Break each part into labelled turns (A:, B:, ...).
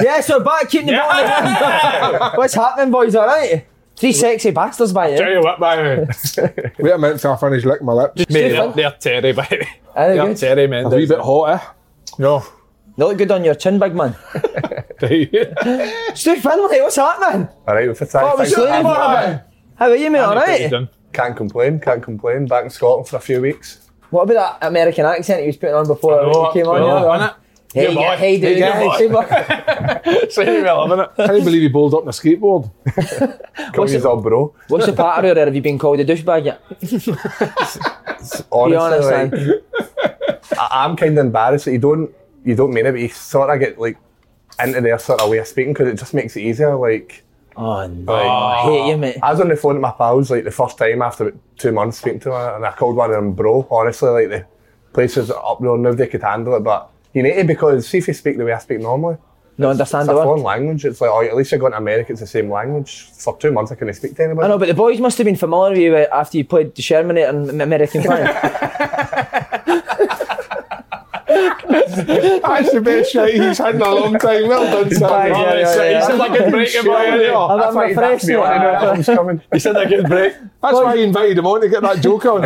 A: Yeah, so back keeping the ball. in. What's happening, boys? All right. Three sexy bastards by
B: Tell
C: er
A: you.
B: you what, man.
C: Wait a minute till I finish licking my lips.
B: Mate,
A: you
B: they're,
A: think?
B: they're
C: er
B: Terry, baby.
A: Very
B: They're
A: good.
B: Terry, man.
C: A wee bit hot, eh?
B: No.
A: They look good on your chin, big man. Stu Finlay, what's happening?
D: All right, well, for time,
A: What was
D: thanks for
A: Stu
D: having
A: for
D: me.
A: about? How are you, mate? All
B: Pretty
A: right.
B: done.
D: Can't complain, can't complain. Back in Scotland for a few weeks.
A: What about that American accent he was putting on before
B: know,
A: he came
B: I
A: on?
B: know,
A: the other
B: I
A: one?
B: know.
A: Hey,
B: Good boy.
A: yeah, hey, dude.
B: Hey, good boy.
A: yeah, hey, boy.
C: er
B: Terry, well, I'm in it.
C: Can't believe he bowled up on a skateboard.
D: Come use all bro.
A: What's the patter or have you been called a douchebag yet? Be
D: Honestly,
A: honest,
D: like,
A: man.
D: I, am kind of embarrassed that you don't you don't mean it, but you sort of get like into their sort of way of speaking because it just makes it easier. Like,
A: Oh, no.
D: like
A: I hate you, mate.
D: I was on the phone to my pals like the first time after about two months speaking to them, and I called one of them bro. Honestly, like the places are up there, nobody could handle it, but you need to because see if you speak the way I speak normally.
A: No,
D: It's
A: understand
D: a
A: the word.
D: foreign language. It's like, oh, at least you're going to America, it's the same language. For two months, I couldn't speak to anybody.
A: I know, but the boys must have been familiar with you uh, after you played the Shermanator and M- American Pie.
C: That's the best shot he's had in a long time. Well done,
A: Bye,
C: Sam.
A: yeah, yeah, yeah.
B: He said I could break him, boy, innit?
A: I'm- I'm
D: thought he'd asked
A: refreshed
D: me
A: now.
D: on, I didn't know that was coming.
B: He said I could break.
C: That's why he invited him on to get that joke on.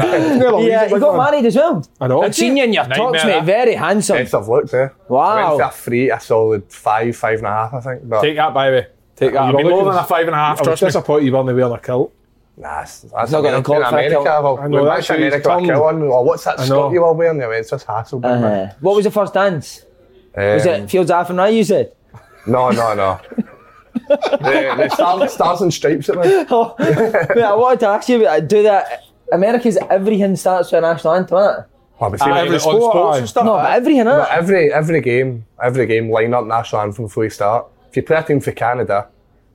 A: yeah, you got married as well.
C: I know.
A: I've seen you in your talks,
B: Nightmare,
A: mate. Very handsome.
D: Best I've looked there. I
A: Wow.
D: went for a three, a solid five, five and a half, I think. But
B: Take that, baby. Take that.
C: I'm
B: You've been
C: looking-
B: more than a five and a half,
C: I was
B: trust me.
C: disappointed you weren't wearing a kilt.
D: nah, that's, that's
A: not gonna
D: America.
A: call for a
D: America.
A: kill.
D: I'll,
C: I
D: I
C: know,
D: know,
C: that's
D: that's
C: how he's
D: America. I'll
C: turned.
D: kill on. Or what's that
C: I
D: skirt
C: know.
D: you were wearing? I mean, it's just hassle. big man.
A: Uh, what was the first dance? Was
D: Um,
A: it Fields Half and Right, you said?
D: No, no, no. the, the star, stars and stripes at me.
A: Oh, mate, I wanted to ask you about that. Do that. America's everything starts with a national anthem, isn't Ah, it?
D: Oh, but see,
B: Aye,
C: Every
B: on
C: sport,
B: sports
C: aye.
B: and stuff.
A: No, but everything, innit?
D: but every every game, every game, line up national anthem before you start. If you play a team for Canada,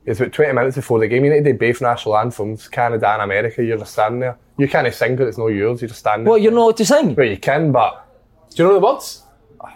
D: it's about 20 minutes before the game. You need to do both national anthems, Canada and America. You're just standing there. You can't sing because it's no yours. You're just standing
A: well,
D: there.
A: you're not allowed to sing.
D: Well, you can, but
B: Do you know the words?
A: Oh,
D: I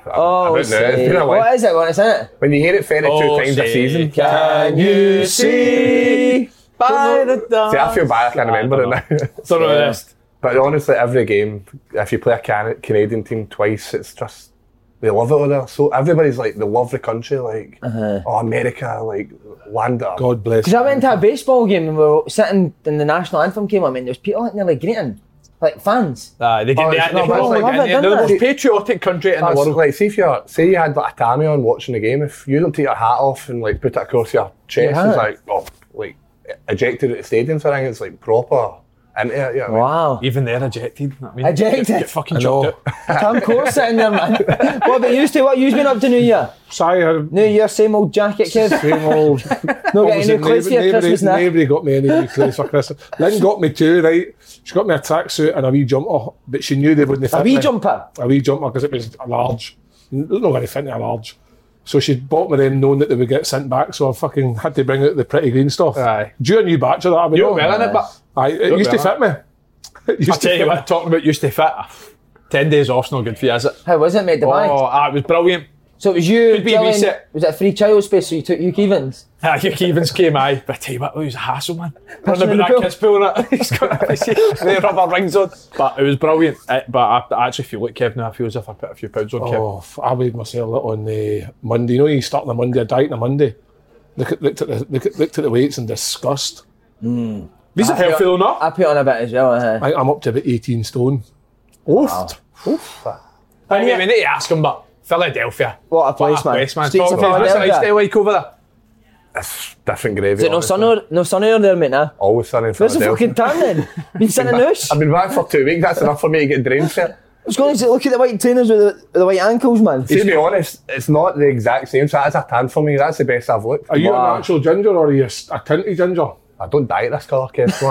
D: don't know. It's
A: say,
D: been a while.
A: what is it? What is it?
D: When you hear it 32
B: Oh,
D: times a
B: say,
D: season, see,
A: Can you see by the dawn?
D: I feel bad I can't remember it now.
B: It's on the
C: er
B: list.
D: but honestly, every game, if you play a Can- Canadian team twice, it's just they love it over there. So everybody's like, they love the country, like, oh, America, like, land up.
C: God bless.
A: Uh-huh. Because I went to a baseball game and we were sitting and the national anthem came on and there was people like nearly greeting, like fans.
B: Aye,
C: er
B: they
D: Oh,
B: get
D: it's
B: the-
D: not
B: they-
D: bad.
A: Love it,
B: They're the
A: don't
B: most
A: they?
B: patriotic country in the
D: That's
B: world.
D: like, see if you're, say you had like a tammy on watching the game, if you don't take your hat off and like put it across your chest,
A: Yeah.
D: it's like, oh, like, ejected at the stadium, so I think it's like proper. And yeah, yeah,
A: Wow.
B: Even they're ejected. you know what I mean,
A: Ejected.
B: Get, get fucking
C: I
B: chucked
C: know.
B: out.
A: Tom Core sitting there, man. what about you, Stu? What you been up to New Year?
C: Sorry, I-
A: New Year, same old jacket, kid.
C: same old.
A: No
C: What was
A: getting
C: it?
A: new clothes for your
C: Neighbour-
A: er Christmas
C: neighbour-
A: now.
C: neighbour got me any new clothes for Christmas. Lynn got me two, right? She got me a tracksuit and a wee jumper, but she knew they wouldn't fit
A: A wee
C: me.
A: jumper.
C: a wee jumper because it was a large. No very fit in a large. So she bought me them knowing that they would get sent back, so I fucking had to bring out the pretty green stuff.
B: Aye.
C: Do a new batch of that. I mean,
B: You're
C: oh,
B: well in it, but
C: Aye, it
B: You're
C: used to
B: well
C: fit me. It used
B: I tell
C: to
B: you
C: fit me.
B: what, talking about used to fit. Ten days off's not good for you, is it?
A: How was it, mate? The
B: Oh,
A: bag?
B: ah, it was brilliant.
A: So it was you,
B: Could be
A: Dylan-
B: reset.
A: was it a free child space, so you took Hugh Evans?
B: Ah, Hugh Evans came, aye. But I tell you what, it was a hassle, man. Running
A: in the
B: about
A: pool.
B: that kid's pool and it. He's got the rubber rings on. But it was brilliant. Eh, but I, I actually feel like Kev now. I feel as if I put a few pounds on Kev.
C: Oh, f- I weighed myself out on the Monday. You know, you start on a Monday, a diet on a Monday. Look at, looked, at the, look at, looked at the weights in disgust.
B: These are healthy or not?
A: I put on a bit as well. Uh,
C: I, I'm up to about 18 stone. Oof.
B: I mean, we need to ask him, but Philadelphia.
A: What a place, man.
B: Place, man.
A: Streets
B: Talk
A: of
B: to me. What's the
A: Philadelphia.
B: lifestyle like over there?
D: Different gravy.
A: is it no
D: honestly.
A: sun or no sun or there, mate? Now
D: Always sunny in
A: that's a
D: Philadelphia.
A: fucking tan then. Been sitting in the house.
D: I've been back for two weeks. That's enough for me to get drained for it.
A: What's going on? Is it- Look at the white trainers with the, with the white ankles, man.
D: To be honest, it's not the exact same. So that's a tan for me. That's the best I've looked.
C: Are you
A: Wow.
C: an actual ginger or are you a, s- a tinted ginger?
D: I don't dye this colour, Kev. Come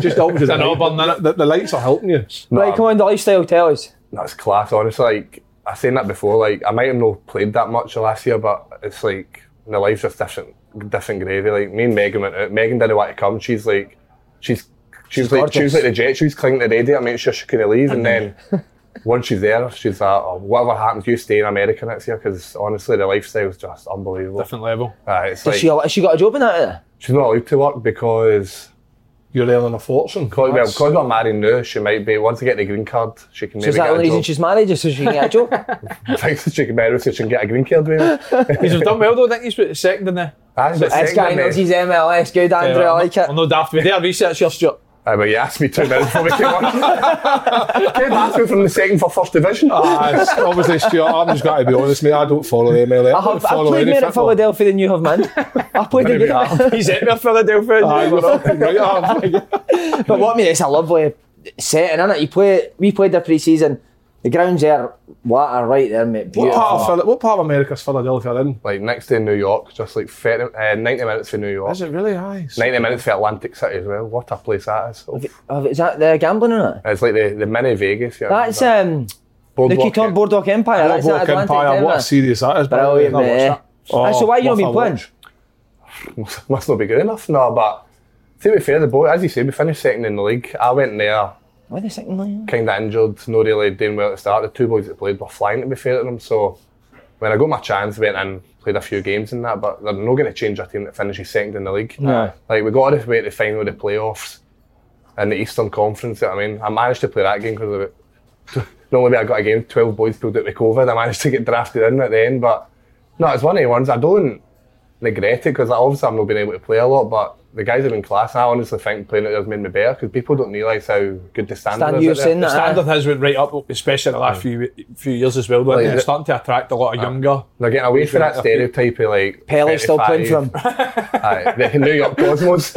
C: Just helps you.
B: an auburn,
C: the,
B: innit?
C: the, the lights are helping you.
A: Right, come on, the lifestyle tell us.
D: That's class, honestly. Like I seen that before. Like I might have not played that much last year, but it's like my life's just different, different gravy. Like me and Megan went out. Megan didn't want to come. She's like, she's she was like she was like the jet. She was clinging to the radiator, make sure she couldn't leave. And then once she's there, she's like, oh, whatever happens, you stay in America next year because honestly, the lifestyle's just unbelievable.
B: Different level.
D: Aye, it's
A: Is
D: like,
A: she, has she got a job in that? eh?
D: she's not allowed to work because.
C: You're earning a fortune.
D: Because well,
C: That's-
D: because we're married now, she might be. Once I get the green card, she can
A: So
D: maybe
A: is that
D: get
A: the
D: a
A: only reason
D: job.
A: she's married? Just so she can get a job?
D: Thanks, she can marry so she can get a green card. Maybe.
B: He's done well, though. I think he's second in there.
D: Aye, but
A: this guy
D: second, mate.
A: knows his MLS. Good, Andrew. I like it.
B: I'm no daft. We did our research here, Stuart.
D: Aye, Ah, but you asked me two minutes before we came on. Came asked me from the second for first division.
C: Ah, it's- obviously, Stuart, I'm just got to be honest, mate. I don't follow the MLF.
A: I
C: don't
A: have, I've
C: follow
A: played
C: any
A: more at
C: football.
A: Philadelphia than you have, man. I played
D: Maybe I
A: again.
B: He's at me, Philadelphia.
C: Aye, you're fucking right, I have.
A: But what I mean, it's a lovely setting, isn't it? You play. We played the pre-season. The grounds there, water right there, mate.
C: What
A: Beautiful.
C: part, of Phila- what part of America is Philadelphia in?
D: Like next day in New York, just like 30, uh, 90 minutes for New York.
C: Is it really high?
D: 90 minutes for Atlantic City as well. What a place that is. Oof.
A: Oh, is that the gambling in it?
D: It's like the, the mini Vegas. Yeah,
A: That's um, the Keaton Boardwalk Empire. That's that
C: Boardwalk
A: Atlantic
C: Empire, what a
A: Denver.
C: series that is. by the way.
A: Brilliant,
C: I'll watch
A: mate.
C: that. Oh,
A: Aye, so why you not
C: worth
A: been
C: a
A: playing?
C: watch.
D: Must not be good enough. No, but to be fair, the boy, as you say, we finished second in the league. I went there
A: Why the second line?
D: kind of injured, not really doing well at the start. The two boys that played were flying to be fair to them. So when I got my chance, went in, played a few games and that, but they're not going to change a team that finishes second in the league.
A: No.
D: Like, we got all the way to the final of the playoffs in the Eastern Conference. you know what I mean, I managed to play that game because of it. Not only I got a game, 12 boys pulled out with COVID. I managed to get drafted in at the end, but no, it's one of the ones I don't regret it because obviously I've not been able to play a lot, but the guys have been class. And I honestly think playing it has made me better because people don't realise how good the standard
A: Stan,
D: is.
A: you were
D: out there.
A: saying that.
B: Standard has went right up, especially in the last few few years as well.
D: Like,
B: Like, it's
D: the-
B: starting to attract a
C: Uh,
B: lot of younger.
D: They're getting away from that stereotype of like.
A: Pele still playing for
D: 35,
A: him.
D: Aye, the New York Cosmos.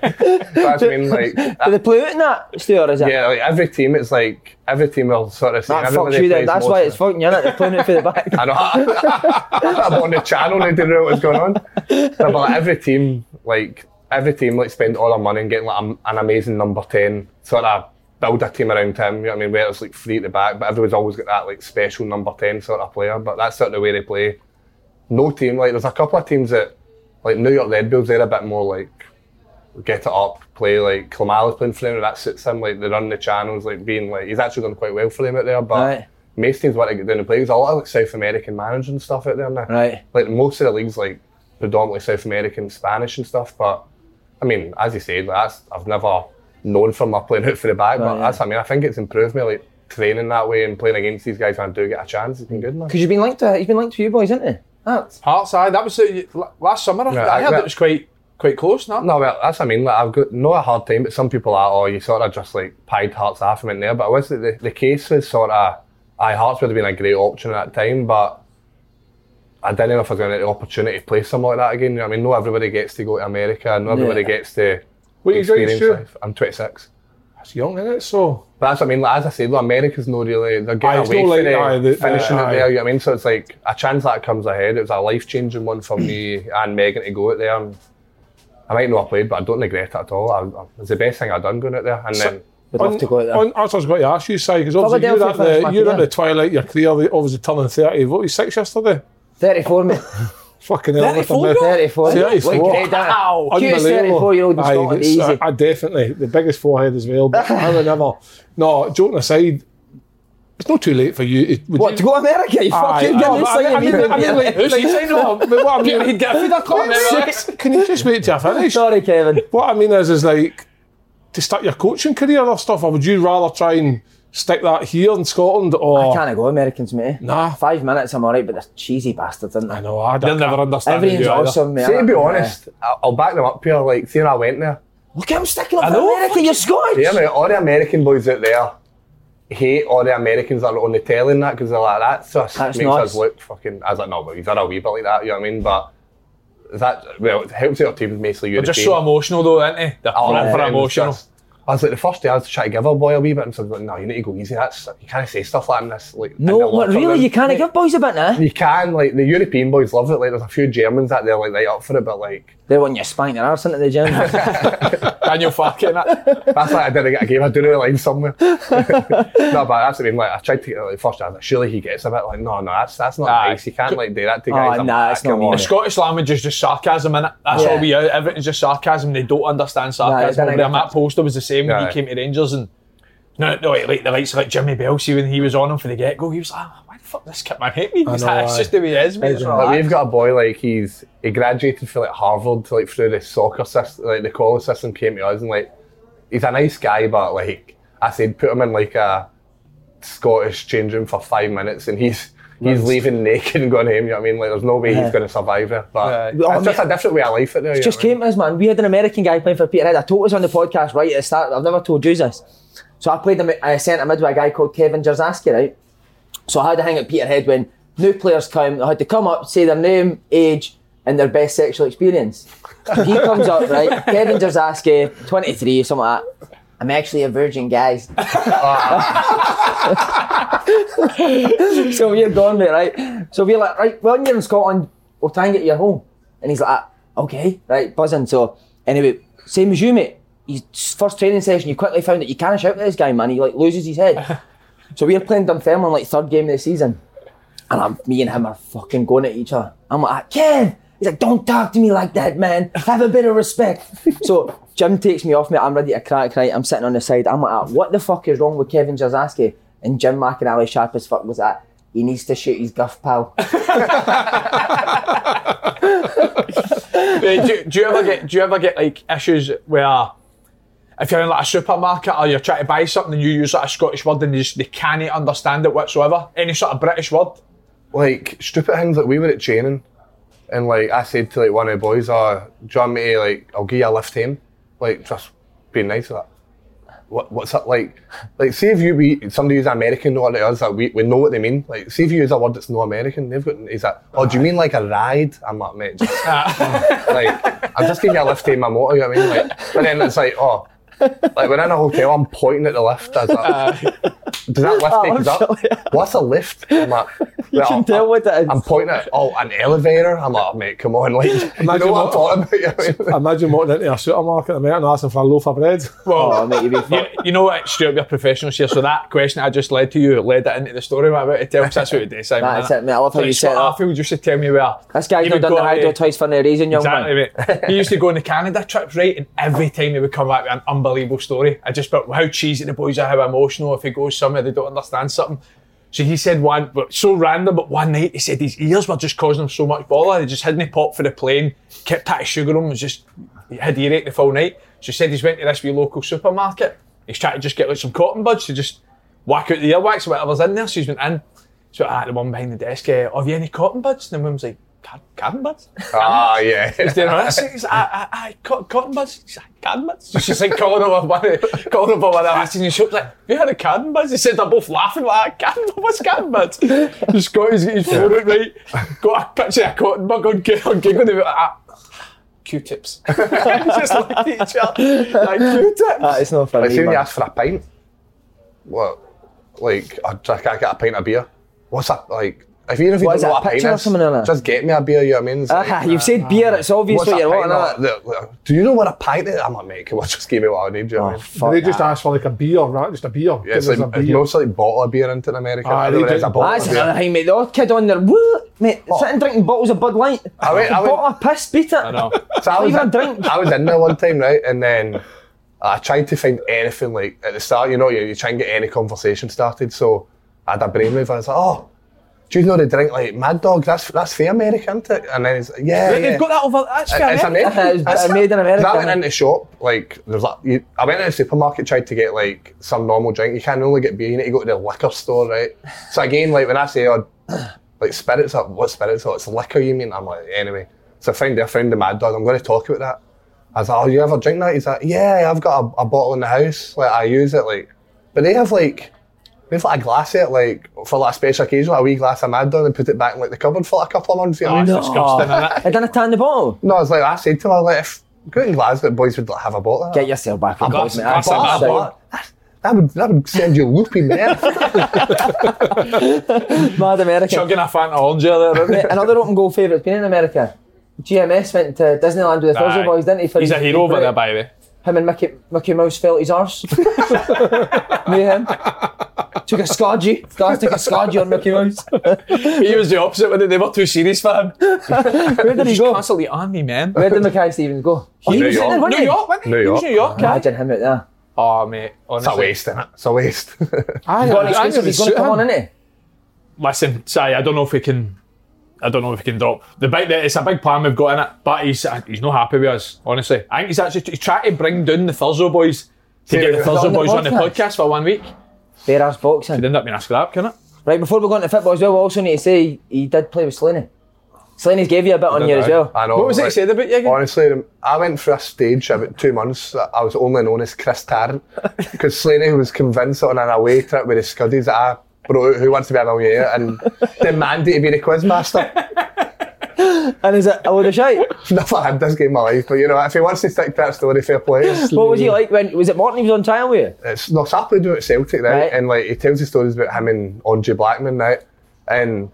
D: That's mean like.
A: Do they play out in that, Stuart? Is it?
D: Yeah, like every team, it's like every team will sort of say.
A: That
D: everybody
A: fucks you then.
D: plays
A: That's
D: most
A: why
D: of
A: it's
D: it.
A: fucking you, innit? They're playing it for the back.
D: I know. I'm on the channel and I didn't know what was going on. No, but like, every team, like every team, like spend all their money and getting like am- an amazing number ten, sort of build a team around him. You know what I mean? Where it's like three at the back, but everyone's always got that like special number ten sort of player. But that's sort of the way they play. No team like there's a couple of teams that like New York Red Bulls. They're a bit more like get it up, play like Klamala's playing for them, and that suits him. Like they run the channels, like being like he's actually done quite well for them out there. But
A: Right.
D: most teams want to get down and play. There's a lot of like South American managers and stuff out there now.
A: Right.
D: Like most of the leagues, like predominantly South American, Spanish and stuff. But I mean, as you said, like, that's I've never known from my playing out for the back. but
A: yeah.
D: that's I mean, I think it's improved me like training that way and playing against these guys when I do get a chance. It's been good, man.
A: Because you've been linked to you've been linked to you boys, isn't it? That.
B: Hearts, aye, that was the, last summer. I-
D: Yeah,
B: I heard
D: that-
B: it was quite quite close. No,
D: No, well, that's what I mean. Like, I've got not a hard time, but some people are, oh, you sort of just like pied Hearts off him in there. But I was the, the case was sort of, I Hearts would have been a great option at that time, but I didn't know if I was going to get the opportunity to play something like that again. You know what I mean? Not everybody gets to go to America, not everybody
A: Yeah.
D: gets to
C: What you doing,
D: experience
C: Stu?
D: life. I'm 26.
C: It's young, isn't it? So,
D: But that's what I mean. Like, as I said, though, America's not really they're getting
C: Aye, it's
D: away
C: not
D: from
C: like-
D: it,
C: aye, the-
D: finishing
C: aye.
D: it there. You know what I mean? So it's like a chance that comes ahead. It was a life changing one for me and Megan to go out there. And I might not have played, but I don't regret it at all. I, I, it's the best thing I've done going out there. And then
A: Would love to go out there.
C: on, that's what I was going to ask you, Si, because obviously you're
A: Philadelphia
C: at,
A: finished my
C: the, you're at
A: career.
C: the twilight of your career, the- obviously turning 30. What were you, six yesterday?
A: 34, mate.
C: Fucking hell. listen,
B: 34,
C: mate.
A: 34.
C: Serious,
A: Like,
C: what?
A: great, that.
B: Wow.
A: Cutest 34 year old in
C: Aye,
A: Scotland,
C: it's- uh,
A: easy.
C: I, I definitely the biggest forehead as well. But I would never. No, joking aside,
E: It's not too late for you. It, would
A: What
E: you-
A: to go to America? You
E: Aye,
A: fucking
E: aye,
A: getting
E: but I mean- I mean, I mean, like, like, you know, but what I mean-
C: He'd get a feeder cup,
E: Wait,
C: man,
E: six- Can you just wait till I finish?
A: Sorry, Kevin.
E: What I mean is, is like to start your coaching career or stuff, or would you rather try and stick that here in Scotland
A: I
E: or?
A: can't go Americans, mate.
E: Nah.
A: Five minutes, I'm alright, but they're cheesy bastards, aren't they?
E: I know, I don't.
C: You'll never understand
A: Everything's
C: you either.
A: awesome, mate.
D: See, to be
A: Yeah.
D: honest, I- I'll back them up here. Like, seeing I went there,
A: Look, I'm sticking up for
C: know,
A: America, you're Scottish.
D: Yeah, mate, all the American boys out there hate all the Americans that are on the telly and that because they're like, that just
A: That's
D: makes
A: nice.
D: us look fucking. I was like, no, but he's had a wee bit like that, you know what I mean? But that, well, it helps your team mostly
C: They're
D: European.
C: just so emotional though, aren't they? They're
D: Oh,
C: proper
D: yeah, it was
C: emotional.
D: just- I was like, the first day I was trying to give a boy a wee bit, and so I was like, no, you need to go easy. That's you can't say stuff like this. Like, in the
A: No, but
D: locker
A: really,
D: room.
A: you can't give boys a bit now.
D: You can like the European boys love it. Like, there's a few Germans out there like right up for it, but like
A: They want you to spank their arse into the gym.
C: Daniel Farkin. that-
D: That's like I didn't get a game. I do know the line somewhere. no, but that's what I mean. Like I tried to get it like first. I was like, surely he gets a bit. Like no, no, that's that's not
C: Aye.
D: nice. You can't like do that to
A: Oh,
D: guys. I'm
A: nah,
D: like,
A: it's not
D: come
A: mean.
D: on.
C: The Scottish language is just sarcasm, innit? That's
A: Yeah.
C: all we are. Everything's just sarcasm. They don't understand sarcasm.
A: don't
C: Over there.
A: understand.
C: Matt Poster was the same when
D: Yeah.
C: he came to Rangers and no, no, like the likes of like Jimmy Bell, see when he was on him for the get go, he was like, "Ah, "Why the fuck this kid man hate me?" He's
E: know,
C: like, "It's
E: aye.
C: just the way it is, mate." It's
D: Like,
C: relaxed."
D: we've got a boy like he's he graduated from like Harvard to like through the soccer system, like the college system came to us and like he's a nice guy, but like I said, put him in like a Scottish change room for five minutes and he's. He's leaving naked and going home, you know what I mean? Like, there's no way he's going to survive it. But
A: Oh,
D: it's just
A: mate.
D: a different way of life out there. you
A: just
D: know what I mean?
A: came to us, man. We had an American guy playing for Peterhead. I told us on the podcast right at the start. I've never told you this. So I played a, I sent a mid with a guy called Kevin Jerzaski, right? So I had to hang at Peterhead when new players come. I had to come up, say their name, age, and their best sexual experience. he comes up, right? Kevin Jerzaski, 23, something like that. I'm actually a virgin, guys. so we're gone, mate, right? So we're like, right, well, you're in Scotland, we'll try and get you home. And he's like, "Ah, okay, right, buzzing. So anyway, same as you, mate. His first training session, you quickly found that you can't shout at this guy, man. He like loses his head. so we were playing Dunfermline like third game of the season, and I'm me and him are fucking going at each other. I'm like, "Ah, Ken. He's like, don't talk to me like that, man. Have a bit of respect. so Jim takes me off, mate. I'm ready to crack, right? I'm sitting on the side. I'm like, "Ah, what the fuck is wrong with Kevin Jarzaski? And Jim McAnally, sharp as fuck, was that he needs to shoot his guff, pal.
C: Uh, do, do you ever get do you ever get like issues where if you're in like a supermarket or you're trying to buy something and you use like a Scottish word and they, just, they can't understand it whatsoever? Any sort of British word?
D: like stupid things like we were at training and like I said to like one of the boys, uh, do you want me to like I'll give you a lift home? Like just being nice with that. What what's that like? Like see if you we somebody who's American know what it is that we, we know what they mean. Like see if you use a word that's no American, they've got he's like, Oh, do you mean like a ride? I'm like, mate, just, like I'm just giving you a lift home my motor, you know what I mean? Like but then it's like, oh like we're in a hotel, I'm pointing at the lift as like, does that lift take us up? What's a lift? I'm like, you
A: can tell what that is.
D: I'm pointing at oh an elevator. I'm like, mate, come on, like you know what I'm talking about. you know what I mean?
E: Imagine walking into a supermarket and asking for a loaf of bread.
A: Oh, mate, you be
C: You,
A: fucked.
C: you know what, Stuart, we're professionals here, so that question I just led to you led it into the story I'm about to tell 'cause that's what we do, Simon.
A: That's
C: innit?
A: it, mate. I love how
C: Like
A: you set
C: Scott
A: that.
C: Arfield used to tell me where.
A: This guy's
C: he
A: not
C: would
A: done
C: go
A: the
C: to-
A: hydro twice for no reason, young
C: Exactly,
A: man.
C: mate. He used to go on the Canada trips, right? And every time he would come back with an unbelievable story. I just felt how cheesy the boys are, how emotional. If he goes somewhere, they don't understand something. So he said one, but so random, but one night he said his ears were just causing him so much bother. They just hadn't popped for the plane, kept patting sugar on him, was just he had earache the full night. So he said he's went to this wee local supermarket. He's trying to just get like some cotton buds to just whack out the earwax or whatever's in there. So he's went in. So I had the one behind the desk, uh, have you any cotton buds? And the woman's like, "Car- cotton buds?
D: Ah yeah.
C: He's doing "Oh, all this. He's like, I, I, I, cotton, cotton buds. He's like, cotton buds. She's like calling over one, calling over one. I'm asking you, she's like, have you had a cotton buds? He said, they're both laughing like, cotton buds, what's cotton buds? He's got his, his phone out, right? Got a picture of a cotton bud on, gi- on giggling. They were like, ah, Q-tips. They just looked at each other, like Q-tips.
D: Ah,
A: That is not funny.
D: Like see when you
A: man.
D: ask for a pint, what like I just can't get a pint of beer. What's that like? If even if you
A: What
D: don't
A: is
D: know
A: it, a
D: what a pint
A: picture or
D: is,
A: something, innit?
D: just get me a beer. You know what I mean? It's
A: Ah,
D: like,
A: you've said beer, it's obvious
D: what's
A: what
D: a
A: you're
D: pint?
A: wanting. innit?
D: Like, like, Do you know what a pint is? I'm like, mate, come on, just give me what I need. You know what I mean?
A: Oh, Fuck
E: they just
A: that.
E: ask for like a beer, right? Just a beer.
D: Yeah, it's
E: Give us
D: like
E: a
D: it's
E: beer.
D: mostly like bottle of beer into America.
E: Aye, they
D: I don't know it's
E: do.
D: a bottle
A: That's
D: of beer.
A: another thing, mate. The odd kid on there, woo, mate,
D: What?
A: sitting drinking bottles of Bud Light.
D: I went- I went-
A: Bottle of piss, beat it. I
C: know.
D: So I was,
A: even a drink.
D: I was in there one time, right? And then I tried to find anything like at the start, you know, you, you try and get any conversation started. So I I had a brainwave. I was like, oh, do you know the drink like Mad Dog? That's that's for America, isn't it? And then he's like, yeah,
B: They-
D: yeah.
B: They've got that over. That's fair,
D: It's
B: eh?
D: American.
A: Uh, It's made in America,
D: I went
A: isn't it?
D: into shop, like, there's like, you, I went into the supermarket, tried to get like some normal drink. You can only get beer, you need to go to the liquor store, right? So again, like when I say, oh, like spirits, up, what spirits? Oh, it's liquor, you mean? I'm like, anyway. So I found, I found the Mad Dog, I'm going to talk about that. I was like, oh, you ever drink that? He's like, yeah, I've got a, a bottle in the house, like, I use it, like, but they have like, They've like a glass of it, like for like a special occasion, like a wee glass of Mad Dog, and put it back in like the cupboard for like a couple of months. You know?
B: Oh,
D: what I mean?
B: it's disgusting, isn't it?
A: I didn't tan the bottle.
D: No, it's like I said to him, I was like, if good in Glasgow boys would like, have a bottle. of that.
A: Get yourself back on board,
B: glass-
A: mate.
B: glass
A: That's
B: of
A: outside.
B: bad
D: But that- that would that would send you loopy man.
A: Mad America.
B: Chugging a Fanta orange there, isn't
A: Mate,
B: it?
A: Another open goal favourite's been in America. GMS went to Disneyland with the Thursday
B: Aye.
A: Boys, didn't he? for
B: He's a
A: his-
B: hero over there, by the way.
A: Him and Mickey, Mickey Mouse felt his arse. Me and him. Took a scodgy. Stars took a scodgy on Mickey Mouse.
B: He was the opposite, wasn't he? They were too serious for him.
A: Where did he
B: He's
A: go?
B: constantly on me, man.
A: Where did Mackay Stevens go? He
D: New
A: was in
D: York.
A: there, wasn't
B: Oh, New
A: he?
B: York, wasn't he?
D: New
B: He was
D: York.
B: New York, guy.
A: Imagine him out there.
B: Oh, mate,
D: it's a
B: honestly.
D: waste, innit? It's a waste.
A: He's got an
B: I think
A: excuse he's
B: it
A: going to
B: suit
A: come
B: him.
A: on, isn't
B: Listen, sorry, I don't know if we can. I don't know if we can drop the big. It's a big plan we've got in it, but he's uh, he's not happy with us. Honestly, I think he's actually he's trying to bring down the Thursday boys to get the
D: Yeah.
B: Thursday
A: On the
B: boys on the
A: podcast.
B: podcast for one week.
A: he? Bare arse boxing.
B: It ended up being a scrap, can it?
A: Right, before we go into football as well, we also need to say he, he did play with Slaney. Slaney's gave you a bit on here as well.
D: I know.
B: What was it he
D: like,
B: said about you again?
D: Honestly, I went through a stage about two months. that I was only known as Chris Tarrant because Slaney was convinced on an away trip with his scuddies that I brought out who wants to be a millionaire and demanded to be the quiz master.
A: And is it a load of shite?
D: Never had this game in my life, but you know, if he wants to stick to that story, fair play. It's-
A: What was he like when was it Morton he was on trial with you?
D: it's no Sapley doing it at Celtic, right?
A: Right.
D: And like he tells the stories about him and Andre Blackman, right? And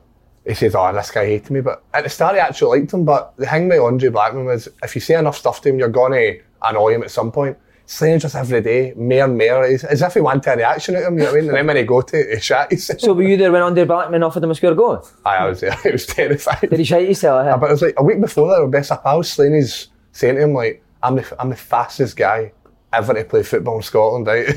D: he says, Oh, this guy hated me. But at the start he actually liked him, but the thing with Andre Blackman was if you say enough stuff to him, you're gonna annoy him at some point. Slaying just every day, mere and mere, it's as if he wanted a reaction out of him, you know what I mean? And then when he go to it, he shat himself.
A: So were you there when Andre Blackman offered him a square goal?
D: Aye, I was there, it was terrifying.
A: Did he shite himself? eh?
D: But it was like a week before that, our best up, I was saying he's saying to him like, "I'm the I'm the fastest guy ever to play football in Scotland, right?"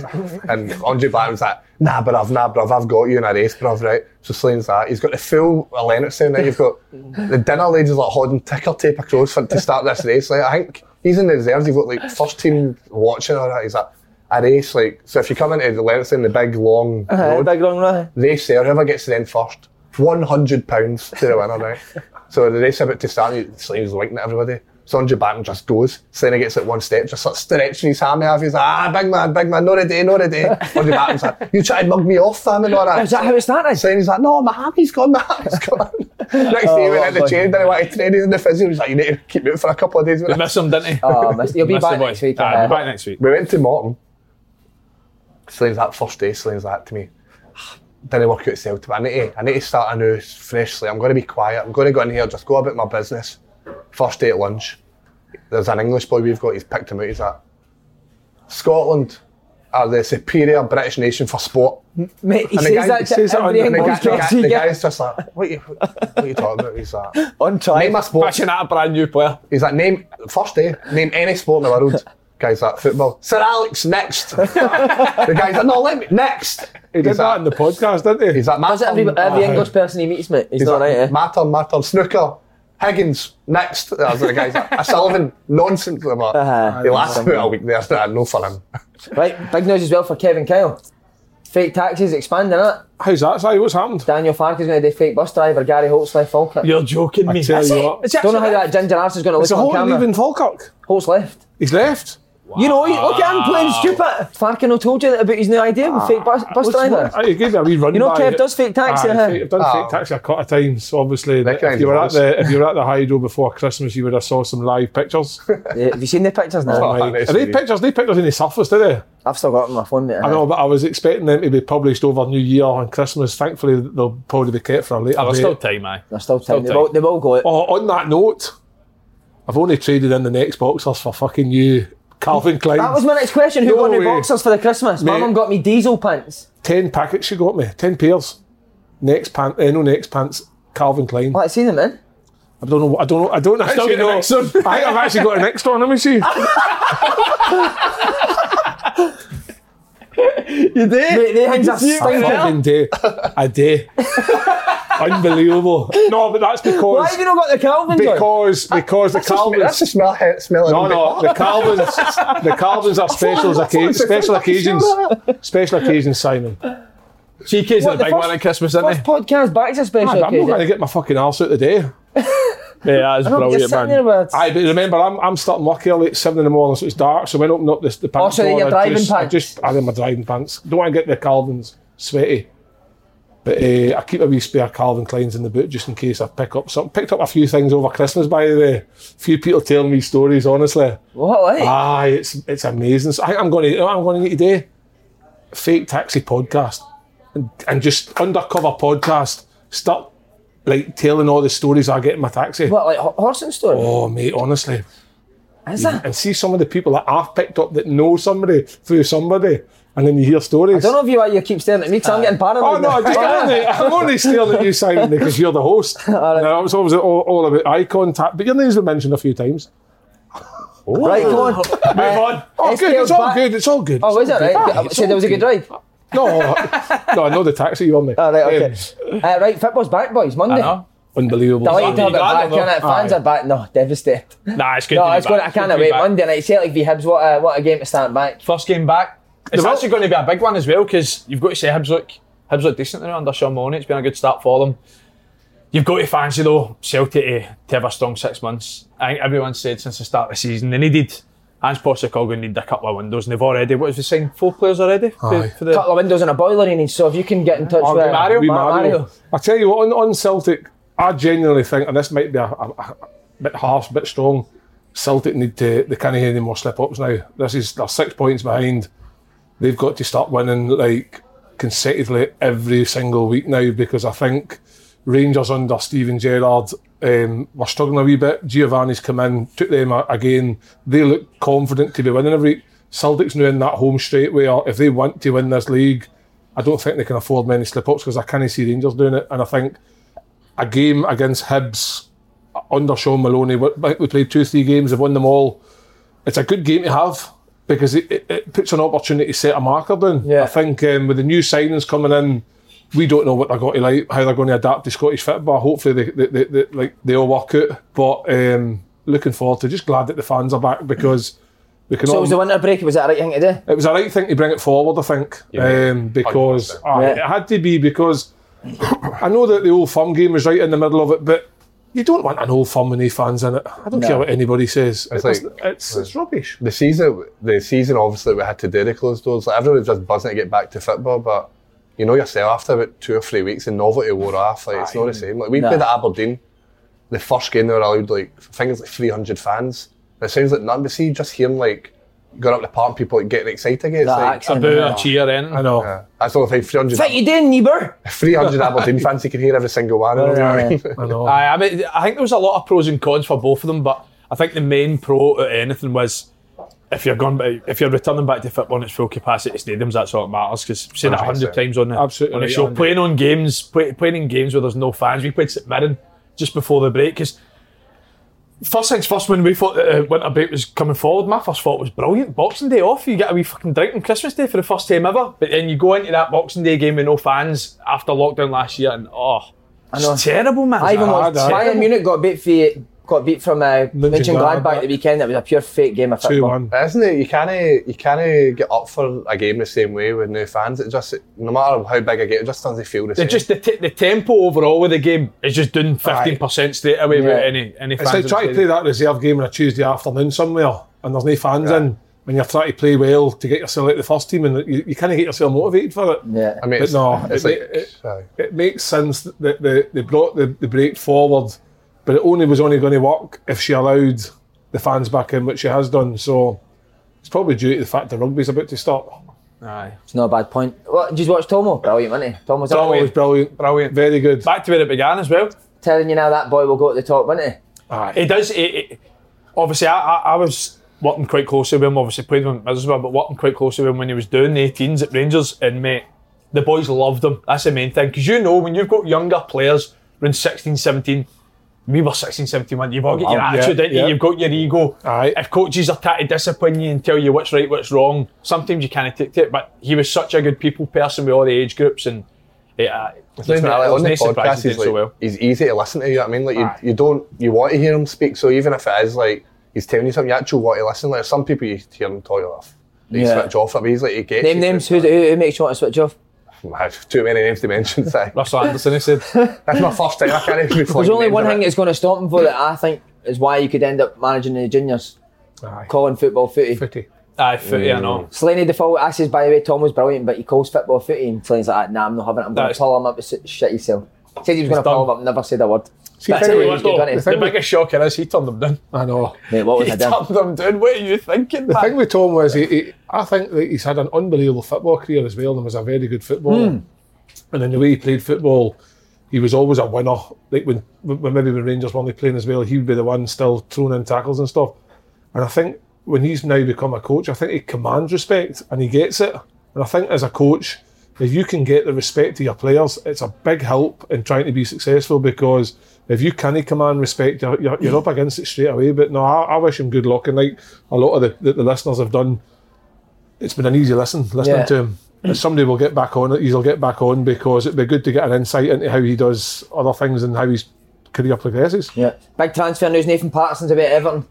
D: and Andre Blackman's like, "Nah, bruv, nah, bruv, I've got you in a race, bruv, right?" So Slane's that he's got the full Lennox down there. You've got the dinner ladies like holding ticker tape across for, to start this race. Like I think he's in the reserves. You've got like first team watching all that. He's like. A race, like, so if you come into the Lennox in the big long
A: Aye,
D: road,
A: Uh-huh, big wrong right?
D: they sell whoever gets to the end first, one hundred pounds to the winner now. so the race about to start, and Slane's winking at everybody. So Andrew Barton just goes. Slane gets it one step, just starts stretching his hand out. He's like, ah, big man, big man, not a day, not a day. Andrew Barton's like, you tried to mug me off, fam, and all that.
A: Is that how it started?
D: Slane's like, no, my hammy has gone, my hammy has gone. Next day,
A: what
D: he
A: a
D: went out the
A: bunch.
D: chair, didn't want to train in the physio. He was like, you need to keep it for a couple of days.
B: They missed him, didn't he?
A: Oh, missed- he'll be
B: Missed the
A: back
B: boy.
A: next week,
B: Aye,
A: eh?
B: he'll be back next week.
D: We went to Morton. Slane's that first day, Slane's that to me. Didn't work out Celtic, but I need to, I need to start a new fresh slate. I'm going to be quiet. I'm going to go in here, just go about my business. First day at lunch, there's an English boy we've got, he's picked him out. He's like, Scotland are the superior British nation for sport.
A: Mate, he
D: And
A: says that to
D: says it on-
A: every
D: and the,
A: English
D: guy, the,
A: person he
D: guy, the
A: gets
D: guy's just like, what are you, what are you talking about? He's like,
A: on
D: name
A: trial.
D: a sport.
B: Pitching at a brand new player.
D: He's like, name first day, name any sport in the world. Guys, that football. Sir Alex, next. the guy's like, no, let me next.
C: He did
D: He's
C: that in
D: like,
C: the podcast, didn't he?
D: he's like, my
A: That's every,
D: turn.
A: every
D: Oh,
A: English person he meets, mate. Ah. He's
D: He's
A: not
D: like,
A: right, eh?
D: my turn, my turn. Snooker, Higgins, next. That was the guy's like, a Sullivan, nonsense. I'm like,
A: Uh-huh.
D: he lasts about a week there. So no for him.
A: Right, big news as well for Kevin Kyle. Fake taxis expanding it.
C: How's that, Si? What's happened?
A: Daniel Farke's going to do fake bus driver. Gary Holt's left Falkirk.
B: You're joking
C: I
B: me.
C: tell
B: That's
C: you
B: it.
C: what.
B: It's actually-
A: Don't know how that ginger arse is going to look
C: It's a
A: on
C: whole
A: camera.
C: leaving Falkirk.
A: Holt's left.
C: He's left.
A: You know, you- look at him playing stupid. Farkin told you about his new idea with fake bus, bus driver.
C: Aye, He gave me a wee run.
A: You know
C: by
A: Kev
C: it.
A: does fake taxi,
C: Aye,
A: huh?
C: Ah, fake- I've done
D: Oh.
C: fake taxi a couple of times. Obviously,
D: Recognised
C: if you were at
D: voice.
C: the if you were at the Hydro before Christmas, you would have saw some live pictures.
A: Yeah, have you seen the pictures now?
D: Oh,
C: Aye.
D: nice
C: Are they
D: video.
C: pictures? They pictures in the surface, did they?
A: I've still got it on my phone, mate.
C: I know, but I was expecting them to be published over New Year and Christmas. Thankfully, they'll probably be kept for a later
B: There's
C: date.
B: still time, aye.
A: There's still time. They
B: time.
A: will, they will go.
C: Oh, on that note, I've only traded in the next boxers for fucking you, Calvin Klein.
A: That was my next question. Who
C: No
A: won the
C: way.
A: boxers for the Christmas? My
C: Mate.
A: mum got me diesel pants.
C: ten packets you got me, ten pairs. Next pant, eh, no next pants. Calvin Klein.
A: Well, I seen them, man.
C: I don't know. I don't know. I don't
B: still
C: actually
B: get the
C: know. I
B: next one.
C: think I've actually got an extra one. Let me see.
F: you
A: Mate,
F: did?
A: they had just
C: I
A: stinker.
C: fucking day. A day. Unbelievable. No, but that's
A: Why
C: because
A: have you not got the Calvin? John?
C: because because the
D: That's the
C: Calvins.
D: smell, smell
C: No, no, the Calvins. The Calvins are special occasions. Special occasions. Special occasions, Simon.
B: TK's
A: What,
B: the
A: the
B: big
A: first-
B: one at Christmas, isn't
A: First
B: he?
A: podcast back to
C: Ah,
A: special.
C: but I'm not
A: occasion.
C: going to get my fucking arse out today.
F: Yeah, that is
A: I know, but you're
F: brilliant,
A: sitting there
F: man.
A: with.
C: Aye, but remember, I'm, I'm starting work early at 7 in the morning, so it's dark. So when I open up this, the pants
A: Oh, so then
C: door,
A: your
C: I
A: driving
C: just, I
A: pants.
C: just add in my driving pants. Don't want to get the Calvins sweaty. But uh, I keep a wee spare Calvin Kleins in the boot just in case I pick up something. Picked up a few things over Christmas, by the way. A few people telling me stories, honestly.
A: What like?
C: Aye, it's it's amazing. So I, I'm going to I'm going to today. Fake taxi podcast and, and just undercover podcast. Start like telling all the stories I get in my taxi.
A: what like ho- horse and story?
C: Oh mate, honestly, Oh,
A: Is that?
C: and see some of the people that I've picked up that know somebody through somebody, and then you hear stories.
A: I don't know if you why you keep staring at me because I'm getting paranoid.
C: Oh no! I just, I'm, only, I'm only staring at you, Simon, because you're the host. Now, it was always all, all about eye contact, but your name's been mentioned a few times.
A: right,
C: Oh.
A: come on.
C: Move on. Oh, good.
A: SPL
C: It's all
A: back-
C: good. It's all good.
A: Oh,
C: It's
A: is
C: all
A: it
C: good.
A: right?
C: Aye,
A: I
C: it's
A: said
C: all
A: there was a good ride.
C: No, no, I know the taxi you on me.
A: All right,
C: Um,
A: okay. Uh, right, football's back, boys. Monday.
F: know.
C: unbelievable.
A: Delighted to have it
F: Glad
A: back.
F: I'm
A: Can it?
C: not-
A: Fans
C: Aye.
A: are back. No, devastated.
F: Nah, it's good.
A: No,
F: to be
A: it's going.
F: back.
A: I can't
F: Good to be
A: wait.
F: back.
A: Monday night, Celtic v Hibs. What a, what a game to start back.
F: First game back. It's
C: The Vol-
F: actually going to be a big one as well because you've got to say Hibs look, Hibs look decent now under Sean Maloney. It's been a good start for them. You've got to fancy though Celtic to, to have a strong six months. I think everyone said since the start of the season they needed Hans Postecoglou needed a couple of windows and they've already what was we saying four players already for,
C: Aye.
F: for the
A: couple of windows and a boiler in it, so if you can get in touch
C: Oh,
A: with
C: we Mario,
A: Ma-
C: we Mario. I tell you what, on, on Celtic, I genuinely think, and this might be a, a, a bit harsh, a bit strong. Celtic need to. They can't have any more slip ups now. This is they're six points behind. They've got to start winning like consecutively every single week now because I think Rangers under Steven Gerrard um, were struggling a wee bit. Giovanni's come in, took them a- again. They look confident to be winning every. week. Celtic's now in that home straight where if they want to win this league, I don't think they can afford many slip ups because I can't see Rangers doing it. And I think a game against Hibs under Sean Maloney, we we played two, three games, they've won them all. It's a good game to have because it, it, it puts an opportunity to set a marker down.
A: Yeah.
C: I think um, with the new signings coming in, we don't know what they're going to like, how they're going to adapt to Scottish football. Hopefully, they, they, they, they like they all work out. But um, looking forward to, just glad that the fans are back because we can
A: So
C: all
A: it was the winter break. Was that the right thing to do?
C: it was the right thing to bring it forward, I think, um, because aye,
A: Yeah.
C: it had to be because I know that the old firm game was right in the middle of it, but you don't want an old firm with no fans in it. I don't care what anybody says. It
D: It's like-
C: doesn't- it's, it's rubbish.
D: the season, the season obviously we had to do the closed doors. Like everyone was just buzzing to get back to football, but you know yourself after about two or three weeks, the novelty wore off. Like it's not the same. Like we played at Aberdeen, the first game they were allowed like I think it was like three hundred fans. It sounds like nothing, but see just hearing like going up the park, and people like, getting excited again. It's
A: That
D: like
A: accent.
F: boo a cheer anything.
C: I know.
D: yeah. that's the only thing. 300,
A: What you doing, neighbour?
D: 300 Aberdeen fans, you can hear every single one. of them.
A: Aye.
C: I know.
F: Aye, I, mean, I think there was a lot of pros and cons for both of them, but I think the main pro out of anything was if you're going by, if you're returning back to football and it's full capacity stadiums, that's all that matters. Because I've seen it a hundred
D: 100%.
F: times on the
C: Absolutely
F: on the
C: right,
F: show.
C: Andy.
F: Playing on games, play, playing in games where there's no fans. We played St Mirren just before the break because. First things first, when we thought that uh, winter break was coming forward, my first thought was brilliant. Boxing Day off, you get a wee fucking drink on Christmas Day for the first time ever. But then you go into that Boxing Day game with no fans after lockdown last year, and oh,
A: know.
F: it's terrible, man.
A: I even
C: Ah,
A: watched
C: that-
A: Bayern Munich got beat for got beat from uh, Mönchengladbach
C: Mönchengladbach.
A: the weekend. It was a pure fake game of
C: Two
A: football.
C: one.
D: Isn't it? You can't you can't get up for a game the same way with new fans. It just no matter how big a game, it just doesn't feel the
F: They
D: same.
F: just the, t- the tempo overall with the game is just doing fifteen percent straight away without any any
C: It's
F: fans.
C: like
F: in
C: trying
F: the
C: to play
F: stadium.
C: that reserve game on a Tuesday afternoon somewhere and there's no fans in when you're trying to play well to get yourself out the first team and you, you kind of get yourself motivated for it.
A: Yeah.
D: I mean,
C: But
D: it's,
C: no,
D: it's
C: it-
D: like
C: it-
D: aye.
C: it makes sense that they, they brought the, the break forward, but it only was only going to work if she allowed the fans back in, which she has done. So it's probably due to the fact the rugby's about to start.
F: Aye.
A: It's not a bad point. What, did you watch Tomo? Brilliant, wasn't he? Tomo's
C: That was
A: always
C: brilliant,
F: Brilliant.
C: very good.
F: Back to where it began as well.
A: telling you now that boy will go to the top, wasn't
F: It does. It, it, obviously, I, I, I was working quite closely with him. Obviously, played with him as well, but working quite closely with him when he was doing the 18s at Rangers. And mate, the boys loved him. That's the main thing because you know when you've got younger players around 16, 17, we were 16, 17 when you've all got your
C: Wow.
F: attitude,
C: Yeah,
F: ain't you?
C: yeah.
F: you've got your ego.
C: Aye.
F: If coaches are trying to discipline you and tell you what's right, what's wrong, sometimes you can't take it. But he was such a good people person with all the age groups, and it, uh, it's
D: Listen,
F: no-
D: like,
F: it's
D: on the
F: no surprise
D: podcast,
F: he
D: he's,
F: did so
D: like,
F: well.
D: he's easy to listen to. You know what I mean? Like you,
F: Aye.
D: you don't you want to hear him speak. So even if it is like he's telling you something, you actually want to listen. Like some people you hear him talk off, they
A: Yeah.
D: switch off. But he's like he gets
A: Name
D: you.
A: names, who, who, who makes you want to switch off?
D: Too many names to mention. sorry.
F: Russell Anderson, he said.
D: That's my first time. I can't even.
A: There's only one thing that's going to stop him for that I think is why you could end up managing the juniors. Calling football footy.
C: Footy.
F: Aye, footy, I know.
A: Slaney default I says, by the way, Tom was brilliant, but he calls football footy and Slaney's like, "Ah, nah, I'm not having it. I'm going
F: That's-
A: to pull him up. It's- Shit yourself. Said he was going to pull him
F: done.
A: up, never said a word.
C: See,
A: That's
C: the thing
A: it,
C: was,
A: he's good,
C: though,
A: isn't he?
C: the
F: The
C: thing with-
F: biggest shocker is he turned them down.
C: I know.
A: Mate, what was
F: He
A: I done?
F: turned them down. What are you thinking,
C: The
F: man?
C: thing with Tom was he, he, I think that he's had an unbelievable football career as well and was a very good footballer. And in the way he played football, he was always a winner. Like when, when maybe when Rangers weren't playing as well, he would be the one still throwing in tackles and stuff. And I think when he's now become a coach, I think he commands respect and he gets it. And I think as a coach, if you can get the respect of your players, it's a big help in trying to be successful because if you can't command respect, you're, you're, you're up against it straight away. But no, I, I wish him good luck. And like a lot of the, the, the listeners have done, it's been an easy listen listening
A: Yeah.
C: to him. And somebody will get back on it. He'll get back on because it'd be good to get an insight into how he does other things and how his career progresses.
A: Yeah. Big transfer news, Nathan Parsons about Everton.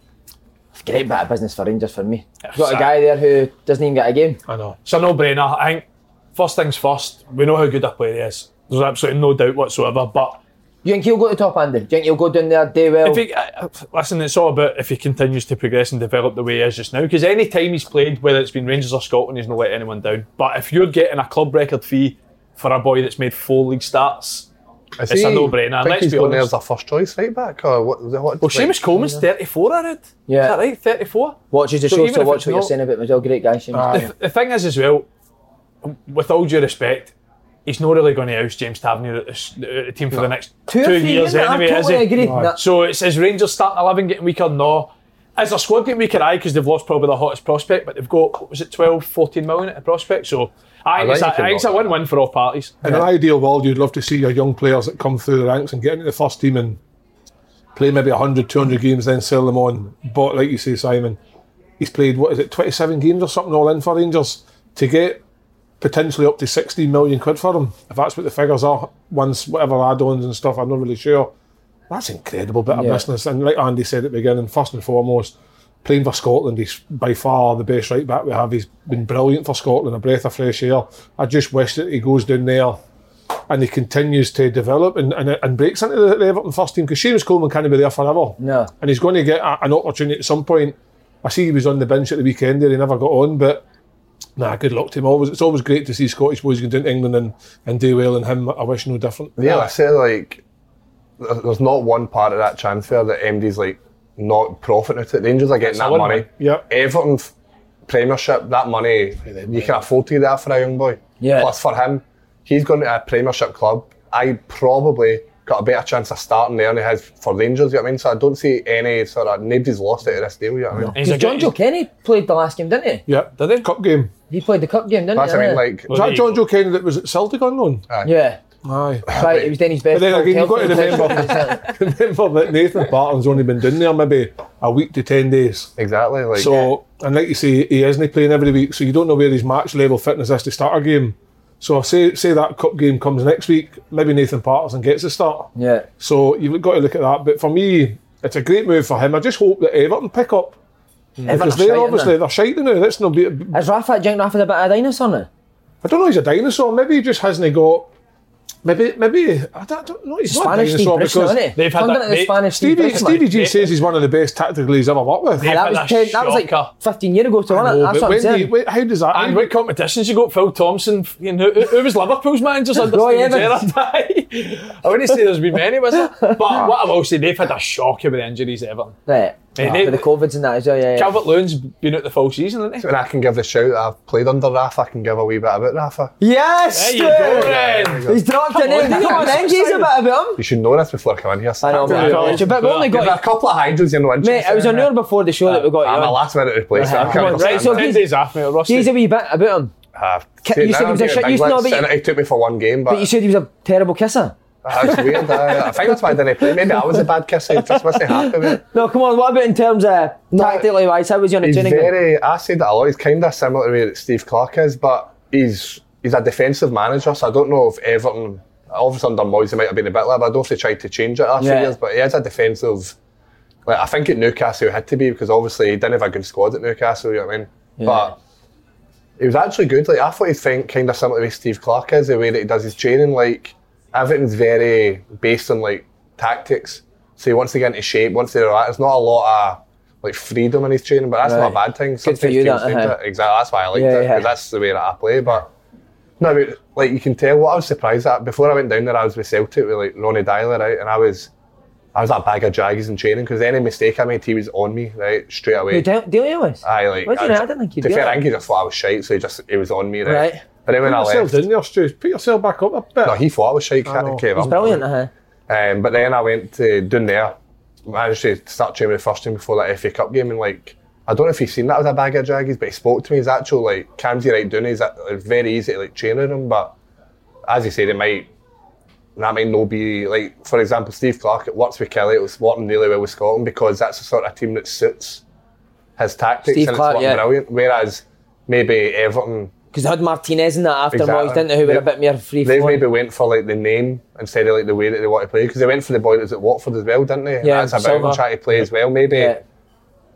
A: Great bit of business for Rangers for me. Got a guy there who doesn't even get a game.
C: I know.
F: It's a no-brainer. I think first things first. We know how good a player he is. There's absolutely no doubt whatsoever. But
A: You think he'll go to the top, Andy? Do you think he'll go down there, do well?
F: if he, uh, listen, it's all about if he continues to progress and develop the way he is just now. Because any time he's played, whether it's been Rangers or Scotland, he's not let anyone down. But if you're getting a club record fee for a boy that's made four league starts,
D: It's
F: a no-brainer, let's be honest.
D: There's a first choice right back or what? what
F: well, Seamus Coleman's 34, I read.
A: Yeah.
F: Is that right? 34?
A: Watches the
F: So
A: show,
F: even
A: so
F: if
A: watch
F: it's
A: what you're
F: not-
A: saying about Miguel. Great guy, Seamus.
F: The, the thing is, as well, with all due respect, he's not really going to oust James Tavernier at the, s- at the team for the next two,
A: or three
F: years
A: years, I
F: anyway, is
A: totally
F: he?
A: agree. No.
F: So it's is Rangers starting 11 getting weaker? No. Is their squad getting weaker? Aye, because they've lost probably the hottest prospect, but they've got, what was it 12, 14 million at a prospect? So I think
D: like
F: it's a-
D: you can
F: I think it's a
D: knock that.
F: win-win for all parties.
C: In an ideal world, you'd love to see your young players that come through the ranks and get into the first team and play maybe 100, 200 games, then sell them on. But like you say, Simon, he's played, what is it, 27 games or something all in for Rangers to get potentially up to 16 million quid for him. If that's what the figures are, once whatever add ons and stuff, I'm not really sure. That's an incredible bit of
A: Yeah.
C: business. And like Andy said at the beginning, first and foremost, playing for Scotland, he's by far the best right back we have. He's been brilliant for Scotland, a breath of fresh air. I just wish that he goes down there and he continues to develop and, and, and breaks into the, the Everton first team because Seamus Coleman can't be there forever.
A: No.
C: And he's going to get a, an opportunity at some point. I see he was on the bench at the weekend there, he never got on, but nah, good luck to him. Always, it's always great to see Scottish boys going down to England and, and do well, and him, I wish no different.
D: Yeah, I say like there- there's not one part of that transfer that MD's like not profiting out of. The Rangers are getting that
F: win-win.
D: money.
C: Yeah.
D: Everton f- Premiership, that money you can afford to get that for a young boy.
A: Yeah.
D: Plus for him, he's going to a Premiership club. I probably got a better chance of starting there than he has for Rangers. You know what I mean? So I don't see any sort of nobody's lost out of this deal. You know what I mean?
F: He's a
A: Because
F: good-
A: John Joe Kenny played the last game, didn't
C: Yeah, did they? Cup game.
A: he? He played the cup game, didn't
D: That's
A: he?
D: what I mean.
A: Didn't he?
D: Like
C: Was that John Joe Kenny that was at Celtic on loan?
A: yeah.
C: Aye.
A: Right, it was then his best.
C: But then
A: goal,
C: again, you've got to
A: Celtic.
C: remember, remember that Nathan Barton's only been down there maybe a week to 10 days.
D: exactly. Like
C: So, and like you say, he isn't playing every week, so you don't know where his match level fitness is to start a game. So, say say that cup game comes next week, maybe Nathan Patterson gets a start.
A: Yeah.
C: So you've got to look at that. But for me, it's a great move for him. I just hope that Everton pick up because
A: Everton's
C: they're
A: shite,
C: obviously
A: isn't
C: they're shite now. That's no. Be, I
A: they? Is Rafa, do you think Rafa's a bit of a dinosaur now?
C: don't know. He's a dinosaur. Maybe he just hasn't got. Maybe maybe I don't, I don't know. He's not a
A: Spanish Steve
C: dinosaur
A: Bruce,
C: because
A: isn't it?
F: they've had
A: Turned
F: that-
A: into the
F: they-
A: Spanish Steve
C: Stevie
A: Bruce, man.
C: Stevie G says he's one of the best tactically he's ever worked with.
F: They've had
A: That was
F: a
A: 10, that was
F: shocker.
A: like 15 years ago, so wasn't it?
C: Oh,
A: That's
C: but
A: what I'm
C: when do you-
A: saying.
C: wait, how does that?
F: And what competitions you got? Phil Thompson, you know, who, who was Liverpool's manager under
A: Roy
F: Steven
A: Evans.
F: Gerrard? Aye. I wouldn't say there's been many, was it? But what I will say, they've had a shocker with the injuries at Everton.
A: Right.
F: Hey,
A: Ah,
F: they-
A: With the COVIDs and that as well, yeah. yeah.
F: Calvert Lewin's been out the full season, hasn't he?
D: and I can give the shout that I've played under Rafa. I can give a wee bit about Rafa.
F: There
A: Yes!
F: you
A: dude!
F: go, then.
A: He's dropped
F: Come
A: in it.
F: on, you know what I'm
A: Menges a bit
F: saying?
A: about him.
D: You should know this before coming here.
A: I know,
D: Sam.
A: man.
F: Yeah.
A: It's a bit- We've only
D: There's a
A: got.
D: couple of hydrants in the window.
A: Mate, it was an hour before the show that we got
C: Uh,
D: I'm
A: you
D: a
A: on.
D: last minute replacer.
A: Yeah,
D: I
A: come
D: can't
A: on, right,
D: understand
A: so
D: that.
F: Ten
A: he's-
F: days after me, Rusty.
A: He's a wee bit about him,
D: Ah,
A: Ki-
D: see,
A: you
D: now
A: said he
D: I'm
A: was a
D: getting
A: shit-
D: big
A: you- no,
D: lips,
A: but you-
D: and it took me for one game,
A: but you
D: but
A: said he was a terrible kisser.
D: That's weird. I, I think that's why I didn't play. Maybe I was a bad kisser. He just wasn't happy with it.
A: No, come on. What about in terms of tactically wise? How was you on a
D: He's
A: training ground?
D: very. I said that a lot. He's kind of similar to the way that Steve Clark is, but he's he's a defensive manager. So I don't know if Everton, obviously under Moyes, he might have been a bit like. But I don't know if they tried to change it last few
A: Yeah.
D: years. But he is a defensive. Like I think at Newcastle he had to be because obviously he didn't have a good squad at Newcastle. You know what I mean? But he was actually good. Like I thought he'd think kind of similar to the way Steve Clark is, the way that he does his training. Like everything's very based on like tactics. So he wants to get into shape. Once they're at, it's not a lot of like freedom in his training, but that's not a
A: Right.
D: bad thing.
A: for
D: Sometimes
A: you,
D: teams
A: that,
D: do
A: uh-huh.
D: that. Exactly. That's why I liked
A: Yeah,
D: it
A: yeah.
D: because that's the way that I play. But no, but, like you can tell. What I was surprised at before I went down there, I was with Celtic with like Ronnie Dyler, right, and I was. I was that bag of draggies in training because any mistake I made, he was on me right straight away.
A: You don't deal with this?
D: Aye, like,
A: What do you
D: I,
A: know? I don't think you
D: To
A: do
D: be fair,
A: that.
D: I think he just thought I was shite, so he just he was on me, right?
A: Right.
D: But then when I
C: Put yourself
D: left,
C: down there, Stu. Put yourself back up a bit.
D: no, he thought I was shite. I came
A: He's
D: up.
A: brilliant, uh-huh.
D: Um, but then I went to down there, managed to start training with the first team before that FA Cup game, and like I don't know if he's seen that as a bag of draggies, but he spoke to me. He's actual like Camsy right doing. He's uh, very easy to like train with him, but as he said, it might that might not be like for example Steve Clark. It works with Kelly. It was working really well with Scotland because that's the sort of team that suits his tactics
A: Steve
D: and
A: Clark,
D: it's working
A: yeah.
D: brilliant. Whereas maybe Everton
A: Because they had Martinez in that after
D: Exactly.
A: Moyes, didn't they? Who were a bit
D: They've-
A: more free
D: They've
A: flowing.
D: maybe went for like the name instead of like the way that they want to play because they went for the boy that was at Watford as well, didn't they?
A: Yeah,
D: that's about
A: Silva.
D: trying to play as well. Maybe
A: Yeah.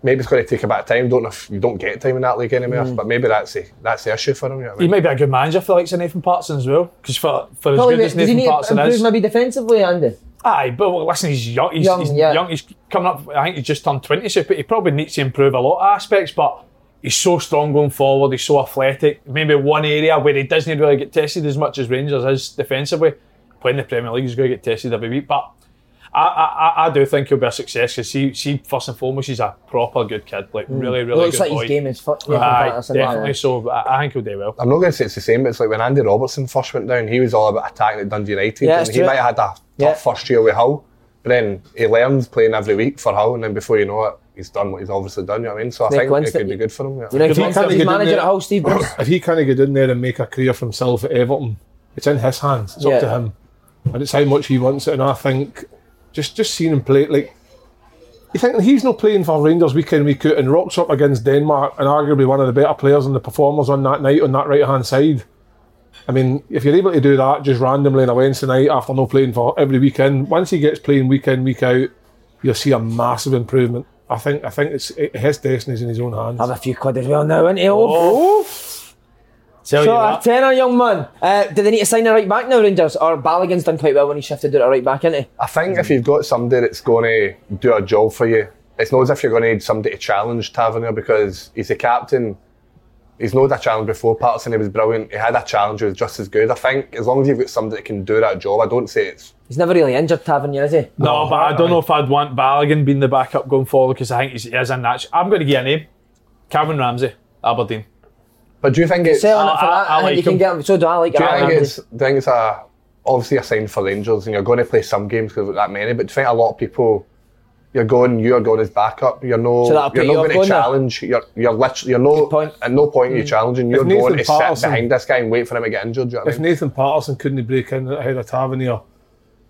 D: maybe it's going to take a bit of time. Don't know if you don't get time in that league anymore,
A: Mm.
D: but maybe that's the that's the issue for them. You know what I
F: He
D: mean?
F: might be a good manager for the likes of Nathan Parson as well. Because for, for as
A: Probably,
F: good as
A: does he
F: Nathan
A: need to
F: Parson
A: improve
F: is.
A: maybe defensively, Andy?
F: Aye, but well, listen, he's young. He's
A: Young,
F: young. He's,
A: yeah.
F: young. he's coming up. I think he's just turned twenty, so he probably needs to improve a lot of aspects. But he's so strong going forward. He's so athletic. Maybe one area where he doesn't really get tested as much as Rangers is defensively. Playing the Premier League, he's going to get tested every week. But I, I, I- I do think he'll be a success because he, he, first and foremost, he's a proper good kid. Like really, really
A: Mm. Looks
F: good
A: like
F: boy.
A: his game is fucked.
F: Aye, definitely. So I, I think he'll do well.
D: I'm not going to say it's the same, but it's like when Andy Robertson first went down, he was all about attacking at Dundee United.
A: Yeah,
D: and
A: that's
D: he
A: true.
D: might have had a tough
A: Yeah.
D: first year with Hull, but then he learns playing every week for Hull, and then before you know it, he's done what he's obviously done. You know what I mean? So I
A: Nick
D: think
A: Winston-
D: it could be good for him. you know what I
A: You
D: mean?
A: know, if
C: If
A: he's
C: he can't get in
A: manager
C: there-
A: at Hull, Steve Bruce.
C: if he can't get in there and make a career for himself at Everton, it's in his hands. It's
A: Yeah.
C: up to him, and it's how much he wants it. And I think just just seeing him play, like you think he's not playing for Rangers week in week out, and rocks up against Denmark and arguably one of the better players and the performers on that night on that right hand side. I mean, if you're able to do that just randomly on a Wednesday night after no playing for every weekend, once he gets playing week in week out, you'll see a massive improvement. I think I think it's it, his destiny's in his own hands.
A: Have a few quid as well now, ain't he? Oh,
F: Tell
A: so
F: you
A: a
F: that.
A: tenner, young man. Uh, do they need to sign a right back now, Rangers? Or Balogun's done quite well when he shifted out a right back, isn't he?
D: I think if you've got somebody that's going to do a job for you, it's not as if you're going to need somebody to challenge Tavernier because he's the captain. He's not a challenge before Patterson. He was brilliant. He had a challenge who was just as good. I think as long as you've got somebody that can do that job, I don't say it's.
A: He's never really injured Tavernier, is he?
F: No, but I don't know if I'd want Balogun being the backup going forward because I think he's, he is a natural. I'm going to give you a name. Calvin Ramsey, Aberdeen.
D: But do you think it's?
A: Selling it
F: I-
A: for
F: I-
A: that,
F: I
A: I, think
F: like
A: you can
F: him.
A: get him. So do I like
D: do you
A: Alan
D: think
A: Ramsey.
D: it's? Do you think it's a obviously a sign for Rangers, and you're going to play some games because we've got that many. But do you think a lot of people? You're going. You're going as backup. You're no.
A: So that'll put
D: you're
A: you off
D: not going
A: going
D: to
A: there?
D: challenge. You're you're literally. You're no.
A: Good point.
D: At no point are you challenging. You're
C: Nathan
D: going to
C: Patterson-
D: sit behind this guy and wait for him to get injured. Do you know what I mean?
C: if Nathan Patterson couldn't break in ahead of Tavernier,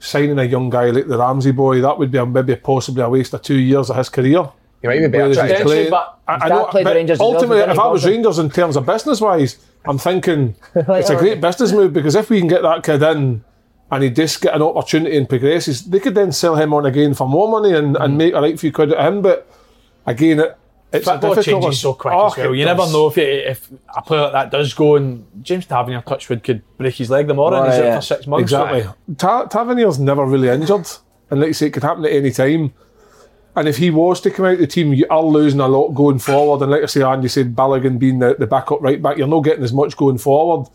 C: signing a young guy like the Ramsey boy, that would be a, maybe possibly a waste of two years of his career.
D: He might be better.
C: Whereas
D: at
C: he's
D: it.
C: playing-
F: but
C: I- I
A: dad
C: know,
A: played
C: but
A: for Rangers as well,
C: ultimately,
A: didn't he,
C: if I was
A: Bolton?
C: Rangers in terms of business wise, I'm thinking it's a great business move because if we can get that kid in and he just get an opportunity and progresses, they could then sell him on again for more money and,
F: Mm.
C: and make a right few quid at him. But again, it, it's a
F: Football
C: difficult
F: changes
C: one.
F: so quick
C: Oh,
F: as well.
C: it
F: You
C: does.
F: never know if, you, if a player like that does go and James Tavernier Touchwood could break his leg tomorrow and he's
A: Right,
F: out
A: yeah.
F: for six months.
C: Exactly. Ta- Tavernier's never really injured, and like you say, it could happen at any time. And if he was to come out of the team, you are losing a lot going forward. And like I say, Andy said, Balogun being the, the backup right back, you're not getting as much going forward.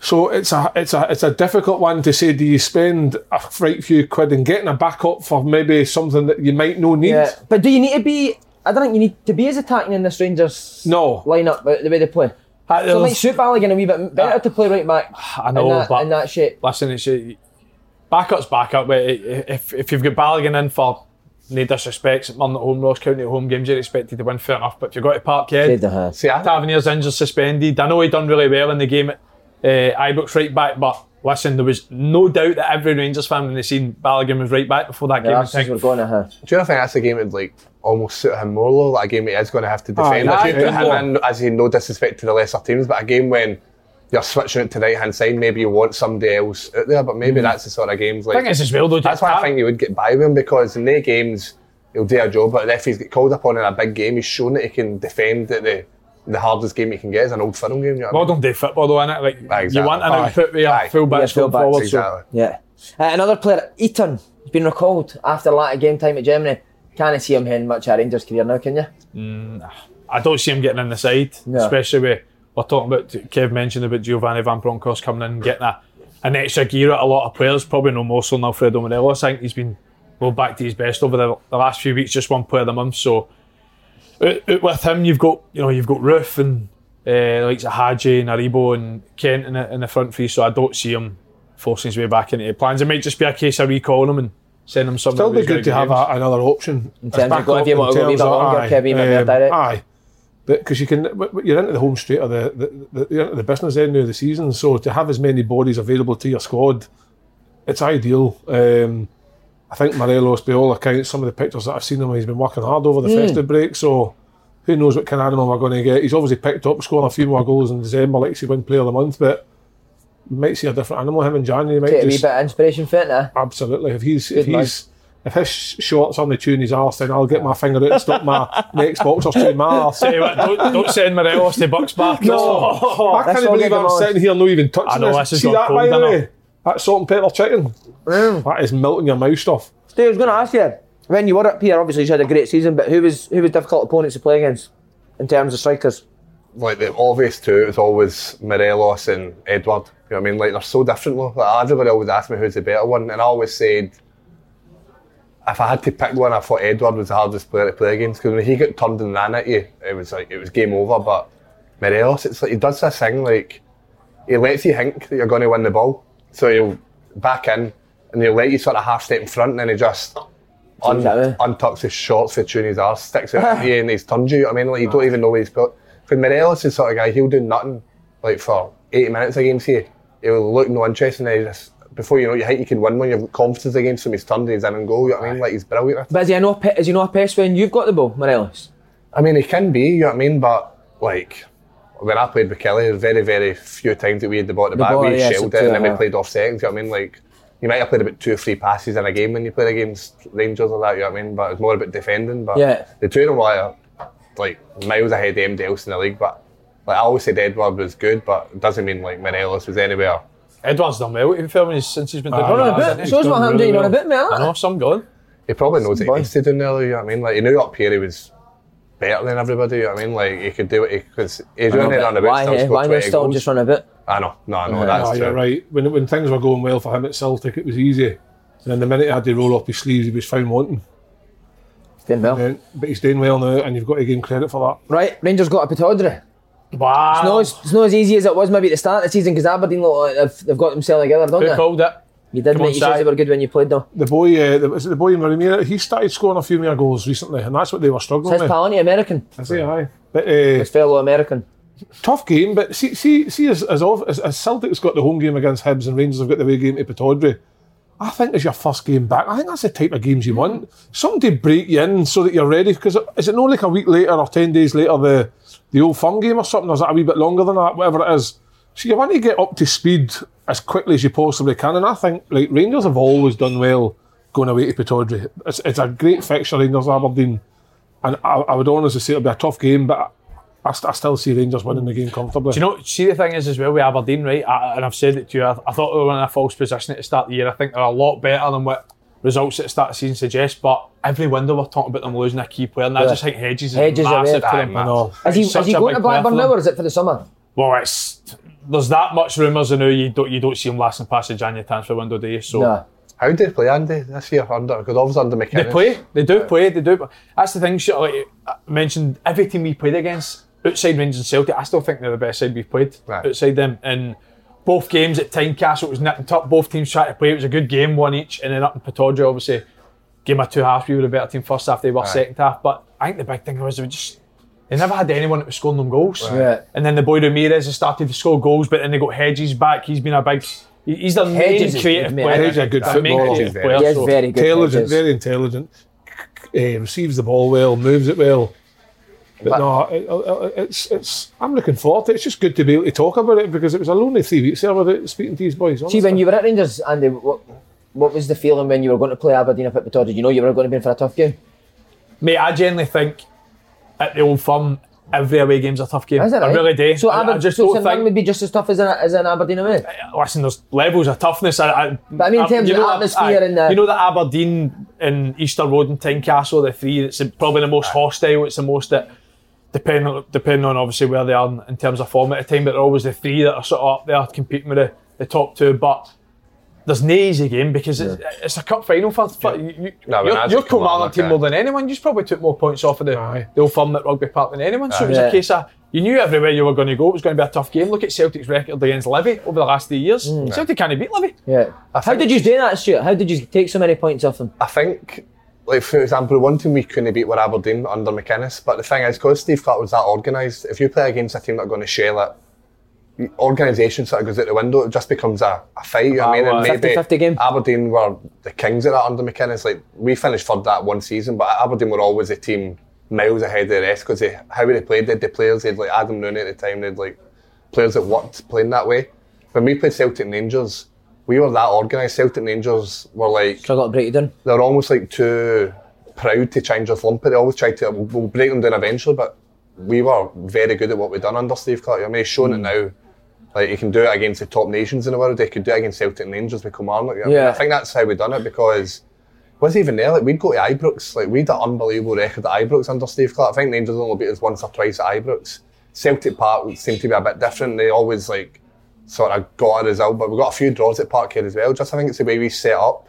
C: So it's a it's a it's a difficult one to say. Do you spend a right few quid and getting a backup for maybe something that you might no need?
A: Yeah. But do you need to be? I don't think you need to be as attacking in this Rangers
C: No.
A: lineup but the way they play.
F: Aye,
A: So it might
F: there's-
A: suit Balogun a wee bit better to play right back.
F: I know,
A: in that,
F: but
A: in that shape.
F: listen, it's a, backup's backup. But i- if if you've got Balogun in for no disrespect, it's Murn at home, Ross County at home games, you're expected to win. Fair enough. But if you've got to Parkhead,
D: See, I,
F: Tavernier's injured, suspended. I know he done really well in the game at uh, Ibrox right back, but Listen, there was no doubt that every Rangers fan when they seen Balogun was right back before that game.
A: Yeah,
F: was
A: Arsenal's
F: thinking,
A: were going to have.
D: Do you not think that's a game that would like almost suit him more though? Like a game he is going to have to defend.
F: Aye,
D: if you
F: aye,
D: put him
F: aye.
D: in, as in no disrespect to the lesser teams, but a game when you're switching it to right hand side, maybe you want somebody else out there. But maybe that's the sort of games like
F: I think it's as well though.
D: That's
F: Jack,
D: why I
F: Tar-
D: think you would get by with him because in their games he'll do a job, but if he's get called upon in a big game, he's shown that he can defend at the the hardest game he can get is an old funnel game. You know what I mean?
F: modern day football though, innit? Like
D: Aye,
F: you
D: exactly.
F: want an
D: Aye.
F: output with a
D: Aye.
F: full
A: Yeah,
F: back going
A: full-back,
F: forward. So
D: Exactly.
A: Yeah. Uh, another player, Eaton, has been recalled after lack of game time at Germany. Can't see him having much of a Rangers career now, can you?
F: I don't see him getting in the side,
A: No.
F: especially with we're talking about Kev mentioned about Giovanni Van Bronckhorst coming in and getting a, an extra gear at a lot of players, probably no more so than Alfredo Morelos. I think he's been well back to his best over the, the last few weeks, just one player of the month. So out- out with him you've got you know, you've got Roof and uh, likes of Haji and Aribo and Kent in the, in the front three, so I don't see him forcing his way back into the plans. It might just be a case of recalling him and sending him somewhere.
C: Still
F: where
C: be
F: he's
C: good to
F: gonna
C: have
F: get
C: a, another option. In
A: terms of going, if you want to go a wee bit longer, Kevin, you might be direct.
C: Aye. Because you can, w- w- you're into the home straight or the, the, the, you're into the business end of the season, so to have as many bodies available to your squad, it's ideal. Um, I think Morelos, by all accounts, some of the pictures that I've seen of him, he's been working hard over the
A: Hmm.
C: festive break, so who knows what kind of animal we're going to get. He's obviously picked up, scoring a few more goals in December, like he win player of the month, but we might see a different animal him in January. he Might
A: Get a wee
C: just-
A: bit of inspiration fit now.
C: Absolutely. If he's if
A: Good
C: he's if his sh- shorts on the tune his arse, then I'll get my finger out and stop my next boxer's tune my arse.
F: Tell you what, don't, don't send Morelos to Bucks back.
C: No, I
A: That's
C: can't
A: all
C: believe
A: getting
C: I'm
A: on.
C: sitting here not even touching
F: I know, this
C: this.
F: has
C: See
F: got
C: that by
F: cold
C: the
F: in
C: way?
F: it.
C: That salt and pepper chicken. That is melting your mouth stuff.
A: Steve, I was going to ask you, when you were up here, obviously you had a great season, but who was who was difficult opponents to play against in terms of strikers?
D: like the obvious two is always Morelos and Edward. You know what I mean? Like they're so different though. Like, everybody always asks me who's the better one, and I always said if I had to pick one, I thought Edward was the hardest player to play against because when he got turned and ran at you, it was like it was game over. But Morelos, it's like he does this thing like he lets you think that you're going to win the ball, so he'll back in and he'll let you sort of half step in front, and then he just. Un-
A: Turns out, eh?
D: untucks his shorts for tuning his arse, sticks out at you and he's turned you. you know what I mean, like you don't even know what he's put. For Morelos is the sort of guy, he'll do nothing like for 80 minutes against you. He'll look no interest and then he just, before you know it, you think you can win one, you've got confidence against him, he's turned, he's in and goal, you know what I mean? Like he's brilliant. at it.
A: But is he, no, is he not a pest when you've got the ball, Morelos?
D: I mean, he can be, you know what I mean? But like, when I played with Kelly, there were very, very few times that we had the ball at the,
A: The
D: back,
A: ball,
D: we
A: yes,
D: shelled
A: it's
D: it and then we
A: true,
D: played off seconds, you know what I mean? Like, you might have played about two or three passes in a game when you played against Rangers or that, you know what I mean? But it's more about defending. But
A: Yeah.
D: the two of them were like miles ahead of anybody else in the league. But like I always said, Edward was good, but it doesn't mean like Morelos was anywhere.
F: Edward's done well in filming since he's been
C: Ah,
F: doing
A: You're on a bit. Shows what happened to you, you're on a bit, mate.
F: I know, some gone.
D: He probably knows what he needs to do now, you know what I mean? Like, he knew up here he was better than everybody, you know what I mean? Like, he could do what he could. He's running on the bit,
A: Why,
D: still
A: eh?
D: scored
A: why
D: 20
A: not still
D: goals.
A: just run a bit?
D: I know, no, I know, that's
C: Ah,
D: true.
C: you're right. When, when things were going well for him at Celtic, it was easy. And then the minute he had to roll up his sleeves, he was found wanting.
A: Doing well.
C: And- But he's doing well now, and you've got to give him credit for that.
A: Right, Rangers got a Pataudry.
F: Wow.
A: No, it's, it's not as easy as it was maybe at the start of the season because Aberdeen look like they've, they've got themselves together, don't
F: Who
A: they?
F: called it?
A: You did,
F: Come
A: mate.
F: on,
A: You said
F: Si.
A: they were good when you played though.
C: The boy, uh, the, is it the boy in Marimira? He started scoring a few more goals recently, and that's what they were struggling
A: His
C: with.
A: pal, ain't he? American.
C: I say aye. But, uh,
A: His fellow American.
C: tough game, but see, see, see as, as, off, as, as Celtic's got the home game against Hibs and Rangers have got the away game to Pataudry, I think it's your first game back. I think that's the type of games you want. Somebody break you in so that you're ready, because is it not like a week later or 10 days later the, the old fun game or something, or is that a wee bit longer than that, whatever it is? So you want to get up to speed as quickly as you possibly can, and I think like Rangers have always done well going away to Pataudry. It's, it's a great fixture, Rangers Aberdeen, and I, I would honestly say it'll be a tough game, but I, st- I still see Rangers winning the game comfortably.
F: Do you know, see the thing is as well with Aberdeen, right? I, and I've said it to you, I, I thought they were in a false position at the start of the year. I think they're a lot better than what results at the start of the season suggest, but every window we're talking about them losing a key player, and I
A: Yeah.
F: just think Hedges is
A: Hedges are
F: massive
A: right.
F: for them.
C: I know.
A: Is he,
F: He's
A: is
F: such
A: he
F: a
A: going
F: big
A: to
F: player for
A: Blackburn now
F: them.
A: or is it for the summer?
F: Well, it's there's that much rumours and now you don't you don't see him lasting past the January transfer window, do you? So
A: No.
D: How do they play Andy this year under? Because obviously under McKinnon.
F: They play. They do play. They do. That's the thing. sure, Like I mentioned, every team we played against outside Rangers and Celtic, I still think they're the best side we've played
D: Right.
F: outside them. And both games at Tynecastle it was nipped up. Both teams tried to play. It was a good game, one each. And then up in Pataudry, obviously, game of two halves. We were the better team first half. They were second half. But I think the big thing was they were just. They never had anyone that was scoring them goals.
A: Yeah.
F: And then the boy Ramirez has started to score goals, but then they got Hedges back. He's been a big He- He's the
A: Hedges
F: main
A: is
F: creative
A: good, mate.
F: player.
C: Hedges is a good
F: The main
C: footballer.
F: creative
C: He's
F: player.
A: He is
F: So-
A: very good.
C: intelligent,
A: Hedges.
C: very intelligent. Eh, receives the ball well, moves it well. But,
A: But-
C: no, it, uh, it's it's. I'm looking forward to it. It's just good to be able to talk about it because it was a lonely three weeks there without speaking to these boys.
A: See, when
C: honestly.
A: you were at Rangers, Andy, what, what was the feeling when you were going to play Aberdeen up at Petard? Did you know you were going to be in for a tough game?
F: Mate, I generally think at the old firm, every away game's a tough game.
A: Is that
F: I
A: right?
F: really do.
A: So,
F: I, I
A: Aberdeen,
F: just
A: so
F: don't
A: St. Mirren
F: think.
A: would be just as tough as an, as an Aberdeen away.
F: listen, there's levels of toughness. I, I,
A: But I mean in terms
F: uh, you
A: of
F: know,
A: atmosphere and uh, the-
F: you know the Aberdeen and Easter Road and Tynecastle, the three. It's probably the most hostile. It's the most that depending depending on obviously where they are in, in terms of form at the time. But they're always the three that are sort of up there competing with the, the top two. But there's no easy game because it's, it's a cup final for, for you, you,
D: No, but
F: you're,
D: that's
F: you're
D: a Kilmarnock
F: Kilmarnock team
D: guy.
F: more than anyone. You probably took more points off of the,
C: Aye.
F: the old firm at Rugby Park than anyone.
D: uh,
F: So it was
A: Aye.
F: a case of you knew everywhere you were going to go it was going to be a tough game. Look at Celtic's record against Levy over the last three years.
D: Mm.
F: Celtic can't beat Levy.
A: Yeah. How did you do that, Stuart? How did you take so many points off them?
D: I think, like for example, one team we couldn't beat were Aberdeen under McInnes. But the thing is, because Steve Clark was that organised, if you play against a team that are going to share that, the organisation sort of goes out the window. It just becomes a, a fight. You know what I mean, and
F: Aye.
D: maybe
A: 50-50 game.
D: Aberdeen were the kings of that under McInnes. Like we finished third that one season, but Aberdeen were always a team miles ahead of the rest because they how they played. They had the players. They had like Adam Rooney at the time. They had like players that worked playing that way. When we played Celtic and Rangers, we were that organised. Celtic and Rangers were like
A: So I got to break it down.
D: they're almost like too proud to change their thumper. They always try to we'll, we'll break them down eventually, but we were very good at what we done under Steve Clark. I mean, he's shown it now. Like he can do it against the top nations in the world. They could do it against Celtic and Rangers with Kilmarnock. you know what I mean?
A: Yeah.
D: I think that's how we done it because was even there. Like we'd go to Ibrox. Like we'd an unbelievable record at Ibrox under Steve Clark. I think Rangers only beat us once or twice at Ibrox. Celtic Park seemed to be a bit different. They always like sort of got a result, but we got a few draws at Parkhead as well. Just I think it's the way we set up.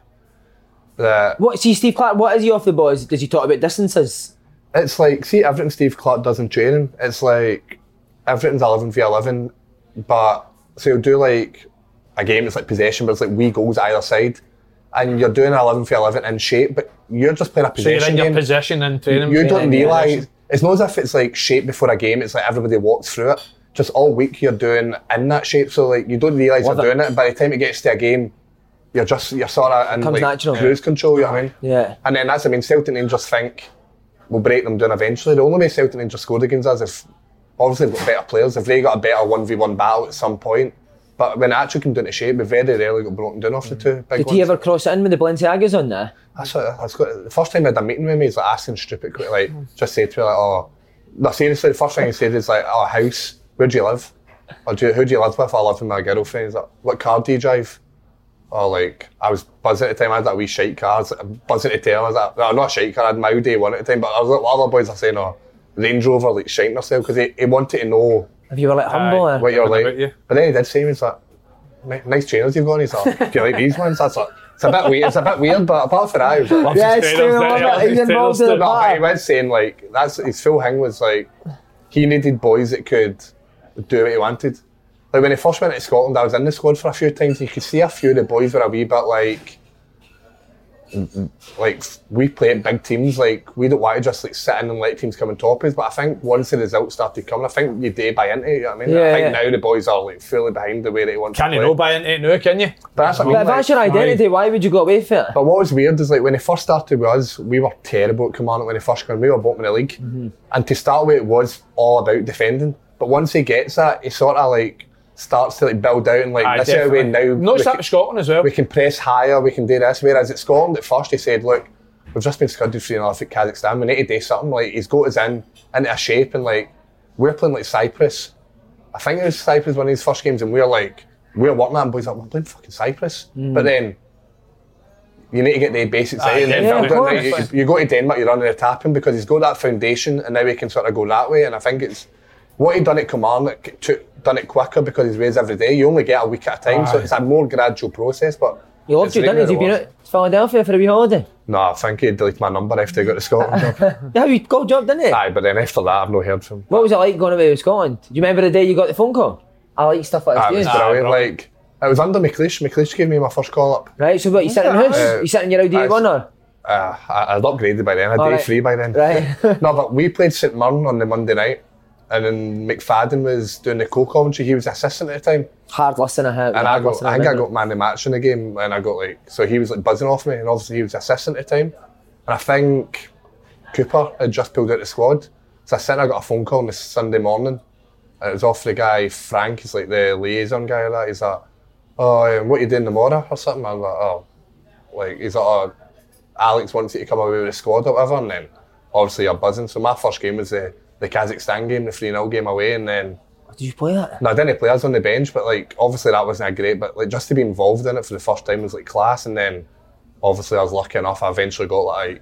D: That
A: What, see, Steve Clark, what is he off the boys? Does he talk about distances?
D: it's like see everything Steve Clark does in training. It's like everything's eleven v eleven, but so you'll do like a game. It's like possession, but it's like we goals either side, and you're doing eleven v eleven in shape, but you're just playing a
F: So
D: possession
F: you're in your
D: game.
F: position and training.
D: you don't
A: yeah,
D: realise. It's not as if it's like shape before a game. It's like everybody walks through it. Just all week you're doing in that shape, so like you don't realise you're
A: Love it.
D: doing it. By the time it gets to a game, you're just you're sort of in
A: Comes
D: like,
A: natural.
D: cruise control. You know what I mean?
A: Yeah.
D: And then that's, I mean, Celtic and Rangers think we'll break them down eventually. The only way Celtic and Rangers scored against us is if, obviously, they've got better players, if they got a better 1v1 battle at some point. But when it actually came down to shape, we very rarely got broken down off the two big
A: Mm. Did
D: ones.
A: he ever cross it in with the Balenciagas on there?
D: That's what, that's what, the first time I had a meeting with me, he's like asking stupid, que- like, just said to me, like, oh, no, seriously, the first thing he said is like, oh, house, where do you live? Or do you, who do you live with? I live with my girlfriend. He's like, what car do you drive? Or like, I was buzzing at the time, I had that wee shite car, I was like, buzzing to tell, I was like, no, not a shite car, I had my day one at the time, but I was like, what other boys are saying, oh, Range Rover, like, shiting themselves, because he, he wanted to know
A: If you were like humble
F: Aye.
A: or
D: what you're
F: Everything
D: like.
F: about you.
D: But then he did say to me, he's like, "Ni- nice trainers you've got. And he's like, do you like these ones? That's like, it's a bit weird. It's a bit weird, but apart from that, I was like,
A: Yeah,
F: Just
A: it's
F: trainers,
A: true,
F: yeah,
A: wasn't it? He's
F: just
A: involved
F: trainers,
A: in the
D: no, but he
A: battle.
D: was saying like that's his full thing was like he needed boys that could do what he wanted. Like when he first went to Scotland, I was in the squad for a few times. You could see a few of the boys were a wee bit like, like we play at big teams. Like we don't want to just like sit in and let teams come and top us. But I think once the results started coming, I think you did buy into it. You know what I mean,
A: Yeah,
D: I think
A: yeah.
D: now the boys are like fully behind the way they want.
F: Can
D: to
F: you
D: play.
F: know by it now, can you?
D: But that's what
A: But
D: I mean,
A: if that's
D: like-
A: your identity, why would you go away from it?
D: but what was weird is like when he first started with us, we were terrible at Kilmarnock when he first came. We were bottom of the league,
F: Mm-hmm.
D: and to start with, it was all about defending. But once he gets that, he sort of like starts to like build out and like
F: Aye,
D: this is how we now.
F: definitely.
D: we
F: Notice that
D: can-
F: with Scotland as well.
D: we can press higher, we can do this. Whereas at Scotland, at first, he said, look, we've just been scudded three and a half at Kazakhstan. We need to do something. Like, he's got us in, into a shape, and like, we're playing like Cyprus. I think it was Cyprus one of his first games, and we are like, we we're working on boys like, we're playing fucking Cyprus.
F: Mm.
D: But then, you need to get the basics out. And then
F: Ah, yeah,
D: build
F: of
D: it.
F: course.
D: Like, you, you go to Denmark, you're under attacking because he's got that foundation, and now he can sort of go that way. And I think it's what he done at Kilmarnock took, done it quicker because he's raised every day. You only get a week at a time, so it's a more gradual process. But
A: You loved
D: it's
A: you,
D: really
A: didn't you? You've
D: what it
A: been
D: was.
A: out to Philadelphia for a wee holiday.
D: No, I think he deleted my number after he got to Scotland. job.
A: Yeah, you got a job, didn't you?
D: Hmm. Aye, but then after that, I've not heard from him.
A: What was it like going away with Scotland? Do you remember the day you got the phone call? I like stuff like
D: Aye, it
A: this.
D: was
A: do you?
D: brilliant. like it was under McLeish. McLeish gave me my first call up.
A: Right, so what, you sitting in the house? You sitting in your Audi
D: Aye.
A: one or?
D: Uh, I, I'd upgraded by then. I'd day
A: Alright.
D: three by then.
A: Right.
D: no, but we played St Mirren on the Monday night, and then McFadden was doing the co-commentary. He was assistant at the time,
A: Hard listener, hard
D: and I got
A: listener,
D: I think I
A: remember.
D: got man of the match in the game, and I got like so he was like buzzing off me, and obviously he was assistant at the time, and I think Cooper had just pulled out the squad. So I sent I got a phone call on the Sunday morning. and It was off the guy Frank, he's like the liaison guy. or That he's like, oh, um, what you doing tomorrow or something? I'm like, oh, like he's like, oh, Alex wants you to come away with the squad or whatever, and then obviously you're buzzing. So my first game was the, the Kazakhstan game, the 3 0 game away, and then
A: Did you play that?
D: no, I didn't play. I was on the bench, but like obviously that wasn't a great. But like just to be involved in it for the first time was like class. And then obviously I was lucky enough. I eventually got like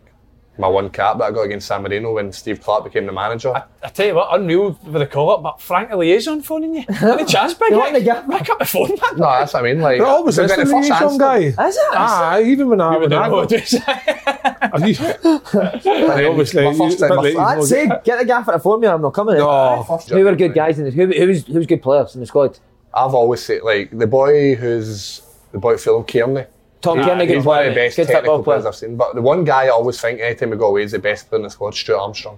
D: my one cap that I got against San Marino when Steve Clark became the manager.
F: I tell you what, unreal for the call up, but Frank the liaison phoning you. Any chance, big
A: You want the
F: Nick?
A: guy?
F: Pick up the phone, man.
D: no, that's what I mean. Like
C: They're always
D: but then
C: listening to
D: first
C: you, some
D: answer-
C: guy.
A: Is it?
C: Aye, even when I
F: I
C: when
F: don't
C: I
F: know what
C: got-
F: to say.
C: Are you-
D: and then
C: obviously,
D: my
C: you-
D: first time-
C: but
D: my
C: they-
D: first-
A: I'd say get the gaffer to phone me. I'm not coming.
C: No.
A: Aye. who were good guys in the who, who was who was good players in the squad?
D: I've always said like the boy who's the boy Phil Kearney.
A: Tom
D: Aye,
A: Kearney, good
D: he's one of
A: player,
D: the best
A: good
D: technical
A: football
D: players
A: player.
D: I've seen. But the one guy I always think anytime we go away is the best player in the squad, Stuart Armstrong.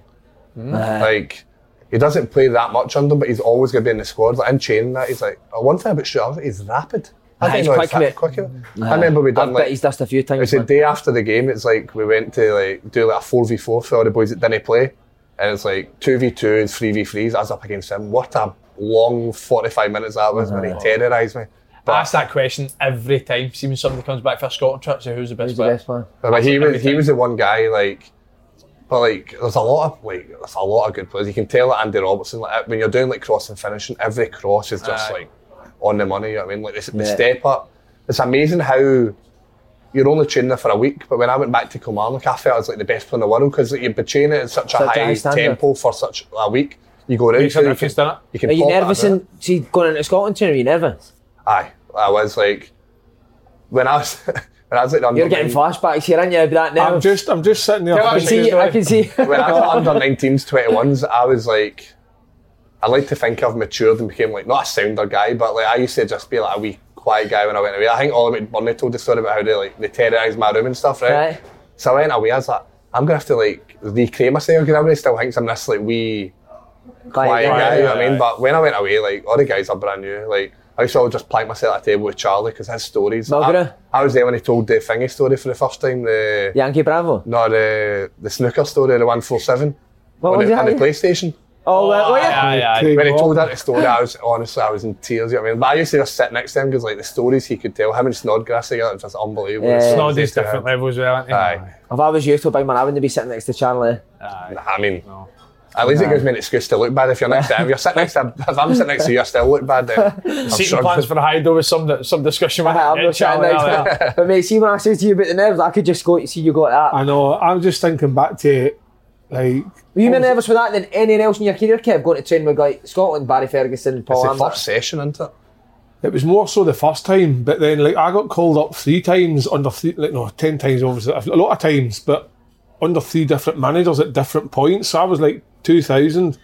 D: Like he doesn't play that much under, him, but he's always going to be in the squad. Like in training, that he's like uh, one thing about Stuart Armstrong, he's rapid. I
A: Aye,
D: didn't
A: he's
D: know
A: quick,
D: how
A: mate.
D: quick he was. I remember we
A: I
D: done
A: bet
D: like
A: he's dusted a few
D: it was
A: times.
D: the
A: man.
D: day after the game. It's like we went to like do like a four v four for all the boys that didn't play, and it's like two v twos, three v threes. I was up against him. What a long forty five minutes that was when he terrorised me.
F: I ask that question every time. See when somebody comes back for a Scotland trip, say who's the best
A: He's the
F: player?
A: best player.
D: But like, he was he
F: everything.
D: was the one guy like, but like there's a lot of like there's a lot of good players. You can tell that Andy Robertson like when you're doing like cross and finishing, every cross is just like on the money. You know what I mean, like the, the
A: Yeah.
D: step up. It's amazing how you're only training for a week, but when I went back to Kilmarnock, I felt I was like the best player in the world because like, you've been training at such,
A: Such a
D: a
A: high
D: high
A: standard.
D: tempo for such a week. You go out,
F: Makes a
D: you
F: difference, doesn't it?
D: you can
A: Are you
D: pop that
A: nervous?
D: out.
A: In, see, going into Scotland team, are you nervous?
D: Aye, I was like when I was when I was like the
A: You're
D: under
A: getting
D: nine-
A: flashbacks here, aren't you? That
C: I'm
A: nervous.
C: just I'm just sitting there.
F: Tell
A: I
F: us
A: can
C: thinking,
A: see. I can see.
D: when I was under 19s, 21s, I was like, I like to think I've matured and became like not a sounder guy, but like I used to just be like a wee quiet guy when I went away. I think all of McBurney told the story about how they like they terrorised my room and stuff, right?
A: Right.
D: So I went away. I was like, I'm gonna have to like recreate myself because everybody still thinks I'm this like wee quiet guy. you know what I mean? But when I went away, like all the guys are brand new. Like I used to always just plank myself at a table with Charlie because his stories.
A: Mulgrew?
D: I, I was there when he told the thingy story for the first time. The
A: Yankee Bravo.
D: no, the the snooker story, the one four seven.
A: What
D: on
A: was
D: the,
A: that?
D: on the PlayStation.
A: Oh, that way.
F: Aye, aye, aye.
D: When he told that story, I was honestly I was in tears. You know what I mean, but I used to just sit next to him because like the stories he could tell him and Snodgrass together, it was just unbelievable.
A: Yeah.
D: The stories
F: Snoddy's
C: uh,
D: they
F: different
D: had.
F: level as well, aren't he?
D: Aye.
A: If I was you, to big man, I wouldn't be sitting next to Charlie.
D: Nah, I mean, at least it gives me an excuse to look bad if you're next to him. If you're sitting next to him, if I'm sitting next to you, I still look bad. Then I'm
F: Seating
D: sure-
F: plans for a hideout was some some discussion. with
A: Aye, I'm
F: it.
A: not sitting
F: Charlie,
A: next
F: aye, aye.
A: to him. But mate, see when I said to you about the nerves, I could just go to see you got that.
C: I know. I'm just thinking back to like
A: Were you more nervous with that than anything else in your career, Kev? Going to train with like Scotland, Barry Ferguson,
D: It's
A: Paul
D: the
A: Lambert.
D: first session, isn't it?
C: It was more so the first time, but then like I got called up three times under three, like no, ten times obviously, a lot of times, but under three different managers at different points. So I was like 2000,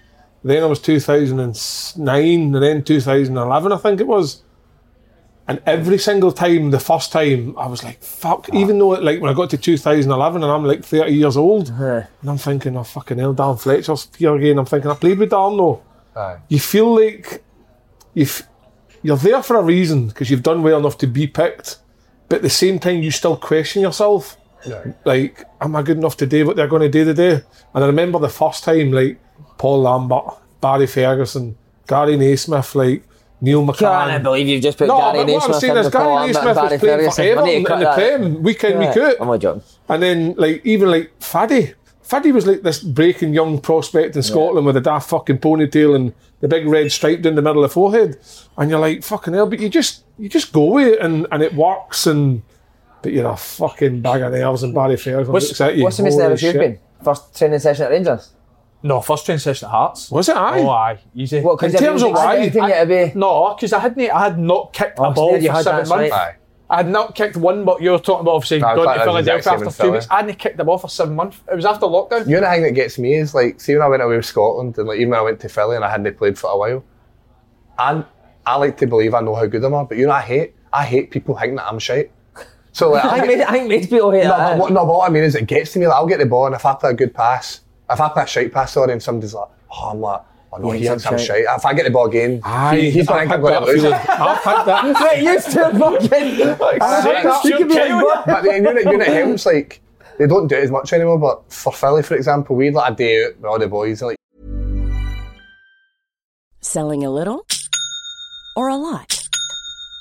C: then I was 2009, and then 2011, I think it was. And every single time, the first time, I was like, fuck, even though like when I got to 2011 and I'm like 30 years old, and I'm thinking, oh fucking hell, Dan Fletcher's here again. I'm thinking, I played with Dan though.
D: Aye.
C: You feel like you f- you're there for a reason because you've done well enough to be picked, but at the same time, you still question yourself. Like, am I good enough to do what they're going to do today? And I remember the first time, like Paul Lambert, Barry Ferguson, Gary Naismith, like Neil McCann.
A: Can't I believe you've just put
C: no,
A: Gary
C: but what I'm
A: Naismith
C: saying
A: in
C: is
A: before
C: Gary
A: Lambert and
C: Naismith
A: Barry
C: was playing for
A: Ferguson. I
C: Everton
A: need to
C: in
A: cut
C: the
A: that.
C: Prem, week in, week out.
A: I'm not joking.
C: And then, like, even like Faddy. Faddy was like this breaking young prospect in Scotland with a daft fucking ponytail and the big red stripe down the middle of the forehead. And you're like, fucking hell, but you just you just go with it and, and it works and but you're a fucking bag of nails and Barry Ferguson
F: What's-
C: looks at you.
A: What's the most
C: holy
A: nervous you've
C: shit.
A: been? First training session at Rangers.
F: No, first train session at Hearts.
C: Was it I?
F: Oh, aye, easy.
A: What? 'cause
C: In terms of
A: everyone's
C: why,
A: expecting it to be.
F: No, because I hadn't. I had not kicked
A: Oh,
F: a
A: so
F: ball
A: there you
F: for
A: had
F: seven
A: that,
F: months.
A: right.
D: Aye.
F: I had not kicked one, but you're talking about obviously
D: No, I
F: going
D: thought
F: to
D: that was the exact
F: Philadelphia
D: same
F: after
D: in
F: two
D: Philly.
F: weeks. I hadn't kicked the ball for seven months. It was after lockdown.
D: You know the thing that gets me is like, see when I went away with Scotland and like even when I went to Philly and I hadn't played for a while, and I like to believe I know how good I am, but you know I hate I hate people thinking that I'm shite. So like
A: I
D: I
A: think
D: get,
A: made- I think made people hate
D: no, but
A: that.
D: what, no, but what I mean is it gets to me. Like, I'll get the ball and if I play a good pass, if I play a shite pass, sorry, and somebody's like, oh, I'm like, Oh, no,
A: Yeah,
D: he had
A: he's
D: some
A: upset.
D: shit. If I get the ball again, he, he's going to
F: I've
D: get going
F: got
D: to
F: that
D: lose
F: feeling.
D: it.
F: I've had that.
A: Mate, you still fucking.
F: six,
A: You could be like,
F: you're
A: what?
D: But then unit, unit helps, like, they don't do it as much anymore. But for Philly, for example, we had like a day out with all the boys. Like,
G: Selling a little or a lot?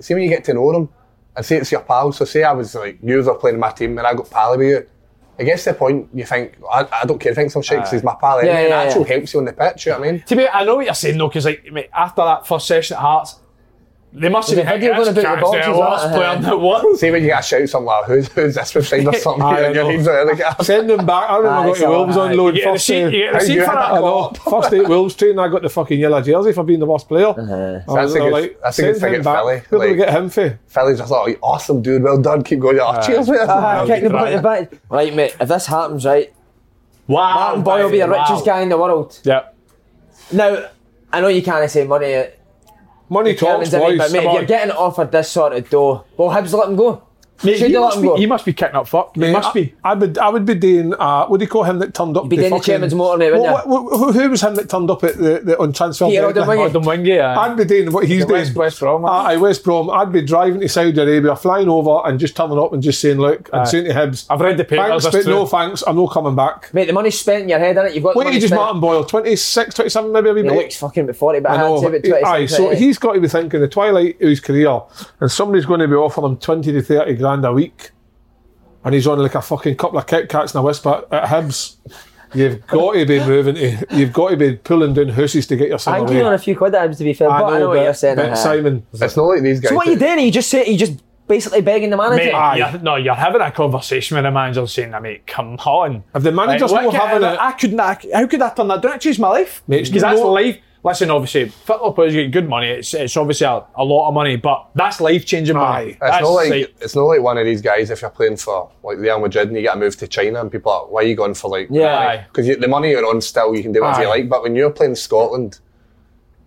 D: see when you get to know them and say it's your pal. So say I was like, you were playing in my team and I got pally with you. It gets to the point you think, I, I don't care, I think some shit 'cause he's my pal.
C: Yeah,
D: and
C: yeah,
D: it actually
C: yeah.
D: helps you on the pitch, you know what I mean?
C: To me, I know what you're saying though, because like, mate, after that first session at Hearts, they must
A: Was
C: have
A: the
C: been
A: video gonna do the boxes,
F: Oh,
C: the
A: wasn't
C: worst
A: it?
C: player in the world.
D: See when you gotta shout something like, who's, who's this with or something?
F: Aye, I
D: and your
F: know.
D: name's there, like,
F: Send them back. I remember
A: Aye,
F: going to
A: so,
F: Wolves
A: aye.
F: on loan.
C: You get the
F: First
C: seat-
F: day-
C: you get the
F: Aye,
C: seat
F: you-
C: for that
F: I know. First day at Wolves training, I got the fucking yellow jersey for being the worst player. I
D: That's
F: was
D: a good-
F: like,
D: that's a good
F: send
D: thing
F: him
D: at
F: back.
D: Valley,
F: Who do we
D: like-
F: get him for?
D: Fellas just like, oh, awesome dude, well done, keep going. You're Like, Cheers, mate.
A: Ah, kick the Ah, ball to the
D: Right.
A: back. Right, mate, if this happens, right,
C: Wow,
A: Martin Boyle will be the
C: wow.
A: richest guy in the world.
F: Yeah.
A: Now, I know you can't say money at
F: Money talks,
A: Kelvin's, innit,
F: boys.
A: but mate,
F: Come
A: if
F: on.
A: you're getting offered this sort of dough, well, Hibs let him go.
C: Mate,
A: Should
C: he,
A: they let
C: must
A: him
C: be,
A: go?
C: he must be kicking up fuck.
F: Mate,
C: he must
F: I,
C: be.
F: I would, I would be doing. Uh, what do you call him that turned up?
A: Be
F: the
A: doing the
F: fucking,
A: chairman's motor now, wouldn't
F: What- what- who, who was him that turned up at the, the on transfer?
A: Peter
F: deadline?
A: Odemwingie.
C: Adam Wingate, aye.
F: I'd be doing what he's
H: The West-
F: doing.
H: West Brom, wasn't
F: Aye, West Brom. I'd be driving to Saudi Arabia, flying over, and just turning up and just saying, "Look," and saying to Hibs,
C: I've read the papers,
F: Thanks,
C: that's
F: but
C: true."
F: no thanks. I'm not coming back.
A: Mate, the money's spent in your head, innit? You've got the
F: What
A: money
F: age is
A: spent.
F: Martin Boyle? 26, 27 maybe a wee
A: He
F: bit.
A: looks fucking about 40, but I,
F: I
A: had
F: know.
A: to say about 26.
F: Aye, so
A: 28.
F: he's got to be thinking the twilight of his career, and somebody's going to be offering him twenty to thirty grand a week, and he's on like a fucking couple of Kit Kats and a whisper at Hibs. You've got to be moving. To, you've got to be pulling down horses to get
A: I
F: yourself
A: think he's on
F: away.
A: a few quid at Hibs, to be fair, but I know what you're saying. uh-huh.
F: but
A: aye.
F: Simon,
D: It's not like these guys.
A: So what are you doing? Are you just say, are you just basically begging the manager?
C: Mate,
F: Aye.
C: you're, no, you're having a conversation with the manager and saying, "Nah, "Mate, come on."
F: if the manager's
C: Like,
F: not
C: what can-
F: having it,
C: I couldn't. I, how could I turn that? Don't I change my life?
F: Mate, it's
C: Because that's
F: no-
C: life. Listen, obviously, football players get good money. It's, it's obviously a, a lot of money, but that's life changing money.
F: Aye.
D: It's
C: That's
D: not like
C: like-
D: it's not like one of these guys if you're playing for like Real Madrid and you get moved to China and people are like, why are you going for like
A: Yeah,
C: aye.
D: because the money you're on still you can do whatever you
F: Aye.
D: like but when you're playing Scotland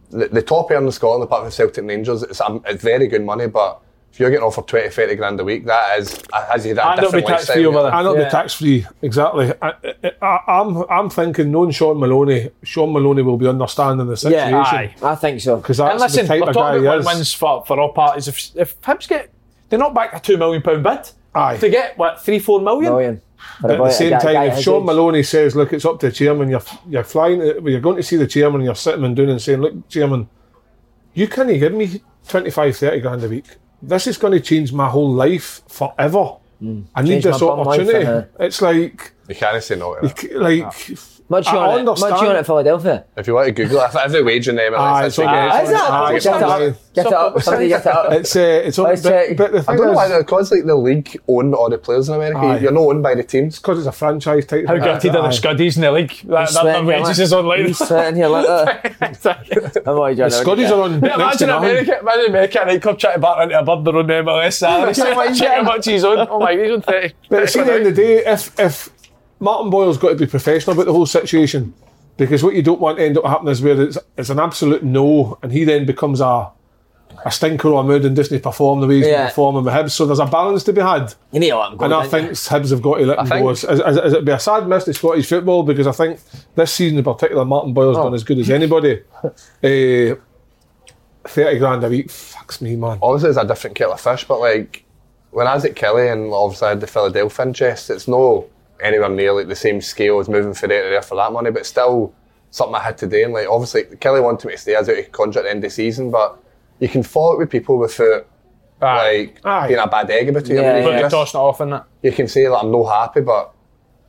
D: the, the top earner in Scotland apart from Celtic and Rangers it's, um, it's very good money but if you're getting offered 20 30 grand a week that is as you
C: And
D: that
C: it'll be
D: different
C: tax
D: lifestyle
C: free over there.
F: I know
A: Yeah.
F: the tax free exactly. I, I, I'm I'm thinking, knowing Sean Maloney, Sean Maloney will be understanding the situation.
A: Yeah,
C: Aye.
A: I think so.
F: Because
C: And
F: that's the
C: listen,
F: type
C: we're
F: of
C: talking
F: guy
C: about
F: he is.
C: wins for, for all parties. If if Hibs get, they're not back a two million pound bid.
F: Aye.
C: To get what three four million?
A: Million. But
F: But at the same time, if Sean Maloney says, "Look, it's up to the chairman," you're you're flying, to, well, you're going to see the chairman, and you're sitting and doing and saying, "Look, chairman, you can't give me 25, 30 grand a week. This is going to change my whole life forever. I need
A: Change my
F: this
A: bum life,
F: opportunity."
A: uh-huh.
F: it's like,
D: you can't say no to that.
F: like, f-
A: Much you on it. Much you on it, Philadelphia.
D: If you want to Google it, every wage in the MLS.
C: Aye,
D: that's
C: so
D: what it
C: aye,
A: Is that?
C: aye,
A: Get it up. Get it up. Somebody get it up.
C: It's, uh, it's only,
A: Let's check.
C: but, but the
D: I
C: thing
D: don't know
C: is,
D: why, because like the league own all the players in America.
C: Aye.
D: You're not owned by the team. It's
C: because it's a franchise type.
F: How
C: thing.
F: gutted are
C: Aye.
F: the Scuddies in the league? That, that, that
C: sweating,
F: wedges
C: aye.
F: is online.
C: He's sweating
A: here like
F: that.
A: I'm already
C: The Scuddies are on.
F: Yeah,
C: next to
F: imagine
C: nothing.
F: America, imagine America at a nightclub trying to batter into a bird their own MLS salary.
C: Yeah, why
F: Check how much he's on. Oh my, he's on 30.
C: But see, at the end of the day, if if Martin Boyle's got to be professional about the whole situation, because what you don't want to end up happening is where it's, it's an absolute no, and he then becomes a a stinker or a mood and doesn't perform the way he's
A: Yeah.
C: been performing with Hibs. So there's a balance to be had.
A: You need to let him go,
C: And I
A: don't you?
C: think Hibs have got to let him go. As, as, as it'd be a sad miss to Scottish football because I think this season in particular, Martin
A: Oh.
C: Boyle's done as good as anybody. Eh, 30 grand a week, fucks me, man.
D: Obviously, it's a different kettle of fish, but like when I was at Kelly and obviously I had the Philadelphia interest, it's no anywhere near like the same scale as moving from there to there for that money, but still something I had to do. And like obviously, Kelly wanted me to stay. I was out of contract at the end of the season, but you can fall out with people without like being a bad egg about it. I mean, you can just-
F: tossing it off in that.
D: you can say that I'm no happy, but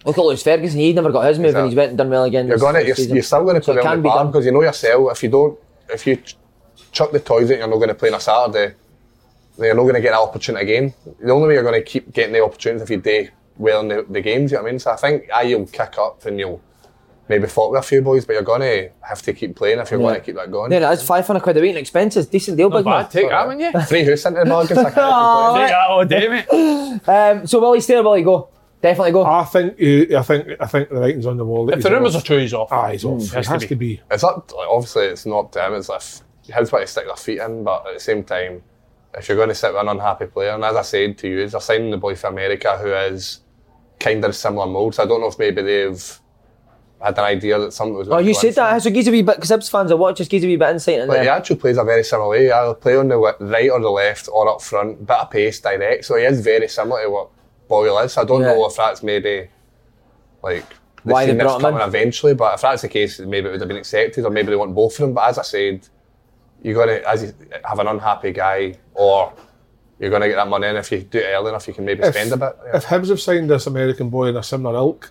A: Look at Lewis Ferguson. He never got his move, and he's went and done well again.
D: you're
A: this-
D: gonna
A: this
D: you're,
A: season.
D: you're still gonna
A: So
D: put
A: it
D: them
A: can be
D: in the
A: done.
D: bottom because you know yourself if you don't if you ch- chuck the toys out you're not gonna play on a Saturday, then you're not gonna get an opportunity again. The only way you're gonna keep getting the opportunities if you do well in the, the games, you know what I mean? So I think aye, you'll kick up and you'll maybe fought with a few boys, but you're gonna have to keep playing if you're
A: Yeah.
D: gonna keep that going.
A: Yeah, that's five hundred quid a week in expenses. Decent deal, big man.
D: you? Three hoofs into the bargain, so I can't
A: All
D: complain.
A: right.
F: oh,
A: Um, so will he stay or will he go? Definitely go.
C: I think you, I think I think the writing's on the wall. that
D: If
C: he's
D: the rumours
C: off.
D: are true, he's off.
C: Ah, he's off.
D: Mm,
C: He has, to be.
D: It's up. Like, obviously, it's not up to him. It's if his way to stick their feet in. But at the same time, if you're going to sit with an unhappy player, and as I said to you, they're signing the boy from America who is kind of similar mould. So I don't know if maybe they've had an idea that something was.
A: Oh,
D: gonna
A: you
D: go
A: said that. So gives a wee bit because Hibs fans are watching. Just gives a wee bit insight in
D: like,
A: there.
D: he actually plays a very similar way. He either play on the le- right or the left or up front, bit of pace, direct. So he is very similar to what Boyle is. I don't know if that's maybe like the
A: Why they
D: scene that's
A: brought him in?
D: coming eventually, but if that's the case, maybe it would have been accepted or maybe they want both of them. But as I said, you're going to as you have an unhappy guy or you're going to get that money in if you do it early enough, you can maybe spend a bit.
C: If Hibs have signed this American boy in a similar ilk,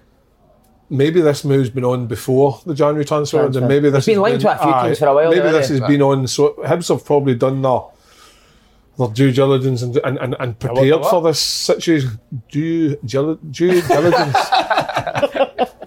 C: maybe this move's been on before the January transfer, window, and
A: Transfer.
C: maybe
A: It's
C: this
A: been
C: has
A: linked to a few
C: aye,
A: teams for a while
C: Maybe
A: now,
C: this
A: hasn't
C: has
A: it?
C: been on. So Hibs have probably done their their due diligence and and, and, and prepared
F: what?
C: for this situation. Due, gil- due diligence.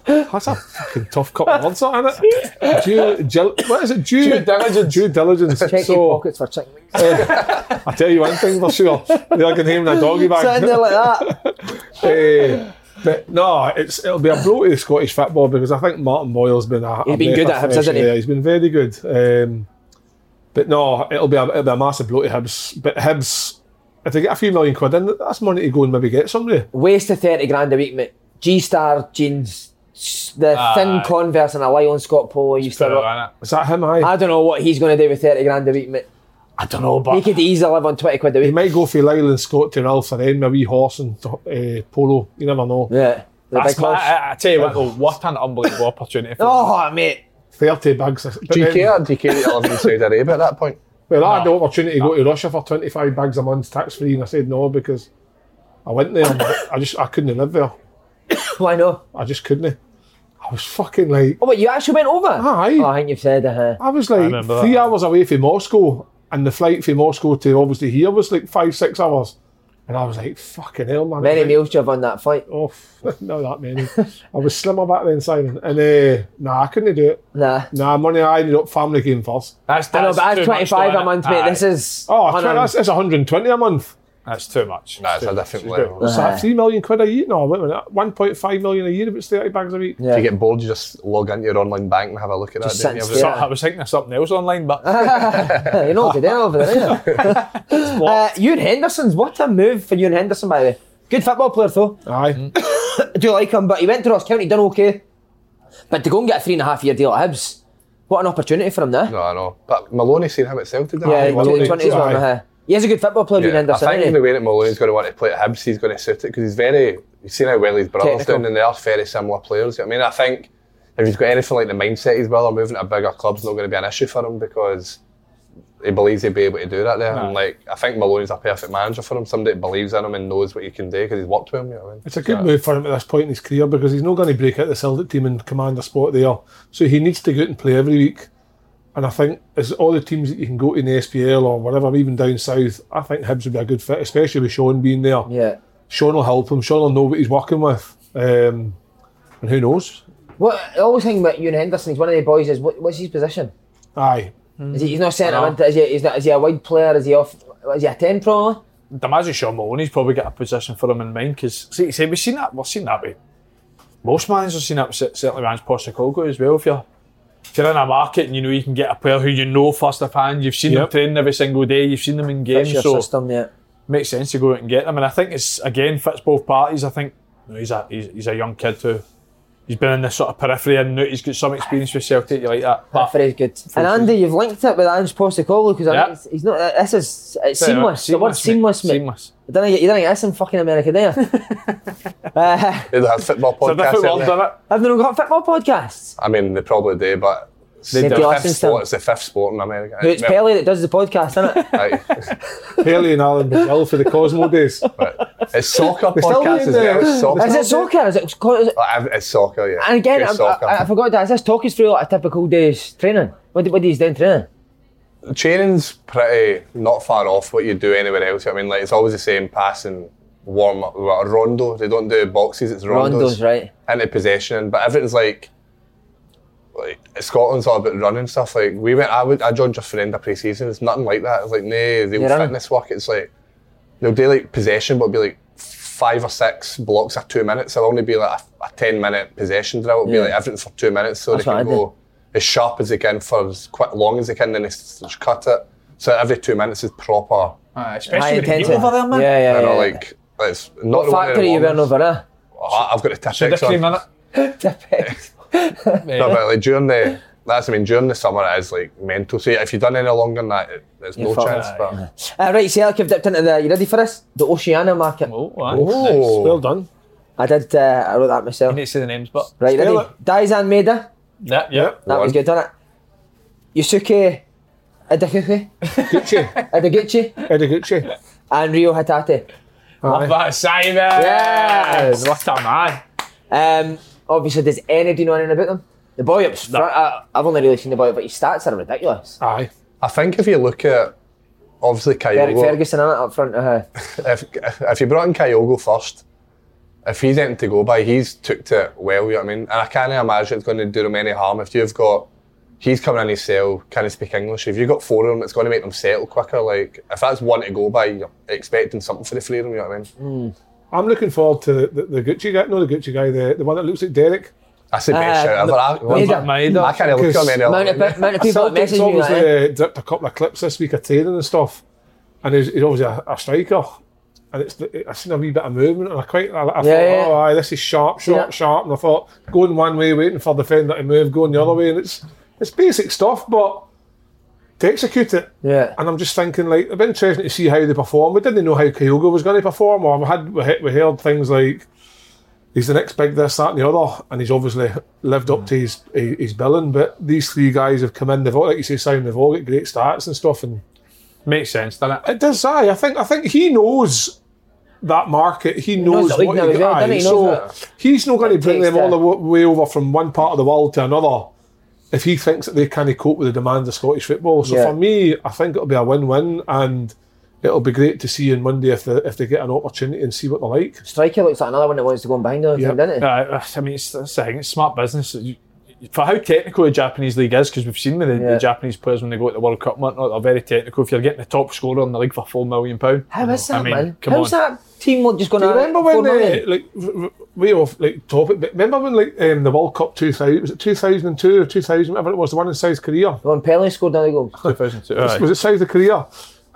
C: That's a fucking tough couple of words, that, isn't it? Due, gil- what is it? Due, diligence. Due diligence.
A: Check your
C: so,
A: pockets for chicken.
C: I tell you one thing for sure. They're going him in a doggy bag.
A: Sitting there like that.
C: Eh, but no, it's it'll be a blow to the Scottish football because I think Martin Boyle's been a,
A: He's
C: a
A: been
C: breath
A: good
C: of
A: at Hibs,
C: fresh
A: hasn't he?
C: air. He's been very good. Um, but no, it'll be a it'll be a massive blow to Hibs. But Hibs, if they get a few million quid in, that's money to go and maybe get somebody.
A: Waste of thirty grand a week, mate. G Star jeans, s- the
F: Ah,
A: thin
C: Aye.
A: Converse, and a Lion Scott polo. You
C: put
A: still
C: it on Is that him?
A: I don't know what he's going to do with thirty grand a week, mate.
F: I don't know,
A: he could easily live on twenty quid a
C: He
A: week.
C: might go for Lyle and Scott to Ralph and then a wee horse and uh, polo. You never know.
A: Yeah,
F: That's my, I, I tell you what, though, what an unbelievable opportunity. For
A: Oh, mate.
C: Thirty bags. of- but
D: GK
C: then-
D: or DK that you live in Saudi Arabia at that point?
C: Well, I had the opportunity to go to Russia for 25 bags a month tax free, and I said no because I went there. And I just I couldn't live there.
A: Why not?
C: I just couldn't. I was fucking like
A: Oh, but you actually went over.
C: Aye.
A: Oh, I think you've said uh,
C: I was like
A: remember
C: three
A: that.
C: hours away from Moscow, and the flight from Moscow to obviously here was like five six hours, and I was like fucking hell, man.
A: many
C: Like,
A: meals you have on that fight.
C: Oh, no, that many. I was slimmer back then, Simon, and uh, nah, I couldn't do it.
A: Nah,
C: nah, money. I ended up family game first.
F: That's,
A: I know, but
F: too
A: that's
F: much,
A: 25
F: though,
A: a month,
F: innit?
A: mate. This
F: Aye.
A: is.
C: Oh,
A: 100
C: that's, that's 120 a month.
F: That's too much.
D: That's a different level.
C: Is that three million quid a year? No, wait a minute. One point five million a year if it's thirty bags a week.
D: If you get bored, you just log into your online bank and have a look at
F: Just
D: that. don't
F: sit
D: you?
F: and stare. I was thinking of something else online, but
A: you know what you're doing over there, ain't you? uh, Ewan Henderson's what a move for Ewan Henderson, by the way. Good football player though.
F: Mm.
C: Aye.
A: Do like him, but he went to Ross County, done okay. But to go and get a three and a half year deal at Hibs, what an opportunity for him there.
D: No, I know. But Maloney seen him at Celtic. didn't
A: yeah, he
D: he?
A: twenty twenties well. uh, He is a good football player, Ewan
D: Yeah,
A: Henderson.
D: I think
A: isn't
D: the
A: he?
D: way that Maloney's going to want to play at Hibs, he's going to suit it because he's very. You've seen how well his brother's
A: Technical.
D: doing, and they are very similar players. I mean, I think if he's got anything like the mindset he's well, or moving to a bigger club's not going to be an issue for him because he believes he'd be able to do that there.
C: Aye.
D: And like, I think Malone's a perfect manager for him. Somebody that believes in him and knows what he can do because he's worked with him. You know what I mean?
C: It's a good move for him at this point in his career because he's not going to break out the Celtic team and command a spot there. So he needs to go out and play every week. And I think as all the teams that you can go to in the SPL or whatever, even down south, I think Hibs would be a good fit, especially with Sean being there.
A: Yeah.
C: Sean will help him. Sean will know what he's working with. Um, and who knows?
A: What I always think about Ewan Henderson, he's one of the boys, is what, what's his position?
C: Aye.
A: Is he, he's not centre
F: No.
A: mid, is he, is, not, is he a wide player? Is he off? Is he a 10 probably?
F: I'd imagine Sean Maloney's probably got a position for him in mind because, see, see, we've seen that. We've seen that with most managers. Seen that with cer- certainly Rans Postecoglou as well. If you're if you're in a market and you know you can get a player who you know first of hand, you've seen them
A: Yep.
F: training every single day, you've seen them in games,
A: That's your
F: so
A: system, yeah.
F: makes sense to go out and get them. And I think it's again fits both parties. I think you know, he's a he's, he's a young kid who he's been in the sort of periphery and now he's got some experience with Celtic. You like that? Periphery's
A: good. And Andy, you've linked it with Ange Postecoglou because
F: Yeah.
A: I mean, it's- he's not. This is it's
F: Yeah,
A: seamless. The word
F: seamless,
A: seamless, mate.
F: Seamless.
A: You didn't get, you didn't get this in fucking America, do you? uh,
D: They don't have football podcasts. out there.
A: Have they not got football podcasts?
D: I mean, they probably do, but it's
A: They
D: the
A: do.
D: fifth
A: License
D: sport. It's the fifth sport in America.
A: No, it's
D: Well,
A: Pelly that does the podcast, isn't it?
C: Haley and Alan Brazil for the Cosmo days.
D: It's soccer
C: They're still
D: podcast
C: doing
D: as well.
C: the-
D: It's soccer.
A: Is it soccer? Is it, co- is it,
D: Like, I've- It's soccer, yeah.
A: and again,
D: It's
A: I'm-
D: soccer.
A: I, I forgot that. Is this talk is through like a typical day's training? What do, what do you do in training?
D: training's pretty not far off what you do anywhere else. you know what I mean, like it's always the same passing warm up well, rondo. They don't do boxes. It's rondos,
A: Rondos, right?
D: Into possession, but everything's like. Like Scotland's all about running stuff. Like we went, I would, I joined your friend a pre-season. It's nothing like that. It's like nay, the
A: You're
D: old
A: running.
D: fitness work. It's like they'll do like possession, but it'll be like five or six blocks of two minutes. It'll only be like a, a ten minute possession drill. It'll
A: Yeah.
D: be like everything for two minutes, so
A: That's
D: they
A: what
D: can
A: I did.
D: go as sharp as they can for as quite long as they can, then they s- s- cut it. So every two minutes is proper.
A: High
F: Uh, especially with the heat
A: intensity.
F: over there, man.
A: Yeah, yeah,
D: You
A: yeah.
D: know,
A: yeah.
D: like it's not
A: what factory you wearing over there?
D: I, have Oh, got a tip
F: So
D: X
F: Dickie
D: on.
F: Minute.
D: No, but like during the that's I mean during the summer it is like mental. So if you've done any longer than that, it, there's
A: You're
D: no
A: fucked.
D: chance.
A: Aye.
D: But
A: Uh, right, Celtic have dipped into the. You ready for this? The Oceania market. Oh,
D: Nice. Well
C: done.
A: I did. Uh, I wrote that myself.
F: need to say the names, but
A: Right, ready? Dizan Maida.
F: Yeah, yeah.
A: That was good, wasn't it? Yusuke Adakuchi. Gucci. Adaguchi.
C: Adaguchi.
A: And Rio Hatate.
F: Love that, Simon. Yes. What a man.
A: Um, obviously, does anybody know anything about them? The boy up front, I, I've only really seen the boy up, but his stats are ridiculous.
C: Aye.
D: I think if you look at obviously
A: Derek
D: Kyogo,
A: Ferguson in it up front. Uh,
D: if if you brought in Kyogo first, if he's anything to go by, he's took to it well. You know what I mean? And I can't imagine it's going to do them any harm if you've got. He's coming in his cell, can he speak English? If you've got four of them, it's going to make them settle quicker. Like, if that's one to go by, you're expecting something for the three of them, you know what I mean?
C: I'm looking forward to the, the, the Gucci guy. No, the Gucci guy, the, the one that looks like Derek.
D: That's the
A: Uh,
D: best shout ever. I- Maida. Maida. I can't look at him any other Amount of way. pe- amount of people that
C: Celtic's
D: message me
C: obviously
D: like
C: uh, dipped a couple of clips this week of training and stuff, and he's, he's obviously a, a striker. And it's I seen a wee bit of movement, and I quite I, I
A: Yeah,
C: thought,
A: yeah.
C: oh, aye, this is sharp,
A: Seen
C: sharp,
A: it.
C: sharp. And I thought, going one way, waiting for the defender to move, going the other way, and it's it's basic stuff, but to execute it.
A: Yeah.
C: And I'm just thinking, like, it'd be interesting to see how they perform. We didn't know how Kyogo was going to perform, or we had we, he- we heard things like he's the next big this, that, and the other, and he's obviously lived up to his his his billing. But these three guys have come in. They've all, like you say, Simon, they've all got great stats and stuff, and
F: makes sense, doesn't
C: it? It does. Aye, I think I think he knows that market. He
A: knows
C: knows,
A: the league
C: what
A: now
C: he,
A: as well,
C: aye,
A: doesn't he? He
C: so
A: knows what
C: he's not going
A: it
C: to bring
A: takes
C: them all
A: to-
C: the wa- way over from one part of the world to another. If he thinks that they can't cope with the demands of Scottish football, so
A: Yeah.
C: for me, I think it'll be a win-win, and it'll be great to see on Monday if they, if they get an opportunity and see what they're like.
A: Striker looks like another one that wants to go in behind him, doesn't he?
F: Uh, I mean, it's, that's the thing. It's smart business. You- For how technical the Japanese league is, because we've seen with the, the Japanese players when they go to the World Cup, and whatnot, they're very technical. If you're getting the top scorer in the league for four million pound,
A: How is that,
F: I mean,
A: man?
F: Come
A: How's
F: on.
A: that team look just going
C: Do
A: to
C: you remember when they, like r- r- way off like topic? But remember when like um, the World Cup two thousand was it two thousand and two or two thousand whatever it was the one in South Korea
A: when Pele scored another goal.
F: Two thousand two.
C: was, was it South Korea?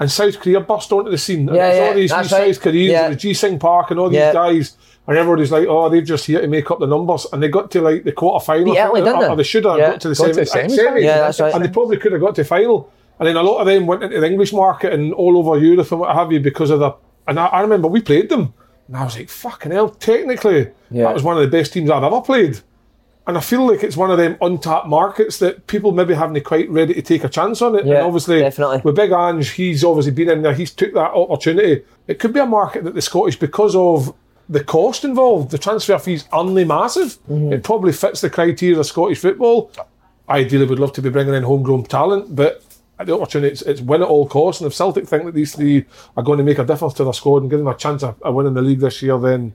C: And South Korea burst onto the scene. and
A: Yeah,
C: there's
A: yeah,
C: all these new
A: that's right.
C: South Koreans,
A: Yeah.
C: it was G Sing Park and all these
A: Yeah.
C: guys, and everybody's like, oh, they're just here to make up the numbers. And they got to like the quarter final,
A: Beat Italy, didn't they?
C: or they should have
A: Yeah.
C: got to the
A: Got to the
C: semi.
A: semis,
C: uh, semis.
A: Yeah, that's right.
C: And they probably could have got to final. And then a lot of them went into the English market and all over Europe and what have you because of the. And I, I remember we played them, and I was like, fucking hell, technically,
A: Yeah.
C: that was one of the best teams I've ever played. And I feel like it's one of them untapped markets that people maybe haven't quite ready to take a chance on it.
A: Yeah,
C: and obviously, with Big Ange, he's obviously been in there, he's took that opportunity. It could be a market that the Scottish, because of the cost involved, the transfer fees only massive. It probably fits the criteria of Scottish football. Ideally, would love to be bringing in homegrown talent, but at the opportunity, it's, it's win at all costs. And if Celtic think that these three are going to make a difference to their squad and give them a chance of of winning the league this year, then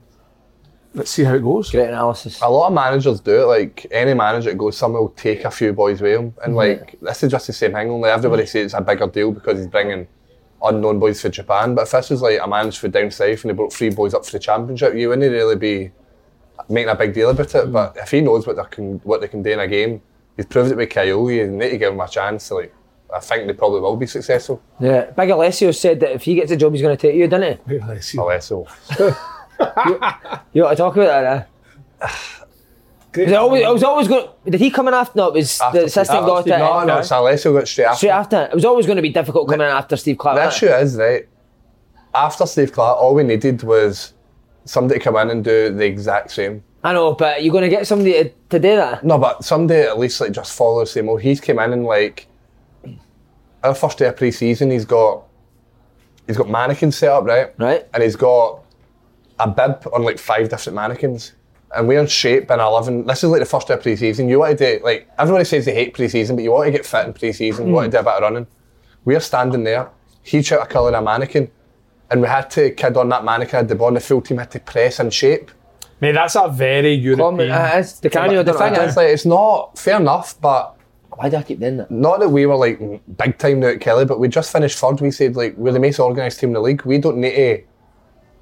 C: let's see how it goes.
A: Great analysis.
D: A lot of managers do it. Like any manager that goes somewhere will take a few boys with him, and
A: Mhm.
D: like this is just the same thing. Only everybody says it's a bigger deal because he's bringing unknown boys for Japan. But if this is like a manager for down south and they brought three boys up for the championship, you wouldn't really be making a big deal about it. But if he knows what they can what they can do in a game, he's proved it with Kyogi. and need to give him a chance. To, like I think they probably will be successful.
A: Yeah, Big Alessio said that if he gets a job, he's going to take you, didn't he?
C: Alessio.
A: you want to talk about that? Eh? Was it always, I was always going. Did he come in after? No, it was the assistant eh? got
D: Steve-
A: it.
D: no, no, it's Alessio got straight after.
A: Straight after. It was always going to be difficult coming in after Steve Clark.
D: The
A: wasn't it?
D: issue is right after Steve Clark, all we needed was somebody to come in and do the exact same.
A: I know, but you're going to get somebody to, to do that.
D: No, but somebody at least like just follow the same. Well, he's came in and like our first day of pre-season, he's got he's got mannequins set up, right?
A: Right.
D: And he's got a bib on like five different mannequins. And we're in shape and 11. This is like the first day of pre-season. You want to do, like, everybody says they hate pre-season, but you want to get fit in pre-season. You want to do a bit of running. We're standing there. He checked a colour in a mannequin. And we had to kid on that mannequin, had the ball, and the full team had to press in shape.
F: Mate, that's a very European.
B: uh,
D: The thing is, like, it's not fair enough, but
A: why do I keep doing that?
D: Not that we were like m- big time now at Kelly, but we just finished third. We said like we're the most organised team in the league. We don't need to.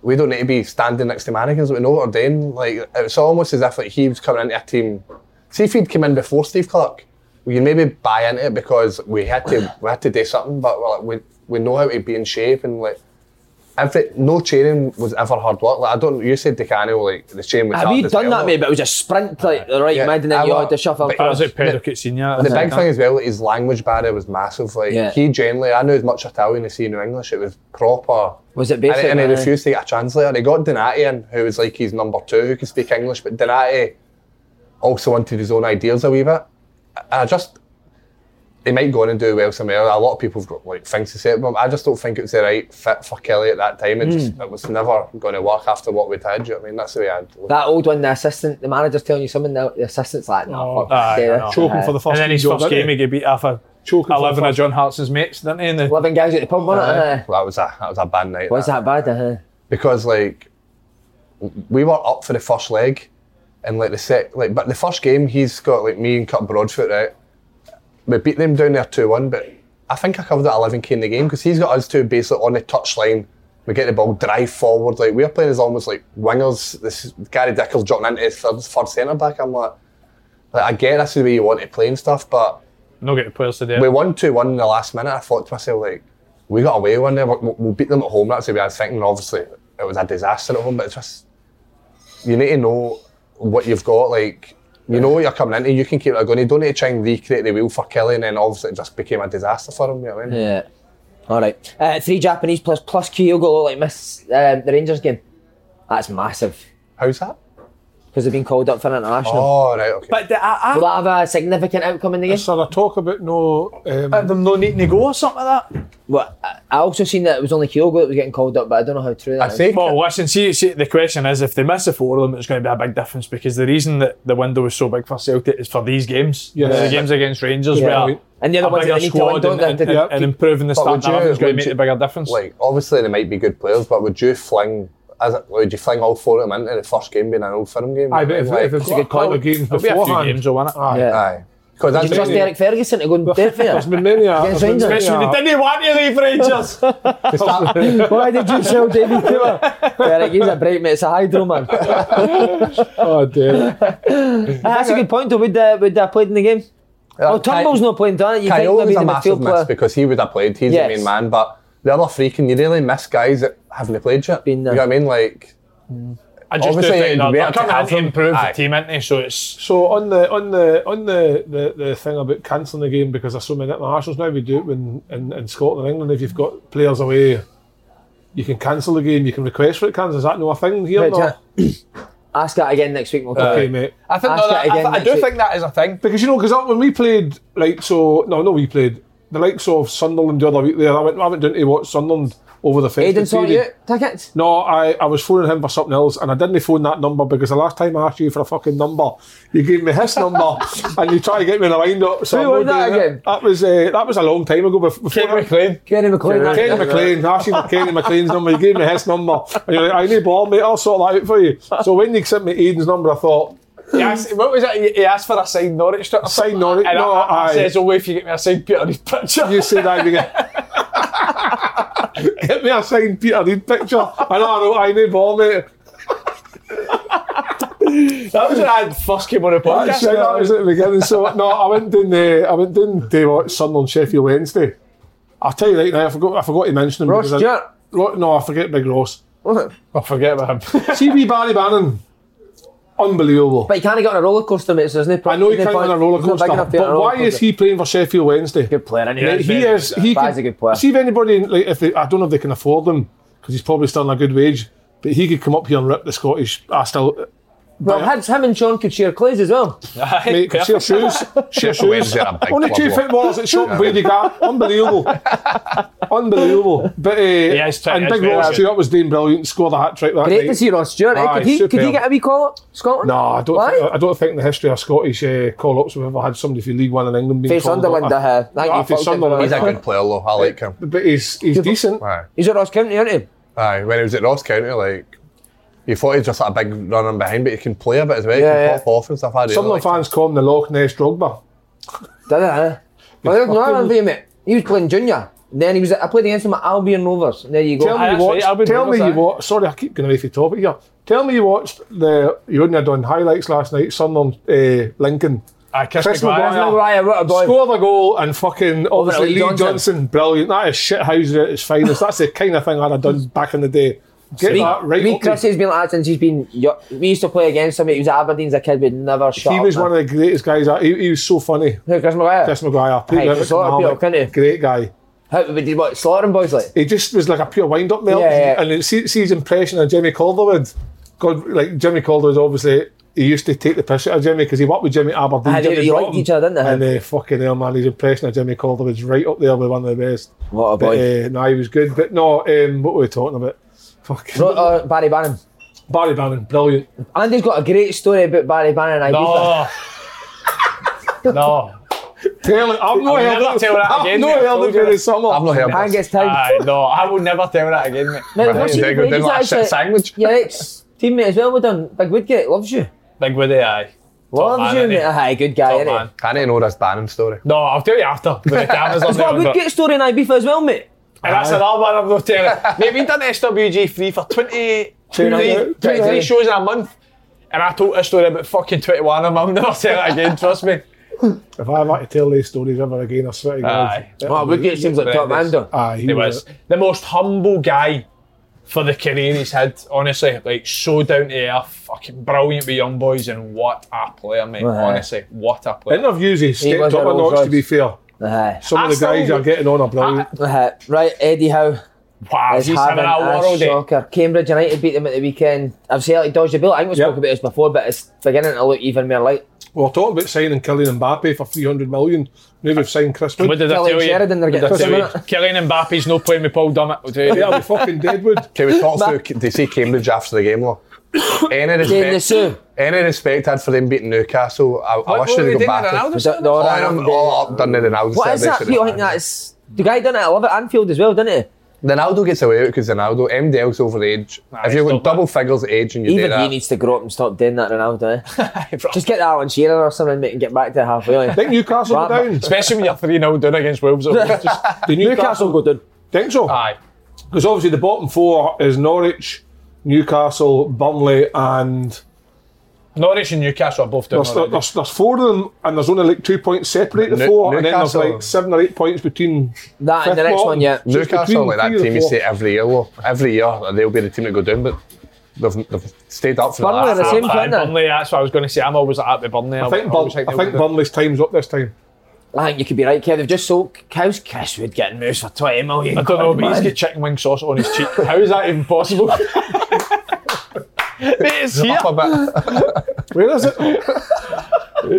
D: We don't need to be standing next to mannequins. We know what we're doing. Like it's almost as if like he was coming into a team. See if he'd come in before Steve Clark, we could maybe buy into it because we had to we had to do something. But we're like, we we know how to be in shape and like. Every, no training was ever hard work. Like I don't. You said DeCanio, like the chain was.
A: Have
D: hard
A: you
D: as
A: done
D: well.
A: that, mate? But it was a sprint, like the right
D: Yeah,
A: mid, and then
D: I
A: you
D: wa-
A: had to shuffle.
D: but I was at Pedrocket
F: Senior.
D: the big thing as well, his language barrier was massive. Like
A: Yeah.
D: he generally, I knew as much Italian as he knew English. It was proper.
A: Was it
D: And,
A: basic?
D: he- and he
A: man?
D: refused to get a translator. They got Donati in, who was like his number two, who could speak English. But Donati also wanted his own ideas a wee bit. And I just, he might go on and do well somewhere. else. A lot of people have got like things to say about him. I just don't think it was the right fit for Kelly at that time. It, just,
A: Mm.
D: it was never going to work after what we'd had. do You know what I mean? That's the way I'd look
A: That old one, the assistant, the manager's telling you something. The, the assistant's like, no, fuck,
F: Oh, Aye,
A: stay
F: I
A: there."
F: know.
A: Aye.
F: And then his first game, he got beat off a
C: choking
A: for the
F: 11 of
A: first-
F: John Hartson's mates, didn't he? In the
A: 11 guys at the pub, wasn't it?
D: Aye.
A: Aye.
D: Well, that was a that was a bad night.
A: Was that bad? Uh-huh.
D: Because like we were up for the first leg, and like the sec, like but the first game he's got like me and Cut Broadfoot right. We beat them down there two one, but I think I covered it eleven k in the game because he's got us two basically on the touchline. We get the ball, drive forward. Like we're playing as almost like wingers. This is- Gary Dicker's dropping into his third, third centre back. I'm like, like I get this is the way you want to play and stuff, but
F: No get the players to do it.
D: we won 2 1 in the last minute. I thought to myself, like, we got away one there. We'll, we'll beat them at home. That's the way I was thinking. Obviously, it was a disaster at home, but it's just, you need to know what you've got. Like, you know what you're coming into. You can keep it going. You don't need to try and recreate the wheel for Kelly, and then obviously it just became a disaster for him. You know what I mean?
A: Yeah. All right. Uh, three Japanese players plus Kyogo look like miss um, the Rangers game. That's massive.
D: How's that?
A: Because they've been called up for international.
D: Oh, right, okay.
F: But I,
A: Will that have a significant outcome in the game?
C: Sir, I talk about no. Um,
F: them no needing to go or something like that.
A: Well, I- I also seen that it was only Kyogo that was getting called up, but I don't know how true that is.
F: well, listen, see, see, the question is if they miss the four of them, it's going to be a big difference because the reason that the window was so big for Celtic is for these games.
C: Yes.
F: The games against Rangers
C: Yeah.
F: where
C: And the other
F: a
C: ones
F: bigger
C: that they need to win,
F: squad
C: don't
F: and,
C: they?
F: and, and,
C: Yeah.
F: and improving the
D: But would
F: starting
D: you-
F: eleven is going to
D: would
F: make
D: you-
F: a bigger difference.
D: Like, obviously, they might be good players, but would you fling. As it, would you fling all four of them into the first game being an old firm game?
C: Aye, but if-
D: Like,
C: if they've That's a got good a couple point. of games
D: There'll be a few
C: beforehand-
D: games, though, innit?
C: Aye.
A: Yeah.
D: Aye. 'Cause
A: Did
D: that's
A: you trust
D: many-
A: Eric Ferguson to go and dead for you?
C: there's been many, uh,
A: Against
C: there's
A: Rangers?
C: been many, Especially uh, they
F: didn't want to leave Rangers.
A: Why did you sell David Taylor? Derek, he's a bright mate. It's a hydro man.
C: oh dear.
A: that's a good point. Though, would uh, would uh, played in the game? oh, Turnbull's not playing. Don't you? You think
D: Kyle
A: they'll be
D: is
A: the
D: a massive
A: midfield
D: miss
A: player?
D: because he would have played. He's
A: Yes.
D: the main man, but the other three can you really miss guys that haven't played yet? You know what I mean? Like,
F: I just
D: obviously,
F: do think
D: it'd
F: they're,
D: be
F: they're
D: better to
F: coming in
D: have
F: to
D: them.
F: improve
D: Aye.
F: the team, aren't they? So it's
C: So on the on the on the, the, the thing about cancelling the game because there's so many internationals now, we do it when in, in Scotland and England if you've got players away, you can cancel the game, you can request for it cancelled. Is that no a thing here?
A: Right,
C: no?
A: yeah. Ask that again next week. We'll talk
C: Okay,
A: about it.
C: mate.
B: I think
A: Ask
B: no,
A: that
B: that- I
A: again
B: th- I
A: next
B: do
A: week.
B: think that is a thing
C: because you know because when we played like so no no we played the likes of Sunderland the other week there I went I went down to watch Sunderland over the festive
A: Aidan sorted
C: period.
A: out tickets.
C: No, I, I was phoning him for something else and I didn't phone that number because the last time I asked you for a fucking number, you gave me his number and you tried to get me in a wind up. So
A: Who
C: I'm
A: was
C: not
A: that
C: doing it.
A: again?
C: That was, uh, that was a long time ago. Before, Kenny
B: McLean.
A: Kenny McLean. that's
C: Kenny
A: it.
C: McLean. I asked you for Kenny McLean's number. You gave me his number. And you're like, I need ball, mate. I'll sort that out for you. So when you sent me Aidan's number, I thought,
B: He asked, what was it? He asked for a signed Norwich strip.
C: Signed Norwich,
B: And
C: no,
B: I, I,
C: aye.
B: I says, "Oh, if you get me a signed Peter Reid picture."
C: you said I get Get me a signed Peter Reid picture. I know, I know, I need ball, mate.
B: that was when I first came on the
C: Well,
B: podcast.
C: that's right, that was at the beginning. So no, I went down the I went down to watch Sunderland Sheffield Wednesday. I'll tell you right now, I forgot I forgot to mention him.
A: Ross
C: because I-
A: Stewart.
C: Ro- no, I forget Big Ross.
A: Was it?
B: I forget about him.
C: CB Barry Bannon, unbelievable.
A: But he can't get on a roller coaster, mate. So there's no
C: I know he
A: there's no
C: can't
A: point-
C: on a roller
A: he's not
C: coaster,
A: big enough
C: but
A: to get on a roller
C: why is
A: coaster.
C: he playing for Sheffield Wednesday?
A: Good player, isn't he?
C: Mate, he is. He
A: Barry's
C: could-
A: a good player.
C: See if anybody like if they, I don't know if they can afford him because he's probably still on a good wage, but he could come up here and rip the Scottish. I still
A: Well, his- him and Sean could share clothes as well.
C: mate, could share shoes, share shoes.
D: Wednesday, I'm big
C: Only
D: club
C: two
D: walk.
C: footballers at Shop Brady Gap. Unbelievable. Unbelievable. But, uh,
B: is tight,
C: and
B: he's
C: Big
B: very
C: Ross
B: good.
C: Stewart was doing brilliant, scored a hat trick that
A: Great
C: night.
A: to see Ross Stewart. eh?
C: Aye,
A: could, he, could he
C: superb.
A: get a wee call up? Scotland?
C: No, I don't.
A: Why?
C: Think, I don't think in the history of Scottish uh, call-ups we've ever had somebody from League One in England being
A: Face
C: called
A: Sunderland,
C: up.
A: uh, thank
C: Ah,
A: you,
C: face
A: fuck
C: Sunderland.
A: it.
D: He's a good player though. I like him.
C: But he's he's decent.
D: Aye.
A: He's at Ross County, aren't he?
D: Aye. When he was at Ross County, like you thought he was just like a big running behind, but he can play a bit as well.
A: Yeah,
D: he can
A: yeah.
D: pop off and stuff. I really
C: Sunderland
D: like him.
C: fans call him the Loch Ness Drogba.
A: Did it, eh? Well, there's another one for you, mate. He was playing junior. Then he was. I played against him at Albion Rovers. There you go.
C: Tell me you
B: that's right, I've been
C: watched. Tell me
B: doing
C: you
B: that.
C: watched. Sorry, I keep going away from topic here. Tell me you watched the. You wouldn't have done highlights last night. Sunderland, uh, Lincoln.
B: I kissed
C: Chris
B: the guy.
C: Maguire.
A: Maguire, what a boy.
C: Scored a goal and fucking obviously
A: Lee
C: Lee Johnson.
A: Johnson.
C: brilliant. That is shithouser at its finest. That's the kind of thing I'd have done back in the day. Get
A: Me,
C: that right.
A: me
C: up there.
A: Chris has been like that since he's been. yo- We used to play against him. He was at Aberdeen as a kid. We'd never shut
C: he
A: up,
C: was
A: man.
C: one of the greatest guys. He, he was so funny.
A: Who, Chris Maguire?
C: Chris Maguire, Peter
A: Aye,
C: Ribbett,
A: he's a lot of
C: Marmot,
A: people, can't he?
C: great guy.
A: How we did what? Slaughtering boys like.
C: He just was like a pure wind up melt.
A: Yeah, yeah.
C: And it, see, see his impression of Jimmy Calderwood. God, like Jimmy Calderwood, obviously, he used to take the piss out of Jimmy because he worked with Jimmy at Aberdeen.
A: Aye, Ah, they-
C: Jimmy
A: they
C: brought
A: liked
C: him.
A: each other, didn't they?
C: And uh, fucking hell, man, his impression of Jimmy Calderwood's right up there with one of the best.
A: What a
C: But,
A: boy.
C: uh, no, he was good. But no, um, what were we talking about? Fucking
A: Ro- uh, Barry Bannon.
C: Barry Bannon, brilliant.
A: Andy's got a great story about Barry Bannon. I
B: No. no.
C: Tell it. I've
B: I'll
C: not heard
B: never
C: it.
B: tell that
C: I've
B: again,
C: not
B: mate, I
C: heard it
B: told
C: for
B: you.
C: the summer.
D: I've not heard
A: Hang
D: this.
A: his time.
B: Aye, no, I will never tell that again, mate.
A: Mate,
D: Right,
A: what's
D: there
A: he
D: you go,
A: doing? He's
D: didn't like a shit
A: actually-
D: sandwich.
A: Your ex teammate as well, well done. Big Woodgate loves you.
B: Big Woody, aye. Top
A: Loves
B: man,
A: you,
B: isn't he?
A: mate. Aye, good guy,
B: Top
A: isn't
B: man.
A: he?
D: I need to know this Bannon story.
B: No, I'll tell you after. when the cameras on
A: He's got a
B: there, but-
A: Woodgate story in Ibiza as well, mate.
B: And that's another one I'm not telling. Mate, we done SWG free for 20,
A: Two nights.
B: 23
A: Two
B: shows in a month. And I told a story about fucking 21 of them. I'll never tell it again, trust me.
C: If I had to tell these stories ever again, I swear to God.
B: Aye.
C: It
A: Well,
C: was-
A: Woodgate seems like top man, done.
C: Aye, he
B: He was the most humble guy for the career he's had, honestly. Like, so down to earth, fucking brilliant with young boys, and what a player, mate.
A: Aye.
B: Honestly, what a player.
C: Interviews he's
A: He
C: stepped
A: was
C: up
A: a
C: a
A: Rolls
C: notch, to be
A: Royce.
C: fair.
A: Aye.
C: Some
B: I
C: of the
B: still-
C: guys are getting on are brilliant.
A: Aye. Right, Eddie Howe.
B: Wow,
A: is
B: he's
A: having
B: having a
A: a
B: world day.
A: shocker. Cambridge United beat them at the weekend. I've said like dodgy bill. I think we
C: Yep.
A: spoke about this before, but it's beginning to look even more like
C: We We're talking about signing Kylian Mbappe for 300 million. Now we've signed Chris Wood.
B: What did I
A: Kelly
B: tell you?
A: Sheridan. They're getting
B: What did I
A: pissed,
B: tell you? Kylian Mbappe's not playing with Paul Dummett. I'll tell you.
C: yeah, we fucking Deadwood.
D: Can we talk through? They see Cambridge after the game, though. Any
A: Jane the
D: respect,
A: Sue.
D: any respect I had for them beating Newcastle, I, I wish
B: what
D: they'd
B: were
D: have
B: they
D: gone
B: doing,
D: back.
B: Ronaldo?
A: Was that the
D: Oh,
A: other
D: I'm
A: Ronaldo?
D: all up done the Ronaldo
A: What is that?
D: celebration.
A: People think that's the guy done it. I love it. Anfield as well, didn't it?
D: Ronaldo gets away with it because Ronaldo, MDL's over age. if
B: he's
D: you've
B: still
D: got double figures age and you do
A: Even he
D: that,
A: needs to grow up and stop doing that, Ronaldo. Eh? Just get Alan Shearer or something, mate, and get back to the halfway line.
C: Think Newcastle go
A: Right,
C: down?
B: Especially when you're 3 0 down against Wolves.
C: Do
A: Newcastle go down.
C: Think so?
B: Aye.
C: Because obviously the bottom four is Norwich, Newcastle, Burnley, and
B: Norwich and Newcastle are both down.
C: there's,
B: already.
C: there's, there's four of them, and there's only like two points separate the
D: New-
C: four, and then there's
D: Newcastle.
C: like seven or eight points between
A: That and the
C: fifth
A: next
C: lot.
A: one, yeah.
C: So it's
D: Newcastle
C: between
D: like that
C: three or
D: team you
C: four.
D: see every year, though. Every year they'll be the team that go down, but they've, they've stayed up for the
A: Burnley are
D: last.
A: the
D: half.
A: same
B: Aye,
A: thing, then.
B: Burnley, that's what I was going to say. I'm always at the Burnley.
C: I think,
B: I always
C: Burn, I
B: they'll
C: think
B: do it.
C: Burnley's time's up this time.
A: I think you could be right, Kev. They've just sold. How's Chris Wood getting moves for 20 million?
B: I don't know,
A: God,
B: but he's
A: man.
B: got chicken wing sauce on his cheek. How is that even possible?
F: It's here.
D: Up a bit.
C: Where is it?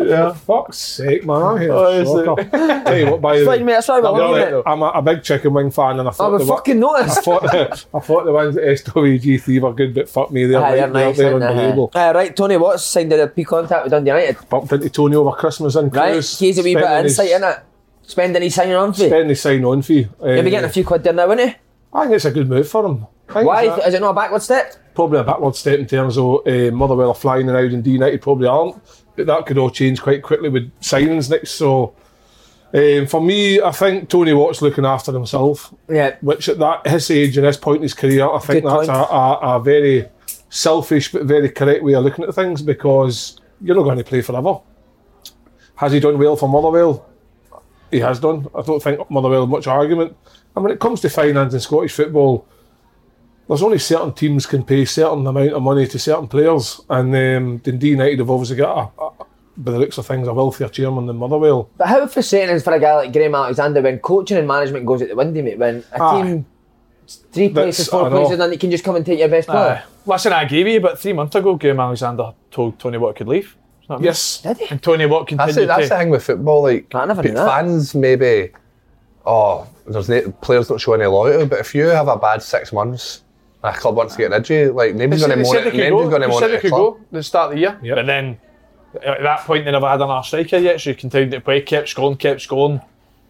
C: yeah, fuck's sake, man! I'm here.
F: Oh, is it?
C: shocker. Tell you what, by the
A: Fine, mate, that's why we're
C: I'm,
A: loving
C: alright,
A: it.
C: I'm a, a big chicken wing fan, and I thought
A: we
C: the one-
A: fucking noticed.
C: I thought, the, I thought the ones at SWG3 were good, but fuck me, they're,
A: Aye,
C: right,
A: they're nice,
C: they're,
A: aren't they?
C: unbelievable.
A: Aye, right, Tony Watts signed a P contact with Dundee United.
C: Bumped into Tony over Christmas in
A: Right,
C: Cruise,
A: he's a wee bit of insight in it. Spending his signing on fee.
C: Spending his sign on fee.
A: You'll be
C: Eh,
A: getting a few quid there now, wouldn't you?
C: I think it's a good move for him. I think
A: Why?
C: it's a-
A: Is it not a backward step?
C: probably a backward step in terms of uh, Motherwell are flying and out and D United probably aren't. But that could all change quite quickly with signings next. So um, for me, I think Tony Watt's looking after himself.
A: Yeah.
C: Which at that his age and this point in his career, I think
A: Good
C: that's a,
A: point.
C: a, a very selfish but very correct way of looking at things because you're not going to play forever. Has he done well for Motherwell? He has done. I don't think Motherwell had much argument. And when it comes to finance in Scottish football, there's only certain teams can pay certain amount of money to certain players, and um, Dundee United have obviously got, a, a, by the looks of things, a wealthier chairman than Motherwell.
A: But how frustrating is for a guy like Graham Alexander when coaching and management goes at the windy, mate? When a
C: Aye.
A: team, three
C: That's-
A: places, four
C: I know.
A: places, and they can just come and take your best player.
F: Listen, I gave you, but three months ago, Graham Alexander told Tony Watt could leave. You know what I mean?
C: Yes,
A: Did he?
F: And Tony Watt continued
D: That's, the, that's
F: to.
D: the thing with football. Like
A: I never knew
D: pe-
A: that.
D: fans maybe, oh, there's no, players don't show any loyalty. But if you have a bad six months, and a club wants to get rid of you, like nobody's
F: They
D: going
F: said-
D: to moan
F: they said
D: at
F: they could
D: nobody's
F: go.
D: going to
F: They
D: moan
F: said
D: at
F: they
D: the
F: could
D: club.
F: go at the start of the year.
C: Yep.
F: But then, at that point, they never had an arse striker yet, so he continued to play, kept scoring, kept scoring,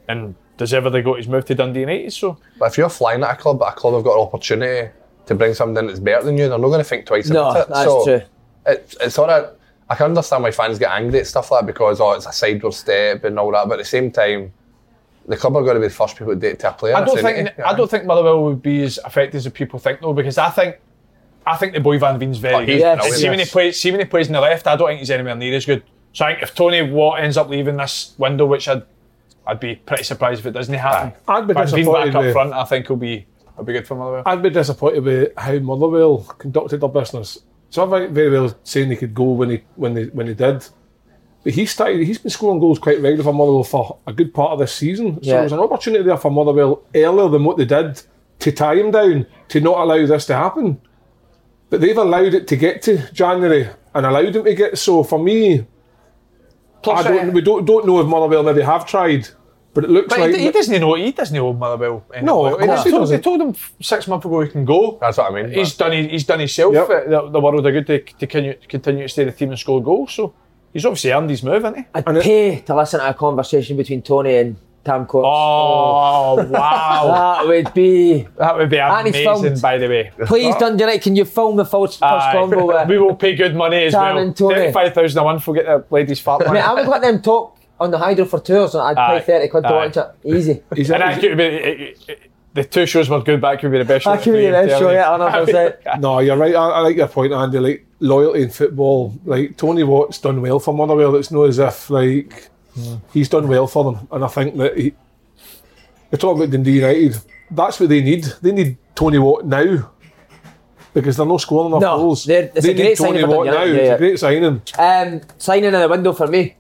F: and does ever they got his move to Dundee United? So
D: But if you're flying at a club, but a club have got an opportunity to bring something in that's better than you, they're not going to think twice
A: No,
D: about it.
A: that's
D: so
A: true.
D: It, it's sort of I can understand why fans get angry at stuff like that because oh, it's a sideward step and all that. But at the same time, the club are going to be the first people to date to a player.
F: I don't
D: so
F: think
D: they-
F: I don't think Motherwell would be as affected as people think though, because I think I think the boy Van Veen's very
D: Oh, he's
F: good.
A: Yes.
F: And see when he
A: brilliant.
F: plays, see when he plays in the left, I don't think he's anywhere near as good. So I think if Tony Watt ends up leaving this window, which I'd I'd be pretty surprised if it doesn't happen.
C: I'd be
F: Van Veen
C: disappointed eh?
F: back up
C: with-
F: front, I think will be will be good for Motherwell.
C: I'd be disappointed with how Motherwell conducted their business. So I think very well saying he could go when he when they when he did. But he started. He's been scoring goals quite regularly for Motherwell for a good part of this season. So
A: Yeah.
C: there was an opportunity there for Motherwell earlier than what they did to tie him down to not allow this to happen. But they've allowed it to get to January and allowed him to get. So for me,
F: Plus,
C: I don't,
F: uh,
C: we don't don't know if Motherwell maybe have tried, but it looks
F: But
C: like
F: he, he doesn't know. He doesn't know Motherwell. anymore.
C: No, of
F: They
C: course he
F: told- they
C: doesn't.
F: told him six months ago he can go.
D: That's what I mean.
F: He's done. He's done himself
C: Yep.
F: uh, the, the world a good to, to continue, continue to stay in the team and score goals. So he's obviously earned his move, hasn't he?
A: I'd
C: And it-
A: pay to listen to a conversation between Tony and Tam Courts.
F: Oh wow,
A: That would be.
F: that would be
A: And he's
F: amazing.
A: filmed.
F: By the way,
A: Please, Dundee United, can you film the first, first
F: Aye.
A: combo with.
F: we will pay good money as
A: Dan
F: well.
A: and Tony.
F: Thirty-five thousand a month for get the ladies' fat
A: Mate, I
F: line.
A: would let them talk on the Hydro for tours and I'd
F: Aye.
A: pay 30 quid to
F: Aye.
A: watch it. Easy.
C: he's,
F: And that could be it- it- it- the two shows were good. but That could be the best. show
A: That could be
F: of the
A: the best show,
F: year,
A: yeah,
F: I'm telling
A: 100%.
F: you.
C: No, you're right. I, I like your point, Andy. Like loyalty in football. Like Tony Watt's done well for Motherwell. It's not as if like
A: Hmm.
C: he's done well for them, and I think that he. You talk about Dundee United. That's what they need. They need Tony Watt now. Because they're not scoring enough
A: No,
C: goals.
A: they're- it's
C: they
A: a great
C: need
A: signing
C: Tony
A: for
C: Watt now.
A: Dundee United,
C: It's
A: yeah,
C: a great signing.
A: Um, signing in the window for me.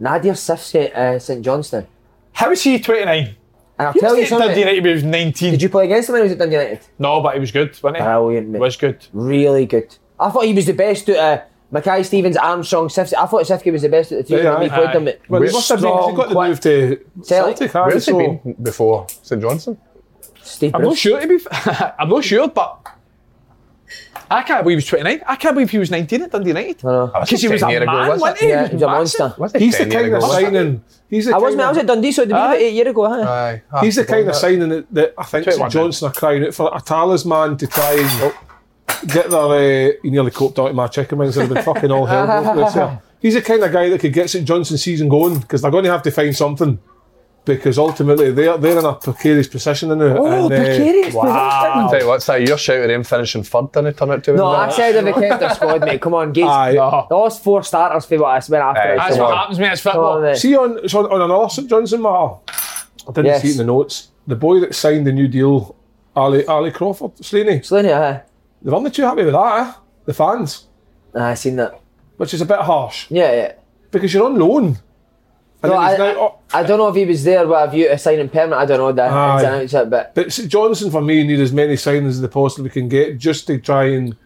A: Nadir Sif's at uh, St Johnston.
F: How is he twenty-nine?
A: And I'll
F: He
A: tell you
F: was at Dundee
A: something.
F: United when he was nineteen.
A: Did you play against him when he was at Dundee United?
F: No, but he was good, wasn't he?
A: Brilliant, mate.
F: Was good.
A: really good. I thought he was the best out of Mackay Stevens, Armstrong, Sifsky. I thought Sifsky was the best out of the three
C: Yeah,
A: when we
C: aye.
A: played them.
C: Well,
D: Where's
C: they must have been, 'cause they got the
A: Strong,
C: move to
A: Celtic.
C: Celtic, haven't
D: Where's
C: they?
D: he been before St Johnson?
A: Steve
F: I'm not
A: Bruce.
F: sure. To be, f- I'm not sure, but I can't believe he was 29. I can't believe he was 19 at Dundee United.
A: know.
F: Because he was a
D: 10 year
F: man,
D: ago, wasn't
F: wasn't he?
A: Yeah,
F: He
A: he's a
F: massive.
A: monster.
D: Wasn't he
C: He's the
D: 10 year
C: kind of
D: ago?
C: signing. He's the
A: I
C: kind
A: was, mate. I
C: of-
A: was at Dundee, so it'd be about
F: Aye.
A: eight year ago, huh?
D: Aye, I
C: He's the
D: forgot
C: kind of
D: that.
C: signing that, that I think St
F: 21
C: Johnson are crying out for a talisman to try and get their. Uh, you nearly coped out of my chicken wings. They've been fucking all hell. broke loose here. He's the kind of guy that could get St Johnson season going because they're going to have to find something because ultimately they're they're in a precarious position now.
A: Oh,
C: and, uh,
A: precarious.
F: Wow.
D: Tell you what, Si, you're shouting him finishing third, didn't it turn out to
A: No,
D: him?
A: I said if they kept their squad, mate. Come on, Gates.
C: Aye.
F: No.
A: Those four starters for what I spent after.
D: Aye.
A: it,
F: That's
A: so-
F: what happens, mate. It's
A: Come on,
F: football.
A: mate.
C: See on so on, on another St Johnson matter. I didn't
A: Yes.
C: see it in the notes. The boy that signed the new deal, Ali Ali Crawford, Slaney.
A: Slaney, aye.
C: They weren't too happy with that. Eh? The fans,
A: Aye, I seen that.
C: which is a bit harsh
A: Yeah, yeah.
C: because you're on loan.
A: No,
C: And then
A: I,
C: he's now- oh,
A: I, I don't know if he was there with a view to signing permanent. I don't know that.
C: Aye.
A: Aye. It, but
C: But St Johnson for me need as many signings as they possibly can get just to try and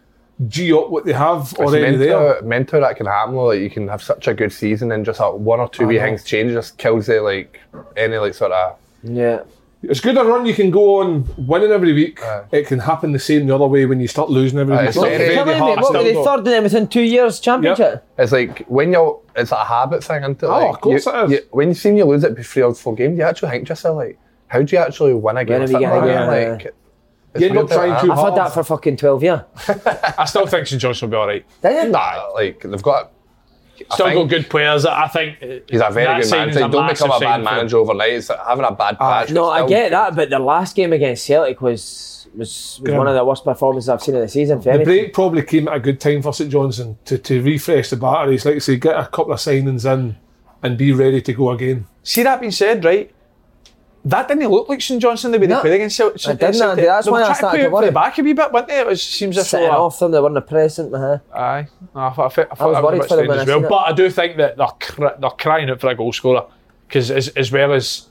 C: G up what they have
D: It's
C: already there.
D: mental, mental that can happen. though, Like you can have such a good season and just like one or two
C: I
D: wee
C: know.
D: things change just kills the like any like sort of
A: yeah.
C: It's good a run you can go on winning every week. it can happen the same the other way when you start losing every
D: Aye,
C: week.
D: it's okay.
C: very
D: Come on, mate,
C: hard
D: what were
C: to
D: they
C: stop.
D: third
A: in within two years championship.
D: It's like when you're it's a habit thing, isn't it?
C: Oh,
D: Like,
C: of course
D: you,
C: it is.
D: You, when you seen you lose it three or four games, you actually think to yourself like, how do you actually win a game?
A: When
D: of
A: have you
D: football?
A: got a game?
D: Like, it's weird that it
A: I've
D: happens.
A: had that for fucking 12 years.
F: I still think St Johnson will be all right.
D: "Eh, Nah, like they've got.
F: Still
D: think-
F: got good players. I think uh,
D: He's a
F: that
D: very good
F: signing's
D: manager. Don't
F: massive
D: become a bad
F: signing for them.
D: manager overnight. It's like having a bad patch.
A: Ah, no,
D: but
A: I
D: still-
A: get that, but the last game against Celtic was was, was
C: Grim.
A: one of the worst performances I've seen in the season. For
C: The
A: anything.
C: break probably came at a good time for St Johnson to, to refresh the batteries, like you say, get a couple of signings in and be ready to go again.
F: See that being said, right? That didn't look like St Johnson the way
A: No.
F: they played against Cel-
A: It
F: Cel-
A: didn't,
F: Celtic.
A: Andy, that's
F: They were
A: why I
F: trying
A: started
F: play
A: to
F: it for
A: worry.
F: the back a wee bit, weren't they? It was, seems as
A: Sitting
F: though. uh,
A: off them, they weren't a present. Uh,
F: Aye, No, I, thought, I, fe- I, thought
A: was
F: that
A: worried
F: a bit
A: for them
F: strange
A: when I
F: as well.
A: seen it.
F: But I do think that they're, cr- they're crying out for a goal scorer because as, as well as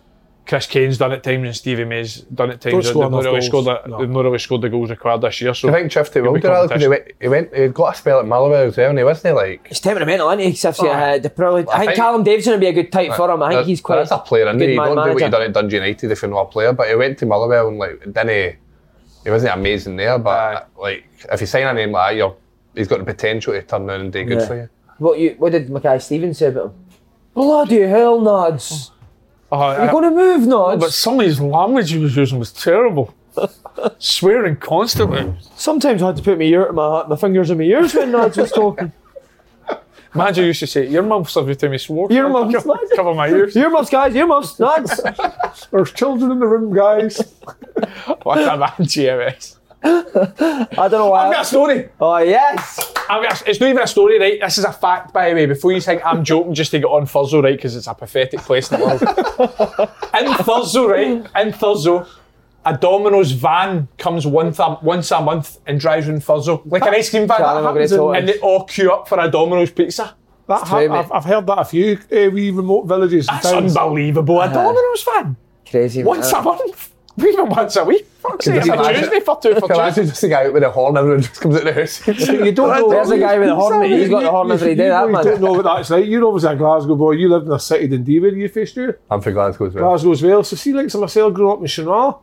F: Chris Kane's done at times and Stevie May's done at
D: Don't
F: times, they've
D: score
F: not,
D: enough
F: really scored,
D: goals.
F: the- they've not really scored the goals required this year. So
D: I think Chifty
F: it'll
D: will
F: be
D: do that because he
F: competition.
D: went, he went, he got a spell at Motherwell as well, and he wasn't he, like.
A: He's temperamental, isn't he? Except, uh, the probably, I,
D: I
A: think,
D: think-
A: Callum Davidson would be a good type for him. I think
D: That-
A: he's quite
D: Uh, That's a player, isn't
A: good
D: he? You
A: man
D: don't do what
A: manager.
D: you done at Dundee United if you're not a player, but he went to Motherwell and like didn't he? He wasn't amazing there, but uh, like if you sign a name like that, you're, he's got the potential to turn around and do good
A: Yeah.
D: for you.
A: What you? What did Mackay Stevens say about him? Bloody hell, Nods!
F: Oh,
A: You're going to move, Nods.
F: But some of his language he was using was terrible. Swearing constantly.
A: Sometimes I had to put my ear, my my fingers in my ears when Nods was talking.
F: Manager used to say earmuffs every time he swore.
A: Earmuffs,
F: cover, cover my ears.
A: Earmuffs, guys. Earmuffs, Nods.
C: There's children in the room, guys.
F: What a man, GMS.
A: I don't know why.
F: I've got a story.
A: Oh yes.
F: I've got, it's not even a story, right? This is a fact, by the way. Before you think I'm joking, just to get on Thurso, right? Because it's a pathetic place in the world. in Thurso, right? In Thurso, a Domino's van comes once a, once a month and drives around Thurso like an ice cream van.
A: Charlie
F: That happens
A: Margaretto.
F: in- and they all queue up for a Domino's pizza.
C: That ha-
A: Same, mate.
C: I've, I've heard that a few uh, wee remote villages. and
F: That's
C: towns.
F: unbelievable. A
C: Aye.
F: Domino's van
A: Crazy.
F: once a month. Even once a week. Fuck's sake, it's a
D: Imagine-
F: Tuesday for two for
D: Can I
F: Tuesday.
D: imagine just a guy out with a horn, everyone just comes out of the house.
C: You don't know.
A: There's a guy with a horn. mate. He's got the horn every
C: You-
A: day.
C: you
A: That
C: really don't
A: man.
C: know what that's like. You're obviously a Glasgow boy. You lived in a city Dundee where you faced you.
D: I'm for Glasgow as well.
C: Glasgow as well. So see, like so myself, grew up in Shinar.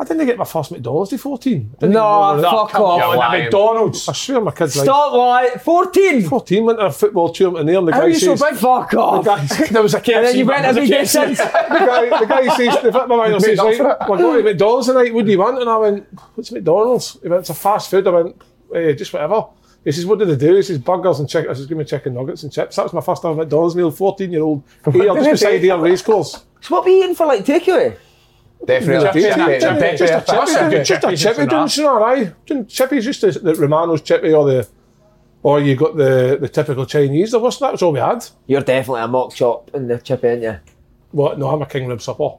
C: I didn't get my first McDonald's at 14. Didn't
A: No,
C: even know
A: fuck
C: that.
A: off. You're
C: And
D: lying.
C: a McDonald's. I swear my kids like
A: Stop. Why? Fourteen.
C: 14 went to a football tournament and there and the
A: How
C: guy
A: are you so
C: says,
A: big? Fuck off.
C: The guy,
F: There was a KFC
A: And then you
F: van,
A: went
F: there was a
A: every day
F: KFC
A: since.
C: the guy, the guy says, the football manager says,
D: Made
C: right,
D: up
C: we're going to McDonald's tonight, what do you want? And I went, what's McDonald's? He went, it's a fast food. I went, eh, just whatever. He says, what do they do? He says, burgers and chicken. I says, give me chicken nuggets and chips. That was my first ever McDonald's meal, 14 year old, here, just beside the race course.
A: So what were you eating for like takeaway?
D: Definitely.
C: Just
D: Definitely.
C: a
D: Definitely.
F: a good
C: chippy, just
F: chippy,
C: a
F: just
C: chippy,
F: an
C: don't
F: arse.
C: you know? Aye, Don't- chippy's just the, the Romano's chippy or the, or you got the the typical Chinese. There wasn't that was all we had.
A: You're definitely a mock chop in the chip, ain't you?
C: What? No, I'm a king rib supper.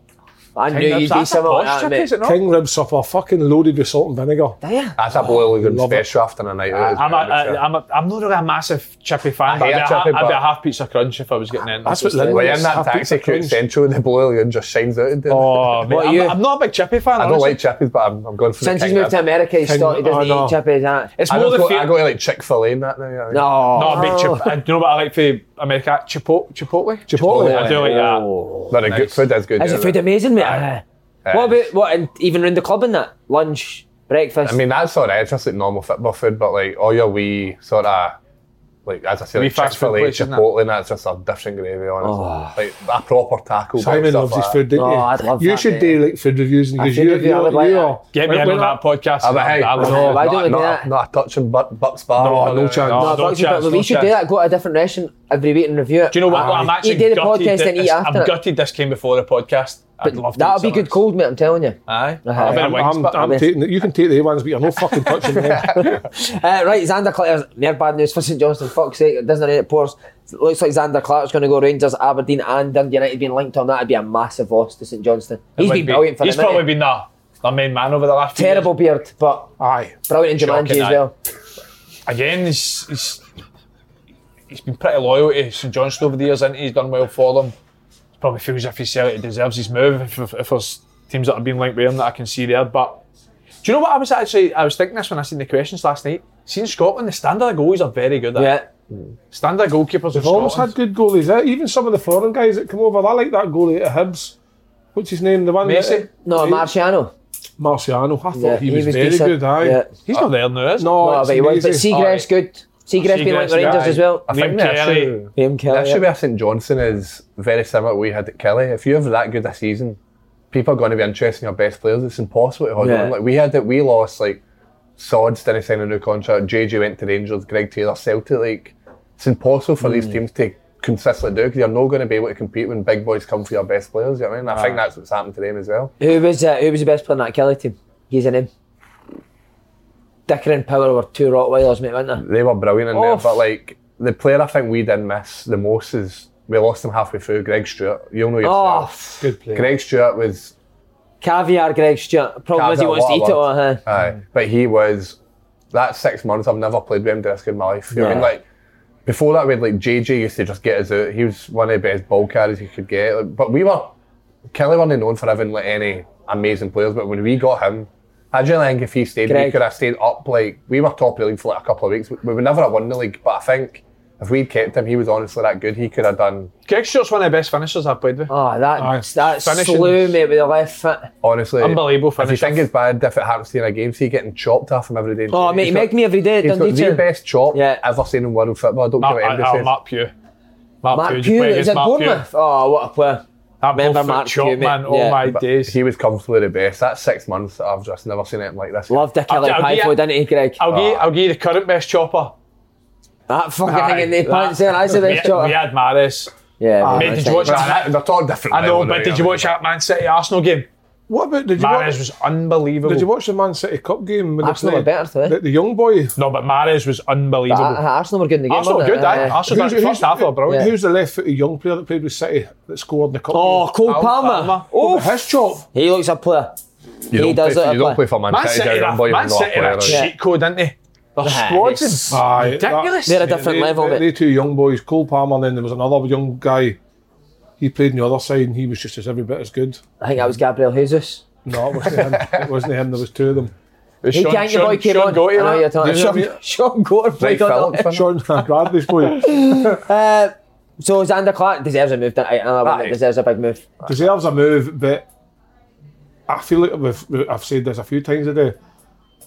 A: I knew you'd be
F: That's a
A: something like
F: posh
A: that,
F: chip,
A: mate.
F: is it not?
C: King rib supper, fucking loaded with salt and vinegar.
A: Yeah.
F: Uh,
D: That's a boiling good
C: Love it.
D: special after a night out. as
F: I'm, a,
D: well, which,
F: I,
D: uh,
F: I'm, a, I'm not really a massive chippy fan,
D: I
F: but I'd
D: hate
F: be, a,
D: chippy,
F: I'd be a
D: but-
F: half pizza crunch if I was getting in.
C: That's what
D: Well, you're
C: Linda's
D: in that
C: have pizza
D: taxi queue at
C: crunch.
D: Central, the boiling just shines out. doesn't it?
F: Oh, mate,
A: What are
F: I'm,
A: you?
F: I'm not a big chippy fan.
D: I don't
F: honestly.
D: like chippies, but I'm, I'm going for
A: Since
D: the
A: he's
D: king
A: moved to
D: rib.
A: America, he's
C: King-
A: thought he doesn't
C: oh, no.
A: eat chip, is that?
F: It's
D: I
F: more
D: just
F: the
D: go,
F: feel.
D: I go to like Chick Fil A and that now. yeah.
A: No.
F: not a big
A: Oh.
F: chip. I, do you know what I like for uh, America? Chipotle. Chipotle.
C: Chipotle.
F: I do like
A: Oh.
F: that.
D: But a good food is good.
A: Is
D: yeah,
A: the food
D: though.
A: amazing, mate?
F: Uh,
A: Aye. What about what and even round the club and that lunch, breakfast?
D: I mean, that's alright. It's just like normal football food, but like all your wee sort of like as I say,
F: Wee
D: like
F: fast
D: Chick
F: food
D: Fil A,
F: places, isn't it?
D: Chipotle, and that's just a different gravy on it. Like a proper taco.
C: Simon
D: box,
C: loves his
D: stuff like
C: food,
D: that.
C: didn't
A: Oh,
C: you?
A: I'd love
C: you
A: that,
C: should
A: mate.
C: do like food reviews because
A: food
C: you,
A: review, I
C: you're,
A: would like
C: you
A: that.
C: are.
F: Get me
C: when-
F: in
C: when
F: on
C: I-
F: that podcast.
D: Ah, but hey,
F: I love
D: no,
A: Why
D: not,
A: don't we do
D: not,
A: that?
D: Not a touching butt, Bucks
C: No,
D: Bar.
C: no chance.
A: no,
F: no
A: but you-
F: chance,
A: but
F: no
A: we should do
F: chance.
A: that. Go to a different restaurant every week and review it.
F: Do you know what? I'm
A: Aye.
F: actually
A: You do the
F: gutted
A: podcast
F: that
A: and eat
F: this-
A: after
F: I'm
A: it.
F: gutted this came before the podcast. I'd love to.
A: That'll
F: eat
A: be
F: something.
A: good cold, mate. I'm telling you. Uh,
F: Aye. I've
A: Aye.
F: been
C: I'm,
F: at
C: I'm,
F: Wings, but-
C: I'm taking it. You can take the A ones, but you're no fucking touching them.
A: Uh, right, Xander Clark. Near bad news for St Johnston. Fuck's sake, it doesn't rain it pours. It looks like Xander Clark's going to go Rangers, Aberdeen, and Dundee United being linked to him. That'd be a massive loss to St Johnston. He's
F: Would
A: been
F: be-
A: brilliant for
F: He's
A: the minute.
F: probably been the the main man over the last few
A: terrible beard, but
C: Aye.
A: brilliant in Jumanji
F: Shocking,
A: as
F: aye.
A: well.
F: again, he's, he's he's been pretty loyal to St Johnston over the years, and he's done well for them. Probably feels if he's Celtic deserves his move. If, if, if there's teams that have been linked with him that I can see there, but do you know what I was actually I was thinking this when I seen the questions last night.
B: See in Scotland, the standard goalies are very good at yeah. it. Standard goalkeepers in
C: They've always
B: Scotland.
C: had good goalies. eh? Even some of the foreign guys that come over. I like that goalie at Hibs. What's his name? The one
B: Messi?
C: That,
A: No, Marciano.
C: Marciano. I thought
A: Yeah,
C: he,
A: he
C: was
A: was
C: very
A: decent.
C: good. Aye.
A: Yeah.
B: He's not there now, is he?
C: No,
A: No,
C: Oh, it's
A: but he was. But
C: amazing.
A: Seagrass, good. Seagrass being like the Rangers as well.
D: I think the issue,
A: Liam
D: the
A: Kelly.
D: issue
A: yeah.
D: with St Johnson is very similar to what we had at Kelly. If you're that good a season, people are going to be interested in your best players. It's impossible to hold
A: Yeah.
D: on. Like we had it, we lost like Sods didn't sign a new contract. JJ went to Rangers. Greg Taylor, Celtic. Like it's impossible for
A: Hmm.
D: these teams to consistently do because you're not going to be able to compete when big boys come for your best players. You know what I mean? I think
A: Ah.
D: that's what's happened to them as well.
A: Who was uh, who was the best player in that Kelly team? He's in him. Dicker and Power were two Rottweilers, mate, weren't they?
D: They were brilliant in
A: Oh,
D: there,
A: f-
D: but like the player I think we did miss the most is we lost him halfway through. Greg Stewart, you'll know
A: Oh,
D: yourself.
A: f- Good player.
D: Greg Stewart was
A: Caviar, Greg Stewart. Problem is he
D: Caviar,
A: wants to
D: what
A: eat
D: a
A: it all.
D: lot.
A: Huh?
D: Aye, Uh, but he was that six months. I've never played with him this good in my life. You know what I mean,
A: Yeah.
D: like before that, we had like JJ used to just get us out. He was one of the best ball carriers you could get. Like, but we were Kelly weren't known for having like any amazing players. But when we got him, I generally think if he stayed, we
A: Greg.
D: could have stayed up. Like we were top of the league for like a couple of weeks. We, we would never have won the league. But I think if we'd kept him, he was honestly that good. He could have done.
B: Greg Stewart's one of the best finishers I've played with.
A: Oh, that that
B: Finishing.
A: slew mate with the left foot.
D: Honestly,
B: Unbelievable
D: If you think it's bad if it happens to you in a game, see you getting chopped off him every day.
A: Oh, mate,
D: He's
A: he
D: got-
A: make me every day.
D: He's
A: Dundee
D: got the
A: team.
D: best chop ever seen in world football. I don't care
B: Mark,
D: what
B: I,
D: anybody
B: I'll
D: says.
B: Mark Pugh. Mark,
A: Mark
B: Pugh,
A: Pugh,
B: Pugh
A: is at Bournemouth. Oh, what a player.
B: That
A: Remember
B: full-foot
A: Mark
B: chop,
A: Pugh, mate.
B: man, all
A: Yeah.
B: my
D: But
B: days.
D: He was comfortably the best. That's six months that I've just never seen anything like this.
A: Loved a
B: I'll-
A: Kelly
B: I'll
A: Pipo,
B: give-
A: didn't he, Greg?
B: I'll, give, I'll give you the current best chopper.
A: That fucking
B: Aye,
A: thing in the
B: that-
A: pants there, that's the best
B: we,
A: shot.
B: We had Maris.
A: Yeah,
B: Ah,
A: man,
B: mate,
A: that's
B: did you
A: it.
B: watch that?
D: They're all different.
B: I know,
C: level,
B: but
C: though,
B: did you
C: yeah.
B: watch that Man City Arsenal game?
C: What about did you
B: Mares
C: watch?
B: was unbelievable.
C: Did you watch the Man City Cup game? when they
A: Arsenal
C: played
A: were better, though, eh?
C: The, the young boy.
B: No, but Mares was
A: But
B: unbelievable.
A: Ar- Arsenal were good in the game.
B: Arsenal were
A: weren't
B: good,
A: they?
B: aye.
A: Yeah.
B: Arsenal were first half were brilliant.
C: Who's the left-footed young player that played with City that scored in the cup?
A: Oh,
C: game?
A: Cole
C: Al-
A: Palmer.
C: Oh,
A: Oof.
C: his chop.
A: He looks a player.
D: You
A: he
D: don't,
A: does look
D: play, you
A: a
D: don't
A: player.
D: play for Man,
B: Man
D: City.
B: City,
D: you're
B: are-
D: a boy,
B: Man
D: you're not
B: City are a
D: a player, right?
B: cheat code, aren't they? Their
A: Yeah,
B: squads
A: it's-
B: in-
C: Aye, that-
B: ridiculous.
A: They're a different
C: they-
A: level,
C: they-
A: mate.
C: They two young boys, Cole Palmer, and then there was another young guy. He played on the other side, and he was just as every bit as good.
A: I think that was Gabriel Jesus.
C: No, it wasn't him. It wasn't him. There was two of them.
A: He
B: Sean-
A: can't, your
B: Sean-
A: boy came
B: Sean
A: on.
B: Goaty,
A: I know
B: that?
A: you're talking
C: Did you
A: Sean-
C: ever-
A: Sean Gore played on
D: Phillips, wasn't it?
C: Sean Bradley's boy
A: Uh, so Xander Clark deserves a move, doesn't he? Another one
D: Aye.
A: that deserves a big move.
C: deserves a move, but I feel like we've, I've said this a few times today.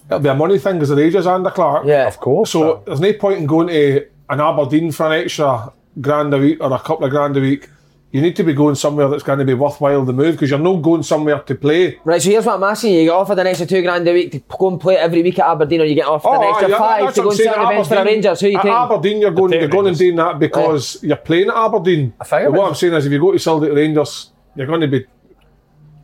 C: It'll be a money thing because the ages under Clark.
A: Yeah.
D: Of course.
C: So there's no point in going to an Aberdeen for an extra grand a week or a couple of grand a week. You need to be going somewhere that's going to be worthwhile the move because you're not going somewhere to play.
A: Right, so here's what I'm asking you. You get offered an extra two grand a week to go and play every week at Aberdeen, or you get offered an extra
C: aye, Oh, yeah,
A: five
C: that's
A: to go
C: what
A: and
C: I'm
A: sit on the
C: saying,
A: bench for the
C: Aberdeen-
A: Rangers. Who you
C: at
A: taking?
C: Aberdeen, you're going, you're going and doing that because you're playing at Aberdeen. I
D: think it
C: what
D: is.
C: I'm saying is, if you go to Celtic Rangers, you're going to be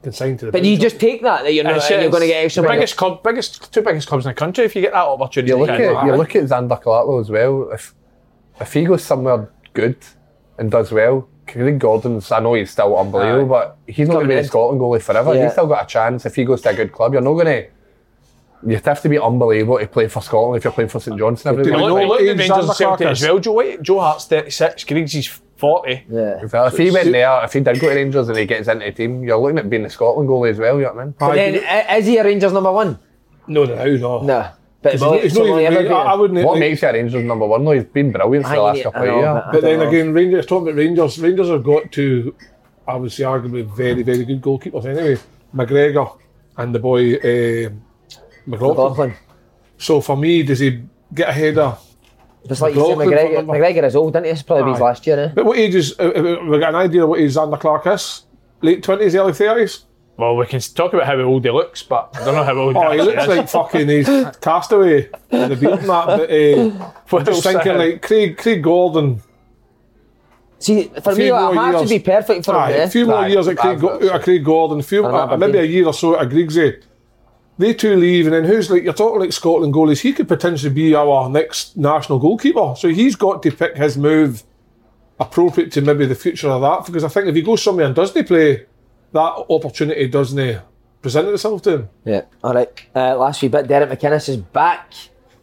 C: consigned to the.
A: But do
C: bench.
A: you just take that that you're
B: And
A: not,
B: it's-
A: and you're going to get extra
B: the
A: money.
B: Uh, biggest club, biggest two biggest clubs in the country. If you get that opportunity,
D: You look at
B: can't
D: you
B: it?
D: look at Xander Clark though as well. If if he goes somewhere good and does well, Craig Gordon's. I know he's still unbelievable, but he's not going
A: Coming
D: to be the
A: in.
D: Scotland goalie forever.
A: Yeah.
D: He's still got a chance if he goes to a good club. You're not going to. You have to be unbelievable to play for Scotland if you're playing for St Johnson. Every
C: Do
D: week.
C: we
B: Look,
C: know
B: look,
C: what
B: at the
C: age
B: Rangers and
C: Xander Clark
B: Celtic as
C: is?
B: well. Joe White, Joe Hart's 36, Griggs is 40.
A: Yeah.
D: Well, if he went there, if he did go to Rangers and he gets into the team, you're looking at being the Scotland goalie as well, you know what I mean?
C: Aye,
A: Then i- is he a Rangers number one?
C: no, no, no.
A: No. But
C: He's
A: will
C: not-
A: he-
C: he's
A: so
C: not
A: will he
C: even
A: ever
C: really-
A: be
C: I, I
A: a-
C: wouldn't.
D: What makes you a Rangers number one though? He's been brilliant for
A: I
D: the last
A: need-
D: couple
A: I
D: of
A: know,
D: years.
A: I
C: But
A: don't
C: then
A: know.
C: again, Rangers talking about Rangers. Rangers have got two, I would say, arguably very, very good goalkeepers. Anyway, McGregor and the boy uh, McLaughlin.
A: McLaughlin.
C: So for me, does he get a header?
A: Just like you say,
C: McLaughlin for
A: McGregor,
C: number-
A: McGregor is old, isn't he? It's probably been his
C: Aye.
A: last year, eh?
C: But what age is? Uh, uh, we got an idea of what age Xander Clark is. Late twenties, early thirties.
B: Well, we can talk about how old he looks, but I don't know how old.
C: Oh, he
B: actually
C: looks
B: is.
C: like fucking he's castaway in the beard and that. But uh, I'm just
B: Well
C: thinking
B: said.
C: like Craig, Craig Gordon.
A: See, for me,
C: few
A: like,
C: more
A: I have to
C: years.
A: be perfect for
C: Aye,
A: him, eh?
C: a few more
D: Aye,
C: years at Craig,
D: I've
C: Go-
D: got
C: out of Craig Gordon, a few,
A: And
C: uh, maybe a
A: Aberdeen.
C: year or so at Griggsy. They two leave, and then who's like you're talking like Scotland goalies? He could potentially be our next national goalkeeper, so he's got to pick his move appropriate to maybe the future of that. Because I think if he goes somewhere and doesn't play, that opportunity doesn't eh, present itself to him.
A: Yeah. All right. Uh, last wee bit, Derek McInnes is back.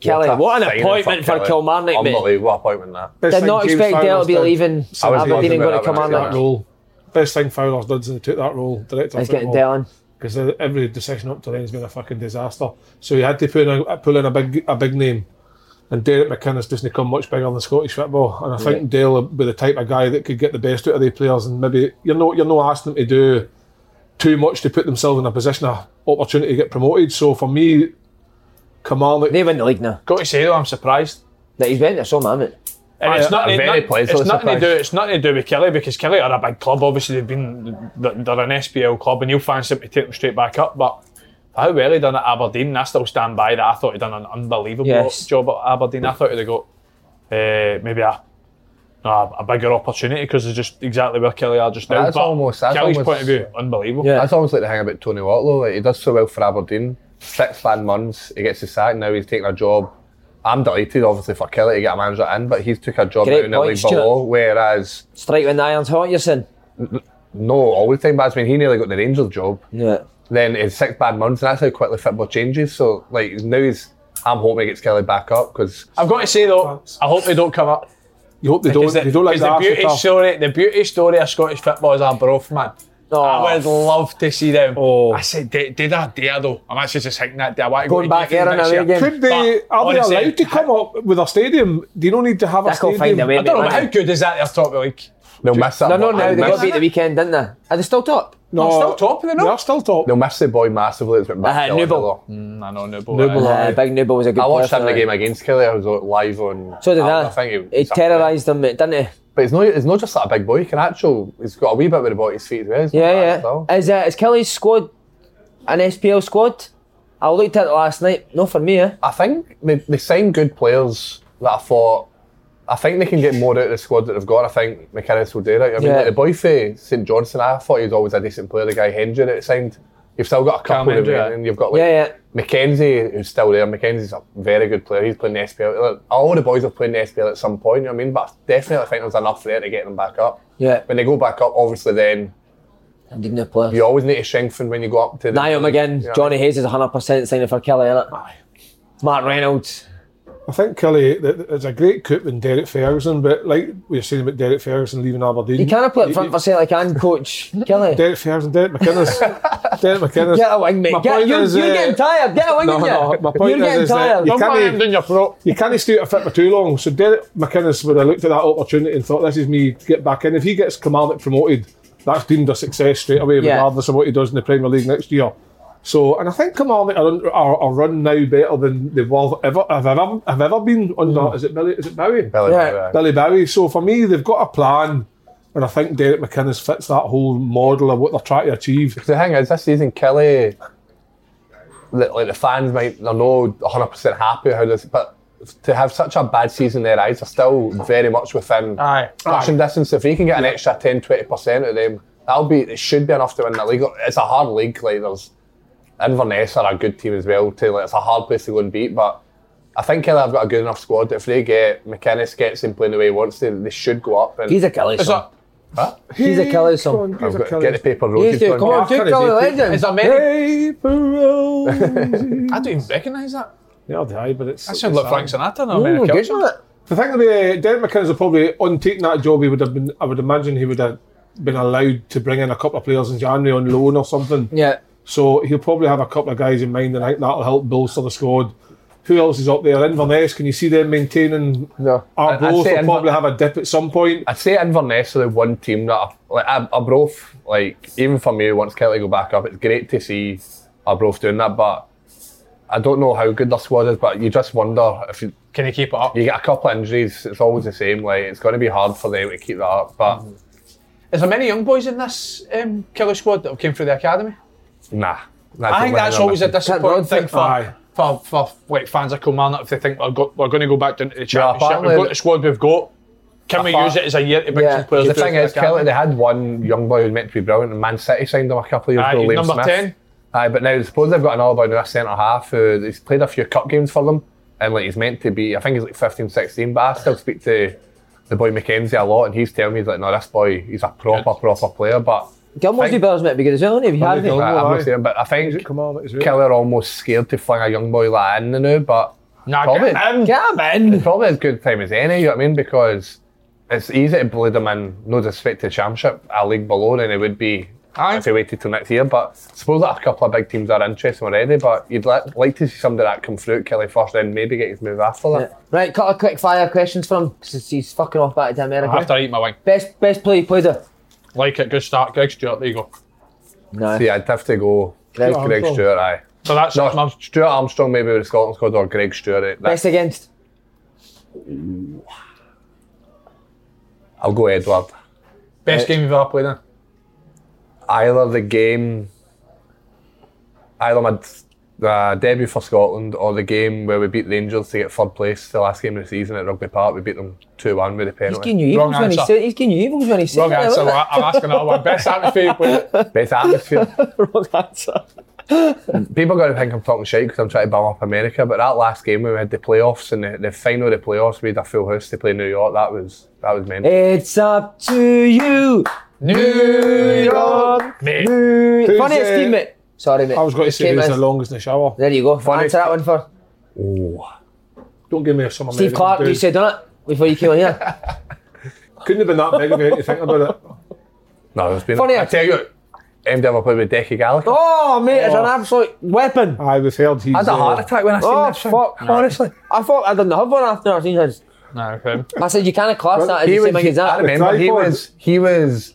A: Kelly,
D: a
A: what an
D: signing
A: appointment for
D: Kelly.
A: Kilmarnock, mate.
D: Unbelievable appointment that.
C: Best
A: Did
C: thing
A: not
C: James
A: expect Dale
C: Fowler's
A: to be
C: did.
A: leaving
D: I was
A: Aberdeen and
D: buzzing
A: going to
D: about that when I
C: that
D: seen
A: Kilmarnock.
C: role. Best thing Fowler's done since he took that role, director. of
A: He's getting
C: football.
A: Dale in.
C: because every decision up to then has been a fucking disaster. So he had to put in a, pull in a big a big name. And Derek McInnes doesn't come much bigger than Scottish football. And I think
I: Yeah.
C: Dale would be the type of guy that could get the best out of the players. And maybe you're not, you're not asking them to do too much to put themselves in a position of opportunity to get promoted. So for me, Kamarnock.
A: They win the league now.
F: Got to say though, I'm surprised
A: that he's went there. So man, it.
F: And
A: I-
F: it's not,
A: I'm
F: it's
A: very
F: not-
A: pleased
F: it's
A: with
F: nothing to
A: Surprise.
F: do. It's nothing to do with Kelly because Kelly are a big club. Obviously, they've been they're they're an SPL club, and you'll fancy them to take them straight back up. But how well he done at Aberdeen, and I still stand by that. I thought he done an unbelievable
I: Yes.
F: job at Aberdeen. I thought he'd have got uh, maybe a, no, a a bigger opportunity because it's just exactly where Kelly are just now.
D: That's
F: but
D: almost- that's
F: Kelly's
D: almost-
F: point of view, unbelievable.
D: That's almost like the thing about Tony Watlow. Like, he does so well for Aberdeen. Six bad months, he gets the sack. Now he's taking a job. I'm delighted, obviously, for Kelly to get a manager in, but he's took a job
A: Great
D: out in the
A: point,
D: league
A: Stuart.
D: below. Whereas
A: straight when the iron's hot, you're saying.
D: No, all the time. But I mean, he nearly got the Rangers job.
A: Yeah.
D: Then it's six bad months, and that's how quickly football changes. So like now he's. I'm hoping he gets Kelly back up because
F: I've got to say though, I hope they don't come up.
C: You hope
D: they don't-
F: The,
D: they don't like
F: because
D: the
F: the
D: Arsenal
F: beauty
D: stuff.
F: story. The beauty story of Scottish football is our broth, man.
A: Oh,
F: I would love to see them. Oh. I said, did, did I dare though? I'm actually just thinking that day. I want to
C: Going
F: go to
C: back
F: Heathrow
C: there and
F: next
C: away
F: year.
C: again. Could they-
F: But
C: are they
F: honestly,
C: allowed to come up with a stadium? Do you not need to have a
A: They'll
C: stadium?
A: find a way,
C: I don't know
A: mate,
C: how
A: won't
F: good is that their top league.
D: they'll miss that.
A: No, no, no. They
D: They'll
A: got beat the weekend, didn't they? Are they still top?
D: No,
A: They're
D: still
F: top. They're
C: not. They're still top.
D: They'll miss the boy massively. It's been
A: Uh, Nubel.
F: Mm, I know Nubel.
D: Nubel,
A: Uh,
D: aye.
A: big Nubel was a good
D: I watched
A: player
D: him
A: for
D: the
A: them.
D: game against Kelly. I was live on.
A: So did
D: I,
A: I.
D: I think
A: It terrorised him, didn't it?
D: But he's not. He's not just that a big boy. He can actually. He's got a wee bit with the ball at his feet as well. He's not bad
A: Yeah,
D: at all.
A: yeah. Is, uh, is Kelly's squad an SPL squad? I looked at it last night. No, for me, eh?
D: I think they, they signed good players that I thought. I think they can get more out of the squad that they've got. I think McInnes will do it. I mean,
A: Yeah.
D: like the boy for St Johnson, I thought he was always a decent player. The guy Hendry that signed. You've still got a
F: Cam
D: couple of
F: Hendry,
D: them, and you've got like McKenzie, who's still there. McKenzie's a very good player. He's playing the SPL. Like, all the boys have played in the SPL at some point. You know what I mean? But I definitely think there's enough there to get them back up.
A: Yeah.
D: When they go back up, obviously then. You always need to strengthen when you go up to the.
A: Niall McGinn,
D: Yeah.
A: Johnny Hayes is 100% signing for Kelly, innit? Mark Reynolds.
C: I think Kelly, th- th- it's a great coup in Derek Ferguson, but like we were saying about Derek Ferguson leaving Aberdeen.
A: You can't play up front for Celtic and coach Kelly.
C: Derek Ferguson, Derek McInnes. Derek McInnes.
A: Get a wing, mate.
C: My
A: Get-
C: point
A: you're-
C: is,
A: you're
C: uh,
A: getting tired. Get a wing,
C: no,
A: you.
C: no, my
A: You're
C: point
A: getting
C: is, is that
A: tired.
C: you
A: Don't buy him
C: can't,
F: in your throat.
C: you can't stay at a fit for too long. So Derek McInnes would have looked at that opportunity and thought, this is me to get back in. If he gets Kilmarnock promoted, that's deemed a success straight away,
I: Yeah.
C: regardless of what he does in the Premier League next year. So, and I think Kilmarnock are, un- are, are run now better than they will ever have ever have ever been under.
A: Mm.
C: Is it Billy? Is it Bowie?
D: Billy Yeah. Bowie.
C: Billy Bowie. So for me, they've got a plan, and I think Derek McInnes fits that whole model of what they're trying to achieve.
D: The thing is, this season Kelly, the, like the fans might, they're not 100 percent happy how this, but to have such a bad season, in their eyes are still very much within
F: Aye.
D: touching distance. If he can get an extra 10, 20 percent of them, that'll be it. Should be enough to win the league. It's a hard league. Like there's Inverness are a good team as well. To like, it's a hard place to go and beat, but. I think Kelly have got a good enough squad. If they get McInnes gets him playing the way he wants to, they should go up. And
A: He's a Kelly
D: Is
A: son.
D: that- Huh?
A: He's a Kelly son.
D: I've got- Get the paper road.
A: He's a- come on, do Kelly legend.
F: Is there many? I don't even recognise that.
C: Yeah, I'll die, but it's.
F: That sounds like Frank Sinatra, not
C: Mm,
F: American.
C: good one. The thing with uh, Derek McInnes is probably on taking that job. He would have been. I would imagine he would have been allowed to bring in a couple of players in January on loan or something.
A: Yeah.
C: So he'll probably have a couple of guys in mind, and I think that'll help bolster the squad. Who else is up there? Inverness. Can you see them maintaining?
D: No.
A: Uh,
C: Our
D: I'd
C: both
D: say
C: will
D: Inver-
C: probably have a dip at some point.
D: I'd say Inverness are the one team that I, like Ab- Arbroath, like even for me, once Kelly go back up, it's great to see Arbroath doing that, but I don't know how good their squad is, but you just wonder if you
F: can you keep it up.
D: You get a couple of injuries, it's always the same. Like it's going to be hard for them to keep that up, but
F: Is there many young boys in this um, killer squad that have came through the academy?
D: nah.
F: I think that's always a disappointing thing
D: Aye.
F: for, for, for like fans of Kilmarnock if they think we're, go, we're going to go back down to the championship.
D: apparently-
F: we've got the squad we've got. Can we
D: Apart-
F: use it as a year to bring some players
D: The
F: through
D: thing
F: to
D: is,
F: the academy?
D: Kelly, they had one young boy who was meant to be brilliant, and Man City signed him a couple of years
F: Aye,
D: ago,
F: he's
D: Liam
F: number
D: Smith.
F: 10.
D: Aye, but now suppose they've got another boy now, a centre half, who he's played a few cup games for them, and like he's meant to be, I think he's like 15, 16, but I still speak to the boy McKenzie a lot, and he's telling me, he's like, no, this boy, he's a proper, proper player, but.
A: Gilmore's the Bears might be good as well, isn't he? If you have
D: Right, I'm not
A: him.
D: saying, but I think Kelly are almost scared to fling a young boy like that in the now, but
F: nah,
D: probably,
F: get him in. Get
D: It's probably as good time as any, you know what I mean? Because it's easy to bleed them in, no disrespect to the championship, a league below than it would be if he waited till next year. But I suppose that a couple of big teams are interested already. But you'd li- like to see somebody that come through at Kelly first, then maybe get his move after that.
A: Right, couple of quick fire questions for him because he's fucking off back to America.
B: After I eat my wing.
A: Best best player you played with?
B: Like it, good start, Greg Stewart. There you go.
A: No.
D: See, I'd have to go
B: Greg
D: Greg,
B: Armstrong.
D: Stewart, aye.
B: So that's
D: no, Stuart Armstrong maybe with the Scotland squad or Greg Stewart.
A: Best against?
D: I'll go Edward.
B: Best game you've ever played in?
D: Either the game, either my uh, debut for Scotland or the game where we beat Rangers to get third place, the last game of the season at Rugby Park, we beat them 2 1 with a penalty.
A: He's getting you evils when he said he's getting you evils when he said
D: Wrong
A: that,
D: answer.
A: wasn't it?
D: I'm asking another one. Best atmosphere. Best atmosphere.
A: Wrong answer.
D: People got to think I'm talking shit because I'm trying to bum up America. But that last game when we had the playoffs and the, the final of the playoffs, we had a full house to play New York. That was that was mental.
A: It's up to you, New York.
D: Mate.
A: New-
C: Who's,
A: Funniest
C: uh,
A: team, mate. Sorry, mate.
C: I was going to
A: Just
C: say
A: came
C: who's
A: in.
C: the longest in the shower.
A: There you go. Answer that one for
D: Oh.
C: Don't give me a summer
A: Steve Clark. You said done it before you came on here.
C: Couldn't have been that big of a to think about it.
D: No, it's been.
A: Funny,
D: I tell you, M ever played with Decky Gallagher.
A: Oh, mate, it's an absolute weapon.
C: I was heard he's.
D: I had a heart attack when I seen
A: oh,
D: that thing.
A: fuck, honestly. I thought I didn't have one after I seen his.
B: No, okay.
A: I said, you can't class that as
D: he
A: the
D: was,
A: same thing as that.
D: I remember he was, he was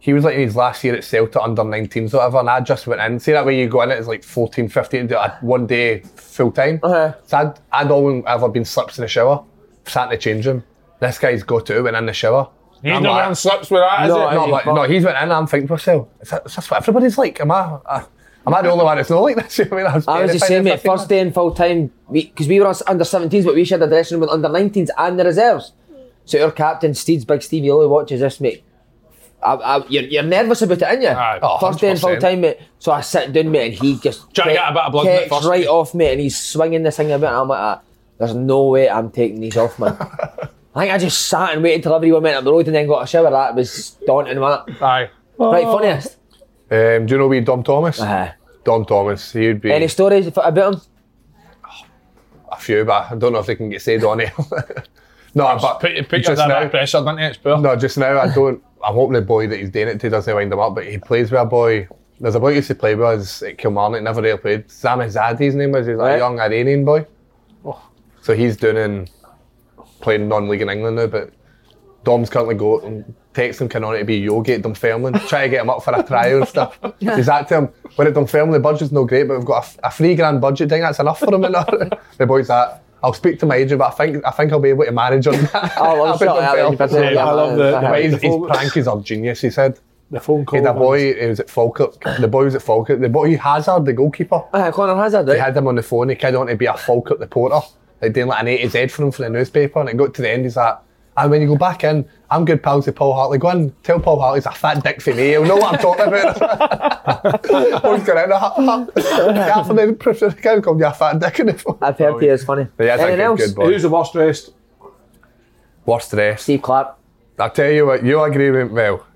D: he was like in his last year at Celta under 19s or whatever and I just went in see that way you go in it as like 14 15 and do it one day full time
A: Uh-huh. Uh,
D: so I'd, I'd always ever been slips in the shower sat in the change room this guy's got to went in the shower
B: He's
D: I'm
B: not
D: like-
B: wearing slips with that, is
D: no,
B: it?
D: No, but, no, he's went in. I'm thinking to myself, is that, is that what everybody's like? Am I, uh, am I the only one that's not like this? I, mean, I was,
A: I was just saying,
D: terrified.
A: mate, first day in full time, because we, were us under 17s, but we shared a dressing room with under 19s and the reserves. So your captain, Steve's Big Stevie Lilly, watches this, mate. I, I, you're, you're nervous about it, aren't you?
B: Oh,
A: first day in full
B: 100%.
A: time, mate. So I sit down, mate, and he just
B: Trying to
A: kick-
B: get a bit of blood in it
A: kicks
B: first.
A: right off, mate, and he's swinging this thing about. And I'm like, ah, there's no way I'm taking these off, man. I think I just sat and waited till everyone went up the road and then got a shower. That was daunting, wasn't it?
B: Aye.
A: Right, funniest.
D: Um, do you know we Dom Thomas? Dom Thomas, he would be
A: Uh-huh. Any stories about him?
D: a few, but I don't know if they can get said on it. no, but
B: Put, put your direct pressure, didn't it? It's poor.
D: No, just now I don't. I'm hoping the boy that he's doing it to doesn't wind him up, but he plays with a boy. There's a boy he used to play with us at Kilmarnock, never really played. Zamazadi, his name was. He's like
A: Right. Oh.
D: a young Iranian boy. So he's doing in, playing non league in England now, but Dom's currently go texting Canonic to be yogi at Dunfermline, try to get him up for a trial and stuff. He's at him, we're at Dunfermline, the budget's no great, but we've got a, f- a three grand budget thing, that's enough for him. And the boy's like, I'll speak to my agent, but I think I think I'll be able to manage on that.
A: Oh, well,
D: I've been
A: shut up, Alan,
D: Dunfermline.
A: but, uh, Yeah, yeah, I love the- the-
D: But his,
A: the
D: his
A: phone-
D: prank is a genius, he said.
C: The phone call.
D: He had a boy, he was at Falkirk, the boy was at Falkirk, the boy Hazard, the goalkeeper.
A: Uh, Connor Hazard,
D: They had him on the phone, the kid wanted to be a Falkirk reporter. They doing like an A to Z for him for the newspaper, and it got to the end, he's like, and when you go back in, I'm good pals with Paul Hartley. Go and tell Paul Hartley he's a fat dick for me. He'll know what I'm talking about. Boy's going in there, "Ha, ha." half of them, the guy called me a fat dick in the phone.
A: I've heard he is funny.
D: Yeah, that's a
A: Anything
D: good,
A: else?
D: good boy.
C: Who's the worst dressed?
D: Worst dressed.
A: Steve Clark.
D: I tell you what, you agree with well.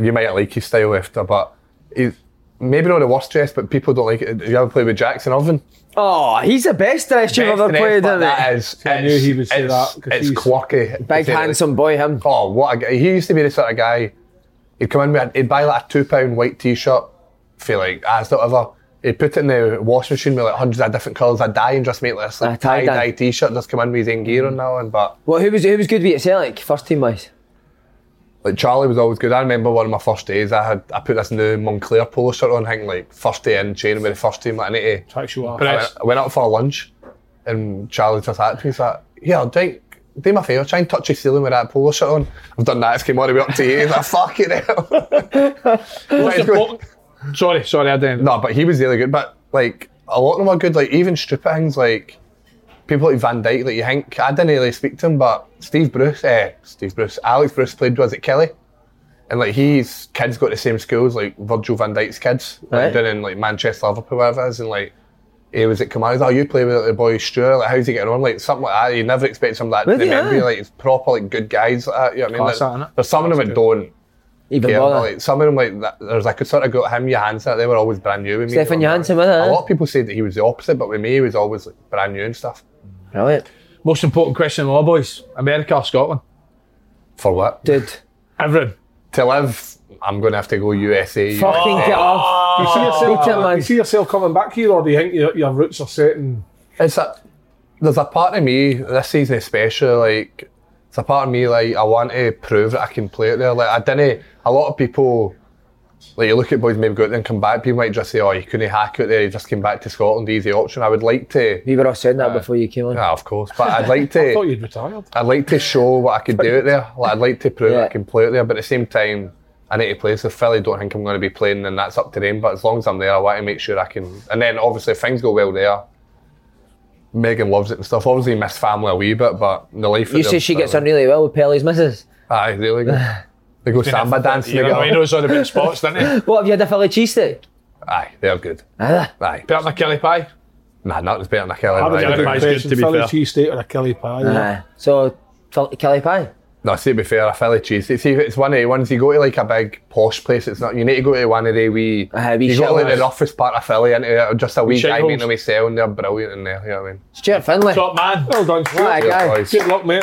D: You might like his style after, but he's maybe not the worst dressed, but people don't like it. Have you ever played with Jackson Irvin?
A: Oh, he's the best dressed you've
D: Best
A: ever
D: dressed,
A: played,
D: but
A: isn't
D: That
A: it?
D: is, I
C: knew he would say that, 'cause
D: It's
C: he's-
D: quirky.
A: Big, handsome boy, him.
D: Oh, what a guy. He used to be the sort of guy, he'd come in, with, he'd buy like a £2 white t-shirt for like, as whatever. He'd put it in the washing machine with like hundreds of different colours of dye and just make like, this like,
A: Ah, tie-dye.
D: tie-dye t-shirt and just come in with his own gear and that one. But
A: Well, who was who was good with you at Celtic first team wise?
D: like Charlie was always good. I remember one of my first days. I had I put this new Montclair polo shirt on, thinking like first day in training with the first team. Like, I need to.
C: Track you off.
D: I went, I went out for lunch, and Charlie just had to me. He's like, "Yeah, drink." Do me a favour, try and touch your ceiling with that polo shirt on. I've done that, it's came all the way up to you. He's like, fuck it hell. Like, he's going-
B: Sorry, sorry, I didn't.
D: no, but he was really good. But like a lot of them are good. Like even stupid things like people like Van Dyke. Like you think I didn't really speak to him, but Steve Bruce, eh, Steve Bruce, Alex Bruce played with us at Kelly, and like his kids go to the same schools like Virgil Van Dyke's kids,
A: Right.
D: like, down in like Manchester, Liverpool, whatever it is, and like. He was at Commanders. Oh, you play with the boy Stuart. Like, how's he getting on? Like something like that. You never expect something like that.
A: Really,
D: remember,
A: aye.
D: like it's proper, like good guys. Like that. You know what I mean?
B: Class,
D: Like,
B: that, innit?
D: there's some of them that don't
A: Even
D: yeah,
A: bother.
D: like some of them like that, there's I could sort of go him Johansson. They were always brand new with me.
A: Stefan Johansson, wasn't it?
D: A lot of people say that he was the opposite, but with me, he was always like, brand new and stuff.
A: Brilliant.
B: Most important question of all, boys America or Scotland?
D: For what?
A: Dude.
B: Everyone.
D: to live, I'm going to have to go USA.
C: Fucking
D: USA.
C: get off. You see yourself, you see yourself coming back here, or do you think your, your roots are set in?
D: It's a, there's a part of me this season especially like it's a part of me like I want to prove that I can play it there. Like I didn't. A lot of people like you look at boys maybe go out there and come back. People might just say, "Oh, you couldn't hack out there. You just came back to Scotland, easy option." I would like to.
A: You were all saying that before you came on.
D: Yeah, of course. But I'd like to.
C: I thought Oh, you'd retired.
D: I'd like to show what I could do out there. Like, I'd like to prove I can play out there, but at the same time, I need to play. So if Philly don't think I'm going to be playing, then that's up to them. But as long as I'm there, I want to make sure I can. And then obviously, if things go well there, Megan loves it and stuff. Obviously, miss family a wee bit, but the life. that
A: You say
D: they're-
A: she gets on really well with Pelly's missus.
D: Aye, really good. They go samba dancing
B: You know,
D: together.
B: he knows all the big spots, doesn't he?
A: What have you had a Philly cheesesteak?
D: Aye, they're good. Aye.
B: Better than a Kelly pie.
D: Nah, not as better than a Kelly
C: I would
D: pie.
C: have a question, Philly cheesesteak or a Kelly pie.
A: Aye. So Philly Kelly pie.
D: No, see, to be fair, a Philly cheese. See, it's one of the ones you go to like a big posh place. It's not. You need to go to one of the
A: wee
D: wee. you go to like
A: shitholes.
D: the roughest part of Philly into it, or just a wee guy
A: shitholes.
D: making them sell, and they're brilliant in there. You know what I mean?
A: Stuart Finlay.
D: Top
B: Oh, man.
C: Well done, Stuart.
A: What a guy.
C: Good luck, mate.